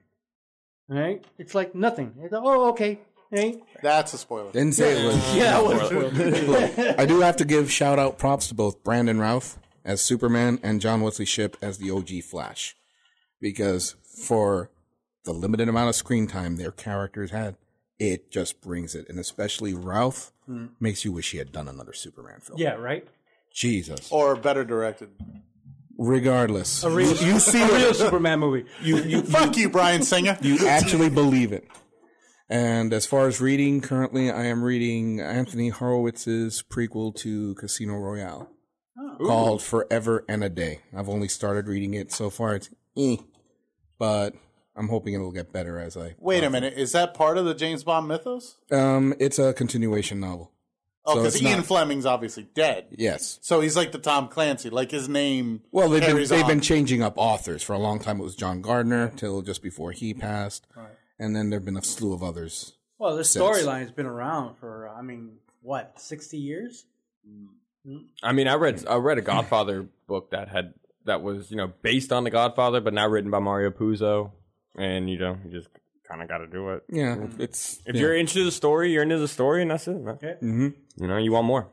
S3: Right? It's like nothing. It's like, oh, okay. Hey,
S1: That's a spoiler.
S4: Didn't say it was.
S3: yeah,
S4: I do have to give shout out props to both Brandon Routh as Superman and John Wesley Shipp as the OG Flash. Because for the limited amount of screen time their characters had, it just brings it. And especially Routh makes you wish he had done another Superman film.
S3: yeah, right.
S4: Jesus.
S1: Or better directed.
S4: Regardless. you, you see
S3: Real
S4: it.
S3: Superman movie.
S4: You, you,
S1: Fuck you, Brian Singer.
S4: you actually believe it. And as far as reading, currently I am reading Anthony Horowitz's prequel to Casino Royale
S1: Oh.
S4: called Forever and a Day. I've only started reading it so far. It's eh. But I'm hoping it'll get better as I.
S1: Wait a minute. Is that part of the James Bond mythos?
S4: Um, it's a continuation novel.
S1: Oh,
S4: So
S1: because
S4: it's
S1: Ian
S4: not-
S1: Fleming's obviously dead.
S4: Yes.
S1: So he's like the Tom Clancy. Like his name.
S4: Well, they've been,
S1: carries
S4: they've
S1: on.
S4: been changing up authors. For a long time, it was John Gardner till just before he passed. And then there have been a slew of others.
S3: Well, this
S4: Since.
S3: storyline's been around for I mean, what, sixty years?
S2: I mean, I read I read a Godfather book that had that was you know based on the Godfather, but not written by Mario Puzo, and you know you just kind of got to do it.
S4: Yeah.
S1: Mm-hmm.
S4: It's.
S2: If you're into the story, you're into the story, and that's it. Man.
S4: Mhm.
S2: You know, you want more.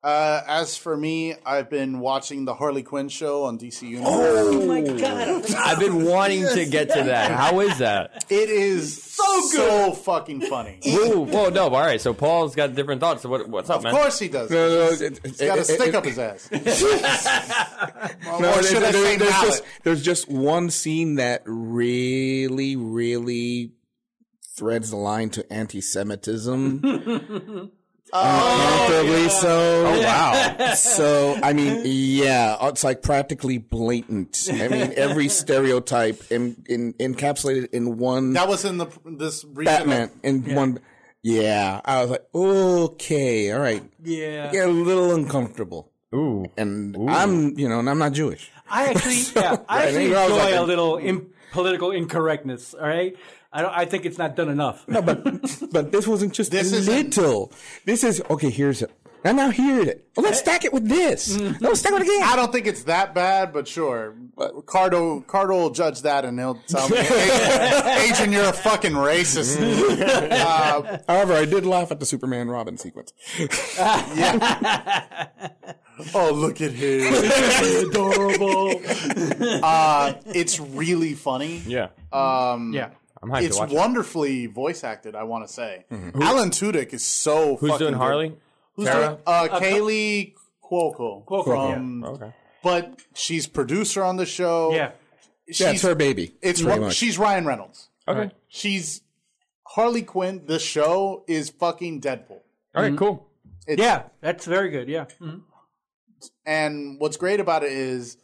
S1: Uh, as for me, I've been watching the Harley Quinn show on DC Universe.
S4: Oh!
S2: I've been wanting to get to that. How is that?
S1: It is so good, so fucking funny.
S2: Whoa, whoa, no! All right, so Paul's got different thoughts. So what, what's up,
S1: Of
S2: man?
S1: course he does.
S4: No, no, it-
S1: He's got a
S4: it-
S1: stick
S4: it-
S1: up his ass.
S4: No,
S1: or
S4: there-
S1: should I
S4: there-
S1: say
S4: there's
S1: mallet?
S4: just there's just one scene that really, really threads the line to anti-Semitism. Um,
S1: Uh, Oh,
S4: Uncomfortably so. Oh wow. so I mean, yeah, it's like practically blatant. I mean, every stereotype in, in encapsulated in one
S1: That was in the this recent
S4: Batman in one. Yeah, I was like, okay, all right,
S3: Yeah.
S4: get a little uncomfortable,
S2: Ooh,
S4: and I'm, you know, and I'm not Jewish.
S3: I actually, yeah, I actually
S4: I was
S3: enjoy
S4: like-
S3: a little in political incorrectness. All right, I don't. I think it's not done enough. No, but
S4: But this wasn't just
S1: This
S4: a
S1: isn't-
S4: little. This is okay. Here's it. And now here's it. Well,
S1: Eh.
S4: let's stack it with this.
S1: Mm-hmm.
S4: Let's stack it again.
S1: I don't think it's that bad, but sure. Cardo Cardo will judge that, and he'll tell me, "Hey, Adrian, you're a fucking racist. uh,
S4: However, I did laugh at the Superman Robin sequence.
S1: oh, look at him!
S3: adorable.
S1: Uh, it's really funny.
S2: yeah,
S3: yeah,
S2: I'm hyped
S1: It's
S2: to watch. Mm-hmm.
S1: wonderfully voice acted. I want to say Alan Tudyk is so.
S2: Who's
S1: fucking
S2: doing
S1: good.
S2: Harley?
S1: Who's
S2: Tara?
S1: doing- uh, Kaylee Cuoco,
S3: Cuoco,
S1: from,
S2: Okay.
S1: but she's producer on the show.
S3: yeah.
S1: she's,
S4: Yeah, it's her baby.
S1: It's
S4: pretty
S1: Ro-
S4: much.
S1: she's Ryan Reynolds.
S2: Okay.
S1: She's Harley Quinn. The show is fucking Deadpool.
S2: All right. Cool.
S3: Yeah, that's very good. Yeah, Mhm.
S1: And what's great about it is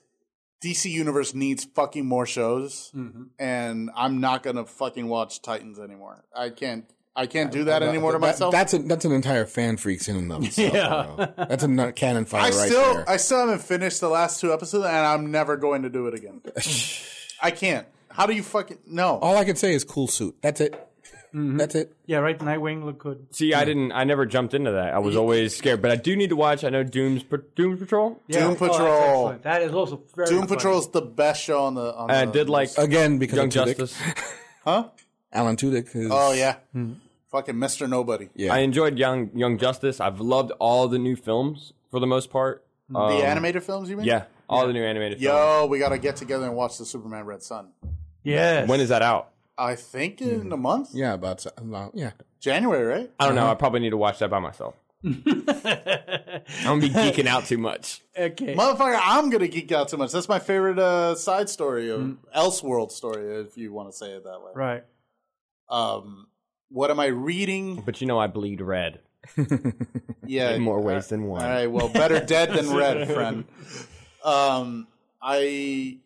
S1: DC Universe needs fucking more shows, and I'm not gonna fucking watch Titans anymore. I can't. I can't do that anymore to
S4: That-
S1: myself.
S4: That's an that's an entire fan freaks in and of itself. Yeah. That's a nut cannon fire
S1: I
S4: right
S1: still,
S4: there.
S1: I still haven't finished the last two episodes, and I'm never going to do it again. I can't. How do you fucking no?
S4: All I can say is cool suit. That's it.
S1: Mm-hmm.
S4: That's it.
S3: Yeah, right. Nightwing looked good.
S2: See, I didn't. I never jumped into that. I was always scared, but I do need to watch. I know Doom's Doom Patrol.
S3: Yeah.
S1: Doom
S3: oh, that's
S1: Patrol.
S3: excellent. that is also very
S1: Doom
S3: funny.
S1: Patrol is the best show on the. On
S2: I
S1: the
S2: did like
S4: Again, because
S2: Young
S4: of Tudyk.
S2: Justice.
S1: huh?
S4: Alan Tudyk. Is,
S1: Oh yeah,
S2: Hmm.
S1: fucking Mister Nobody.
S4: yeah.
S2: I enjoyed Young Young Justice. I've loved all the new films for the most part. Um,
S1: the animated films, you mean?
S2: yeah, all the new animated films.
S1: Yo, we gotta get together and watch the Superman Red Sun.
S3: Yes.
S2: When is that out?
S1: I think in
S2: Hmm.
S1: a month,
S4: yeah, about, about yeah.
S1: January, right?
S2: I don't know. I probably need to watch that by myself. I'm gonna be geeking out too much.
S3: okay.
S1: Motherfucker, I'm gonna geek out too much. That's my favorite uh, side story
S2: Hmm.
S1: of Elseworld story, if you want to say it that way.
S3: Right.
S1: Um, what am I reading?
S2: But you know, I bleed red
S1: Yeah,
S2: in more
S1: uh,
S2: ways than one.
S1: All right, well, better dead than red, friend. Um, I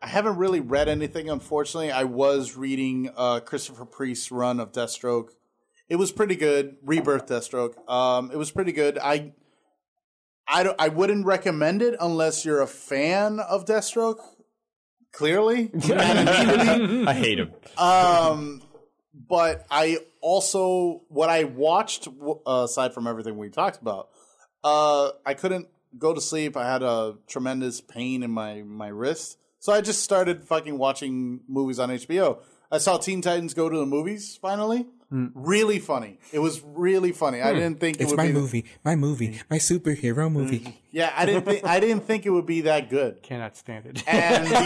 S1: I haven't really read anything, unfortunately. I was reading uh, Christopher Priest's run of Deathstroke. It was pretty good. Rebirth Deathstroke. Um, it was pretty good. I I don't, I wouldn't recommend it unless you're a fan of Deathstroke. Clearly,
S2: I hate him.
S1: um, but I also what I watched w- aside from everything we talked about, uh, I couldn't go to sleep. I had a tremendous pain in my my wrist, so I just started fucking watching movies on HBO. I saw Teen Titans Go to the Movies finally. Really funny. It was really funny. I didn't think it
S4: Hmm. It's
S1: would
S4: my
S1: be Mm. Mm-hmm.
S4: movie, my movie, my superhero movie.
S1: Yeah, I didn't think I didn't think it would be that good.
S3: Cannot stand it.
S1: and the,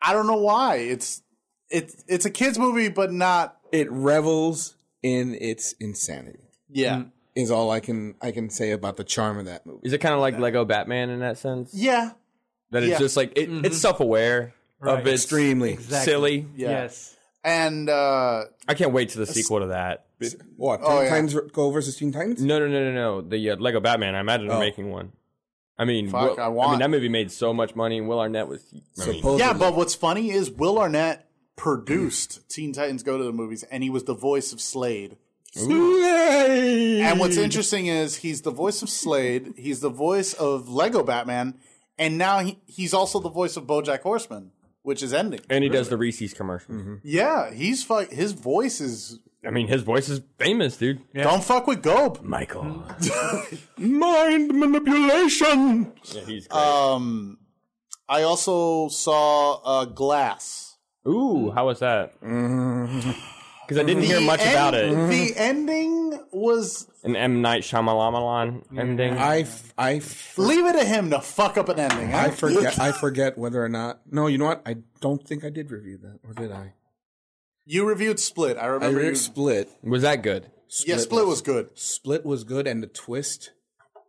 S1: I don't know why it's it's it's a kids movie, but not
S4: It revels in its insanity.
S1: yeah
S4: Is all I can I can say about the charm of that movie.
S2: Is it kind of like Lego Batman in that sense?
S1: yeah
S2: That it's
S1: Yeah.
S2: just like it, it's self-aware of its
S4: Extremely
S2: silly.
S1: yeah
S3: Yes.
S1: and uh,
S2: I can't wait to the sequel to that.
S4: What? Teen
S1: Oh, yeah.
S4: Titans Go versus Teen Titans.
S2: No, no, no, no, no. The uh, Lego Batman. I imagine they're
S4: Oh.
S2: making one. I mean,
S1: Fuck,
S2: Will-
S1: I want-
S2: mean, that movie made so much money, and Will Arnett was. I mean,
S4: Supposedly.
S1: yeah. But what's funny is Will Arnett produced Teen Titans Go to the Movies, and he was the voice of Slade. And what's interesting is he's the voice of Slade. He's the voice of Lego Batman, and now he, he's also the voice of BoJack Horseman, which is ending.
S2: and he does the Reese's commercial.
S4: Mm-hmm.
S1: Yeah, he's fuck. His voice is
S2: I mean, his voice is famous, dude.
S1: Don't fuck with Gob.
S2: Michael. Mind manipulation. Yeah, he's great.
S1: Um, I also saw uh, Glass.
S2: Ooh, how was that?
S4: Mm-hmm.
S2: Because I didn't hear
S1: The
S2: much
S1: end-
S2: about it.
S1: The ending was
S2: An M Night Shyamalan ending.
S4: I f- I f-
S1: leave it to him to fuck up an ending.
S4: I forget I forget whether or not. No, you know what? I don't think I did review that, or did I?
S1: You reviewed Split. I
S4: I
S1: remember. you,
S4: reviewed Split.
S2: was that good?
S1: yeah, Split was good.
S4: Split was good, and the twist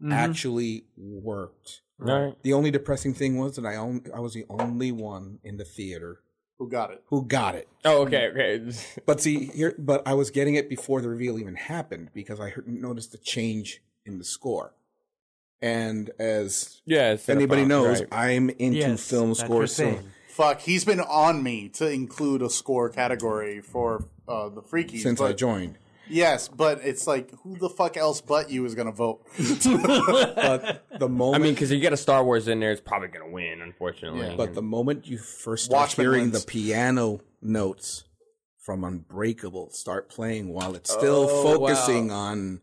S1: Mm-hmm.
S4: actually worked.
S2: All right.
S4: The only depressing thing was that I only, I was the only one in the theater
S1: Who got it?
S4: who got it.
S2: Oh, okay, okay.
S4: But see here, but I was getting it before the reveal even happened because I heard, noticed the change in the score. And as
S2: Yeah. it's
S4: anybody
S2: cinephile,
S4: knows,
S2: right.
S4: I'm into
S3: Yes,
S4: film
S3: that's
S4: scores.
S3: your
S4: So
S3: thing.
S1: Fuck, he's been on me to include a score category for uh, the freakies
S4: since
S1: but-
S4: I joined,
S1: Yes, but it's like who the fuck else but you is gonna vote?
S4: but the
S2: I
S4: moment,
S2: mean, because you get a Star Wars in there, it's probably gonna win, unfortunately.
S1: Yeah.
S4: but the moment you first start
S1: Watchmen
S4: hearing
S1: wins.
S4: the piano notes from Unbreakable start playing while it's
S2: Oh,
S4: still focusing on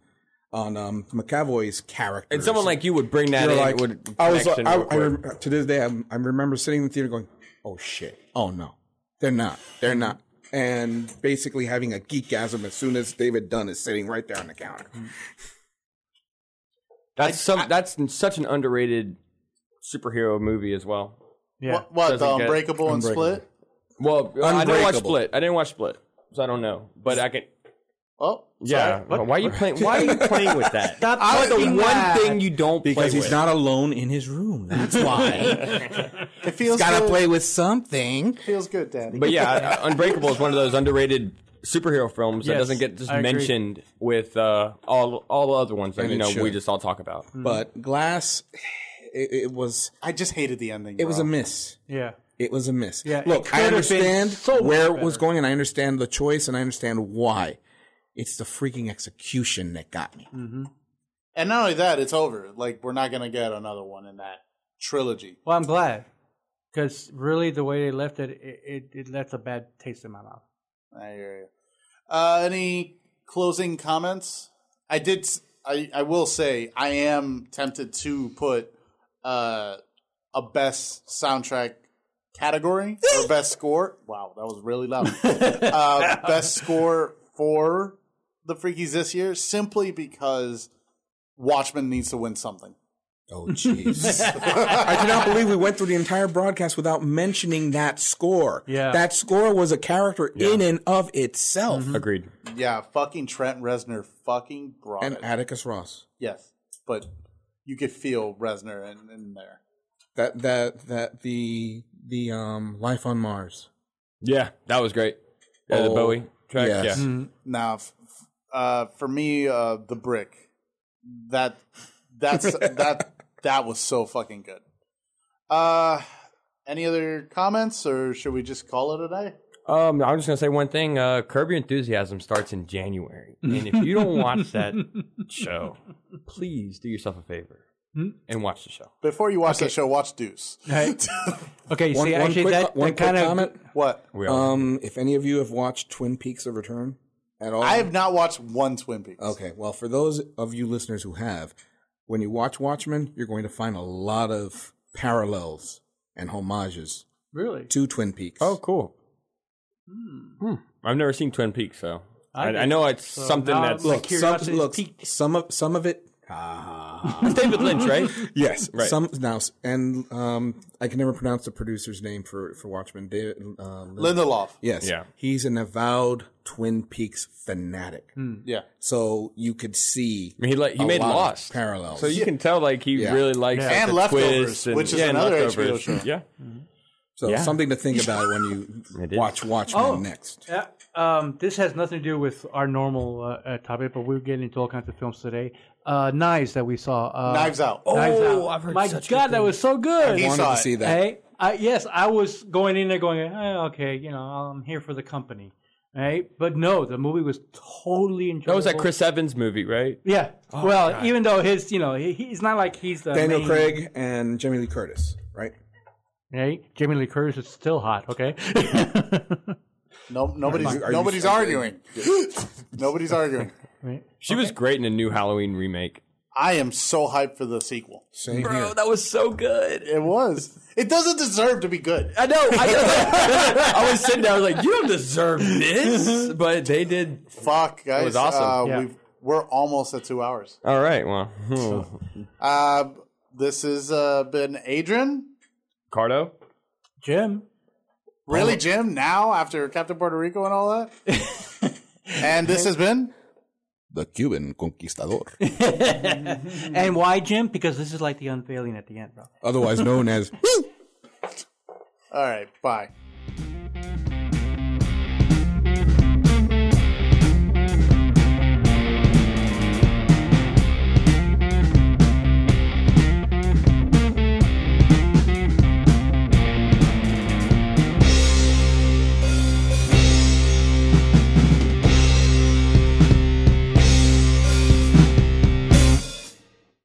S4: on um, McAvoy's character,
S2: and someone like you would bring that
S4: You're
S2: in.
S4: like-
S2: would
S4: I was. I,
S2: connection
S4: I,
S2: real quick.
S4: rem- to this day, I'm, I remember sitting in the theater going, "Oh shit! Oh no, they're not. They're not." And basically having a geekgasm as soon as David Dunn is sitting right there on the counter.
S2: that's some. that's such an underrated superhero movie as well.
S3: Yeah.
S1: What, what the
S2: Doesn't get-
S1: Unbreakable and Split?
S2: Well, I didn't watch
S4: Unbreakable.
S2: Split. I didn't watch Split, so I don't know. But I can.
S1: Oh,
S2: Yeah. Why are you playing? Why are you playing with that?
S3: Stop
S2: That's the
S3: fucking
S2: one
S3: that.
S2: thing you don't play
S4: Because he's
S2: with.
S4: not alone in his room. That's why.
S1: it feels
S4: Gotta
S1: good.
S4: play with something.
S1: Feels good, Daddy.
S2: But yeah, I- I- Unbreakable is one of those underrated superhero films that
S3: Yes,
S2: doesn't get just
S3: I agree.
S2: mentioned with uh, all all the other ones that
S4: And
S2: you
S4: it
S2: know we
S4: should. Hmm.
S2: just all talk about.
S4: But Glass, it, it was
S1: I just hated the ending.
S4: it was
S1: bro.
S4: a miss.
S3: Yeah.
S4: It was a miss.
S3: Yeah, it
S4: Look,
S3: could
S4: I
S3: have been
S4: understand
S3: so much
S4: where it was going, and I understand the choice, and I understand why. It's the freaking execution that got me.
S1: And not only that, it's over. Like we're not gonna get another one in that trilogy.
S3: Well, I'm glad because really the way they left it, it, it, it left a bad taste in my mouth.
S1: I hear you. Uh, any closing comments? I did. s- I I will say I am tempted to put uh, a best soundtrack category or best score. Wow, that was really loud. uh, best score for the Freakies this year, simply because Watchmen needs to win something.
S4: Oh, jeez. I cannot believe we went through the entire broadcast without mentioning that score.
S3: Yeah.
S4: That score was a character in and of itself.
S2: Agreed.
S1: Yeah, fucking Trent Reznor fucking brought
S4: And
S1: it.
S4: Atticus Ross.
S1: yes, but you could feel Reznor in, in there.
S4: That, that, that, the, the, um, Life on Mars.
S2: Yeah, that was great. Yeah, the
S4: Oh,
S2: Bowie track.
S4: yes.
S2: Yeah.
S1: Now, f- f- uh, for me, uh, the brick that that's that that was so fucking good. Uh, any other comments, or should we just call it a day?
S2: Um, I'm just gonna say one thing. Uh, Curb Your Enthusiasm starts in January, and if you don't watch that show, please do yourself a favor and watch the show.
S1: Before you watch that show, watch Deuce.
S3: Right. Okay,
S4: One,
S3: see,
S4: one
S3: actually,
S4: quick,
S3: that,
S4: one
S3: that
S4: quick
S3: kind of
S4: comment.
S1: What?
S2: We all
S4: Um, if any of you have watched Twin Peaks of Return at all,
S1: I have not watched one Twin Peaks.
S4: Okay, well, for those of you listeners who have, when you watch Watchmen, you're going to find a lot of parallels and homages
S3: really.
S4: to Twin Peaks.
S2: Oh, cool. Hmm. I've never seen Twin Peaks, so I, I,
S3: did.
S2: know it's
S3: So
S2: something
S3: now
S2: that's
S3: my
S2: look,
S4: some,
S3: curiosity
S4: look,
S3: peaked.
S4: some of some of it.
S2: it's David Lynch, right?
S4: Yes,
S2: Right.
S4: Some now, and um, I can never pronounce the producer's name for for Watchmen. David uh, Lin-
S1: Lindelof.
S4: Yes,
S2: Yeah.
S4: he's an avowed Twin Peaks fanatic.
S1: Yeah.
S4: So you could see
S2: I mean, he like he
S4: a
S2: made
S4: lot of
S2: Lost,
S4: parallels.
S2: so you can tell like he
S4: Yeah.
S2: really likes like,
S1: And
S2: the
S1: Leftovers,
S2: twist and,
S1: which is
S2: yeah, and
S1: another HBO
S2: leftovers.
S1: show.
S2: Yeah,
S4: So
S2: Yeah.
S4: something to think about when
S2: It
S4: you
S2: is.
S4: watch Watchmen
S3: Oh.
S4: next.
S3: Yeah, um, this has nothing to do with our normal uh, uh, topic, but we're getting into all kinds of films today. Uh, Knives that we saw. Uh,
S1: Knives Out.
S4: Oh.
S3: Knives Out. My God, that was so good.
S1: He
S4: Wanted
S1: saw
S4: to
S1: it.
S4: see that.
S3: Hey, I, yes, I was going in there going, eh, okay, you know, I'm here for the company, right? But no, the movie was totally enjoyable.
S2: that was that Chris Oh, Evans movie, right?
S3: Yeah. well, even though his, you know, he, he's not like he's the
S4: Daniel
S3: main-
S4: Craig and Jamie Lee Curtis, right?
S3: Right? Jamie Lee Curtis is still hot. Okay.
S1: No, nobody's
S4: Are you- are you-
S1: nobody's
S4: are you-
S1: arguing. nobody's arguing.
S3: right.
S2: She was great in a new Halloween remake.
S1: I am so hyped for the sequel.
S4: Same here.
S2: that was so good.
S1: It was. It doesn't deserve to be good.
S2: I know. I, I was sitting there, I was like, "You don't deserve this," but they did.
S1: Fuck, guys.
S2: was awesome.
S1: Uh,
S3: Yeah.
S1: we've, we're almost at two hours.
S2: All right, well, hmm.
S1: Uh, this has uh, been Adrian.
S2: Cardo.
S3: Jim.
S1: Really, Jim? Now after Captain Puerto Rico and all that? and this has been
S4: The Cuban Conquistador,
S3: And why Jim? Because this is like the unveiling at the end, bro.
S4: otherwise known as
S1: all right. Bye.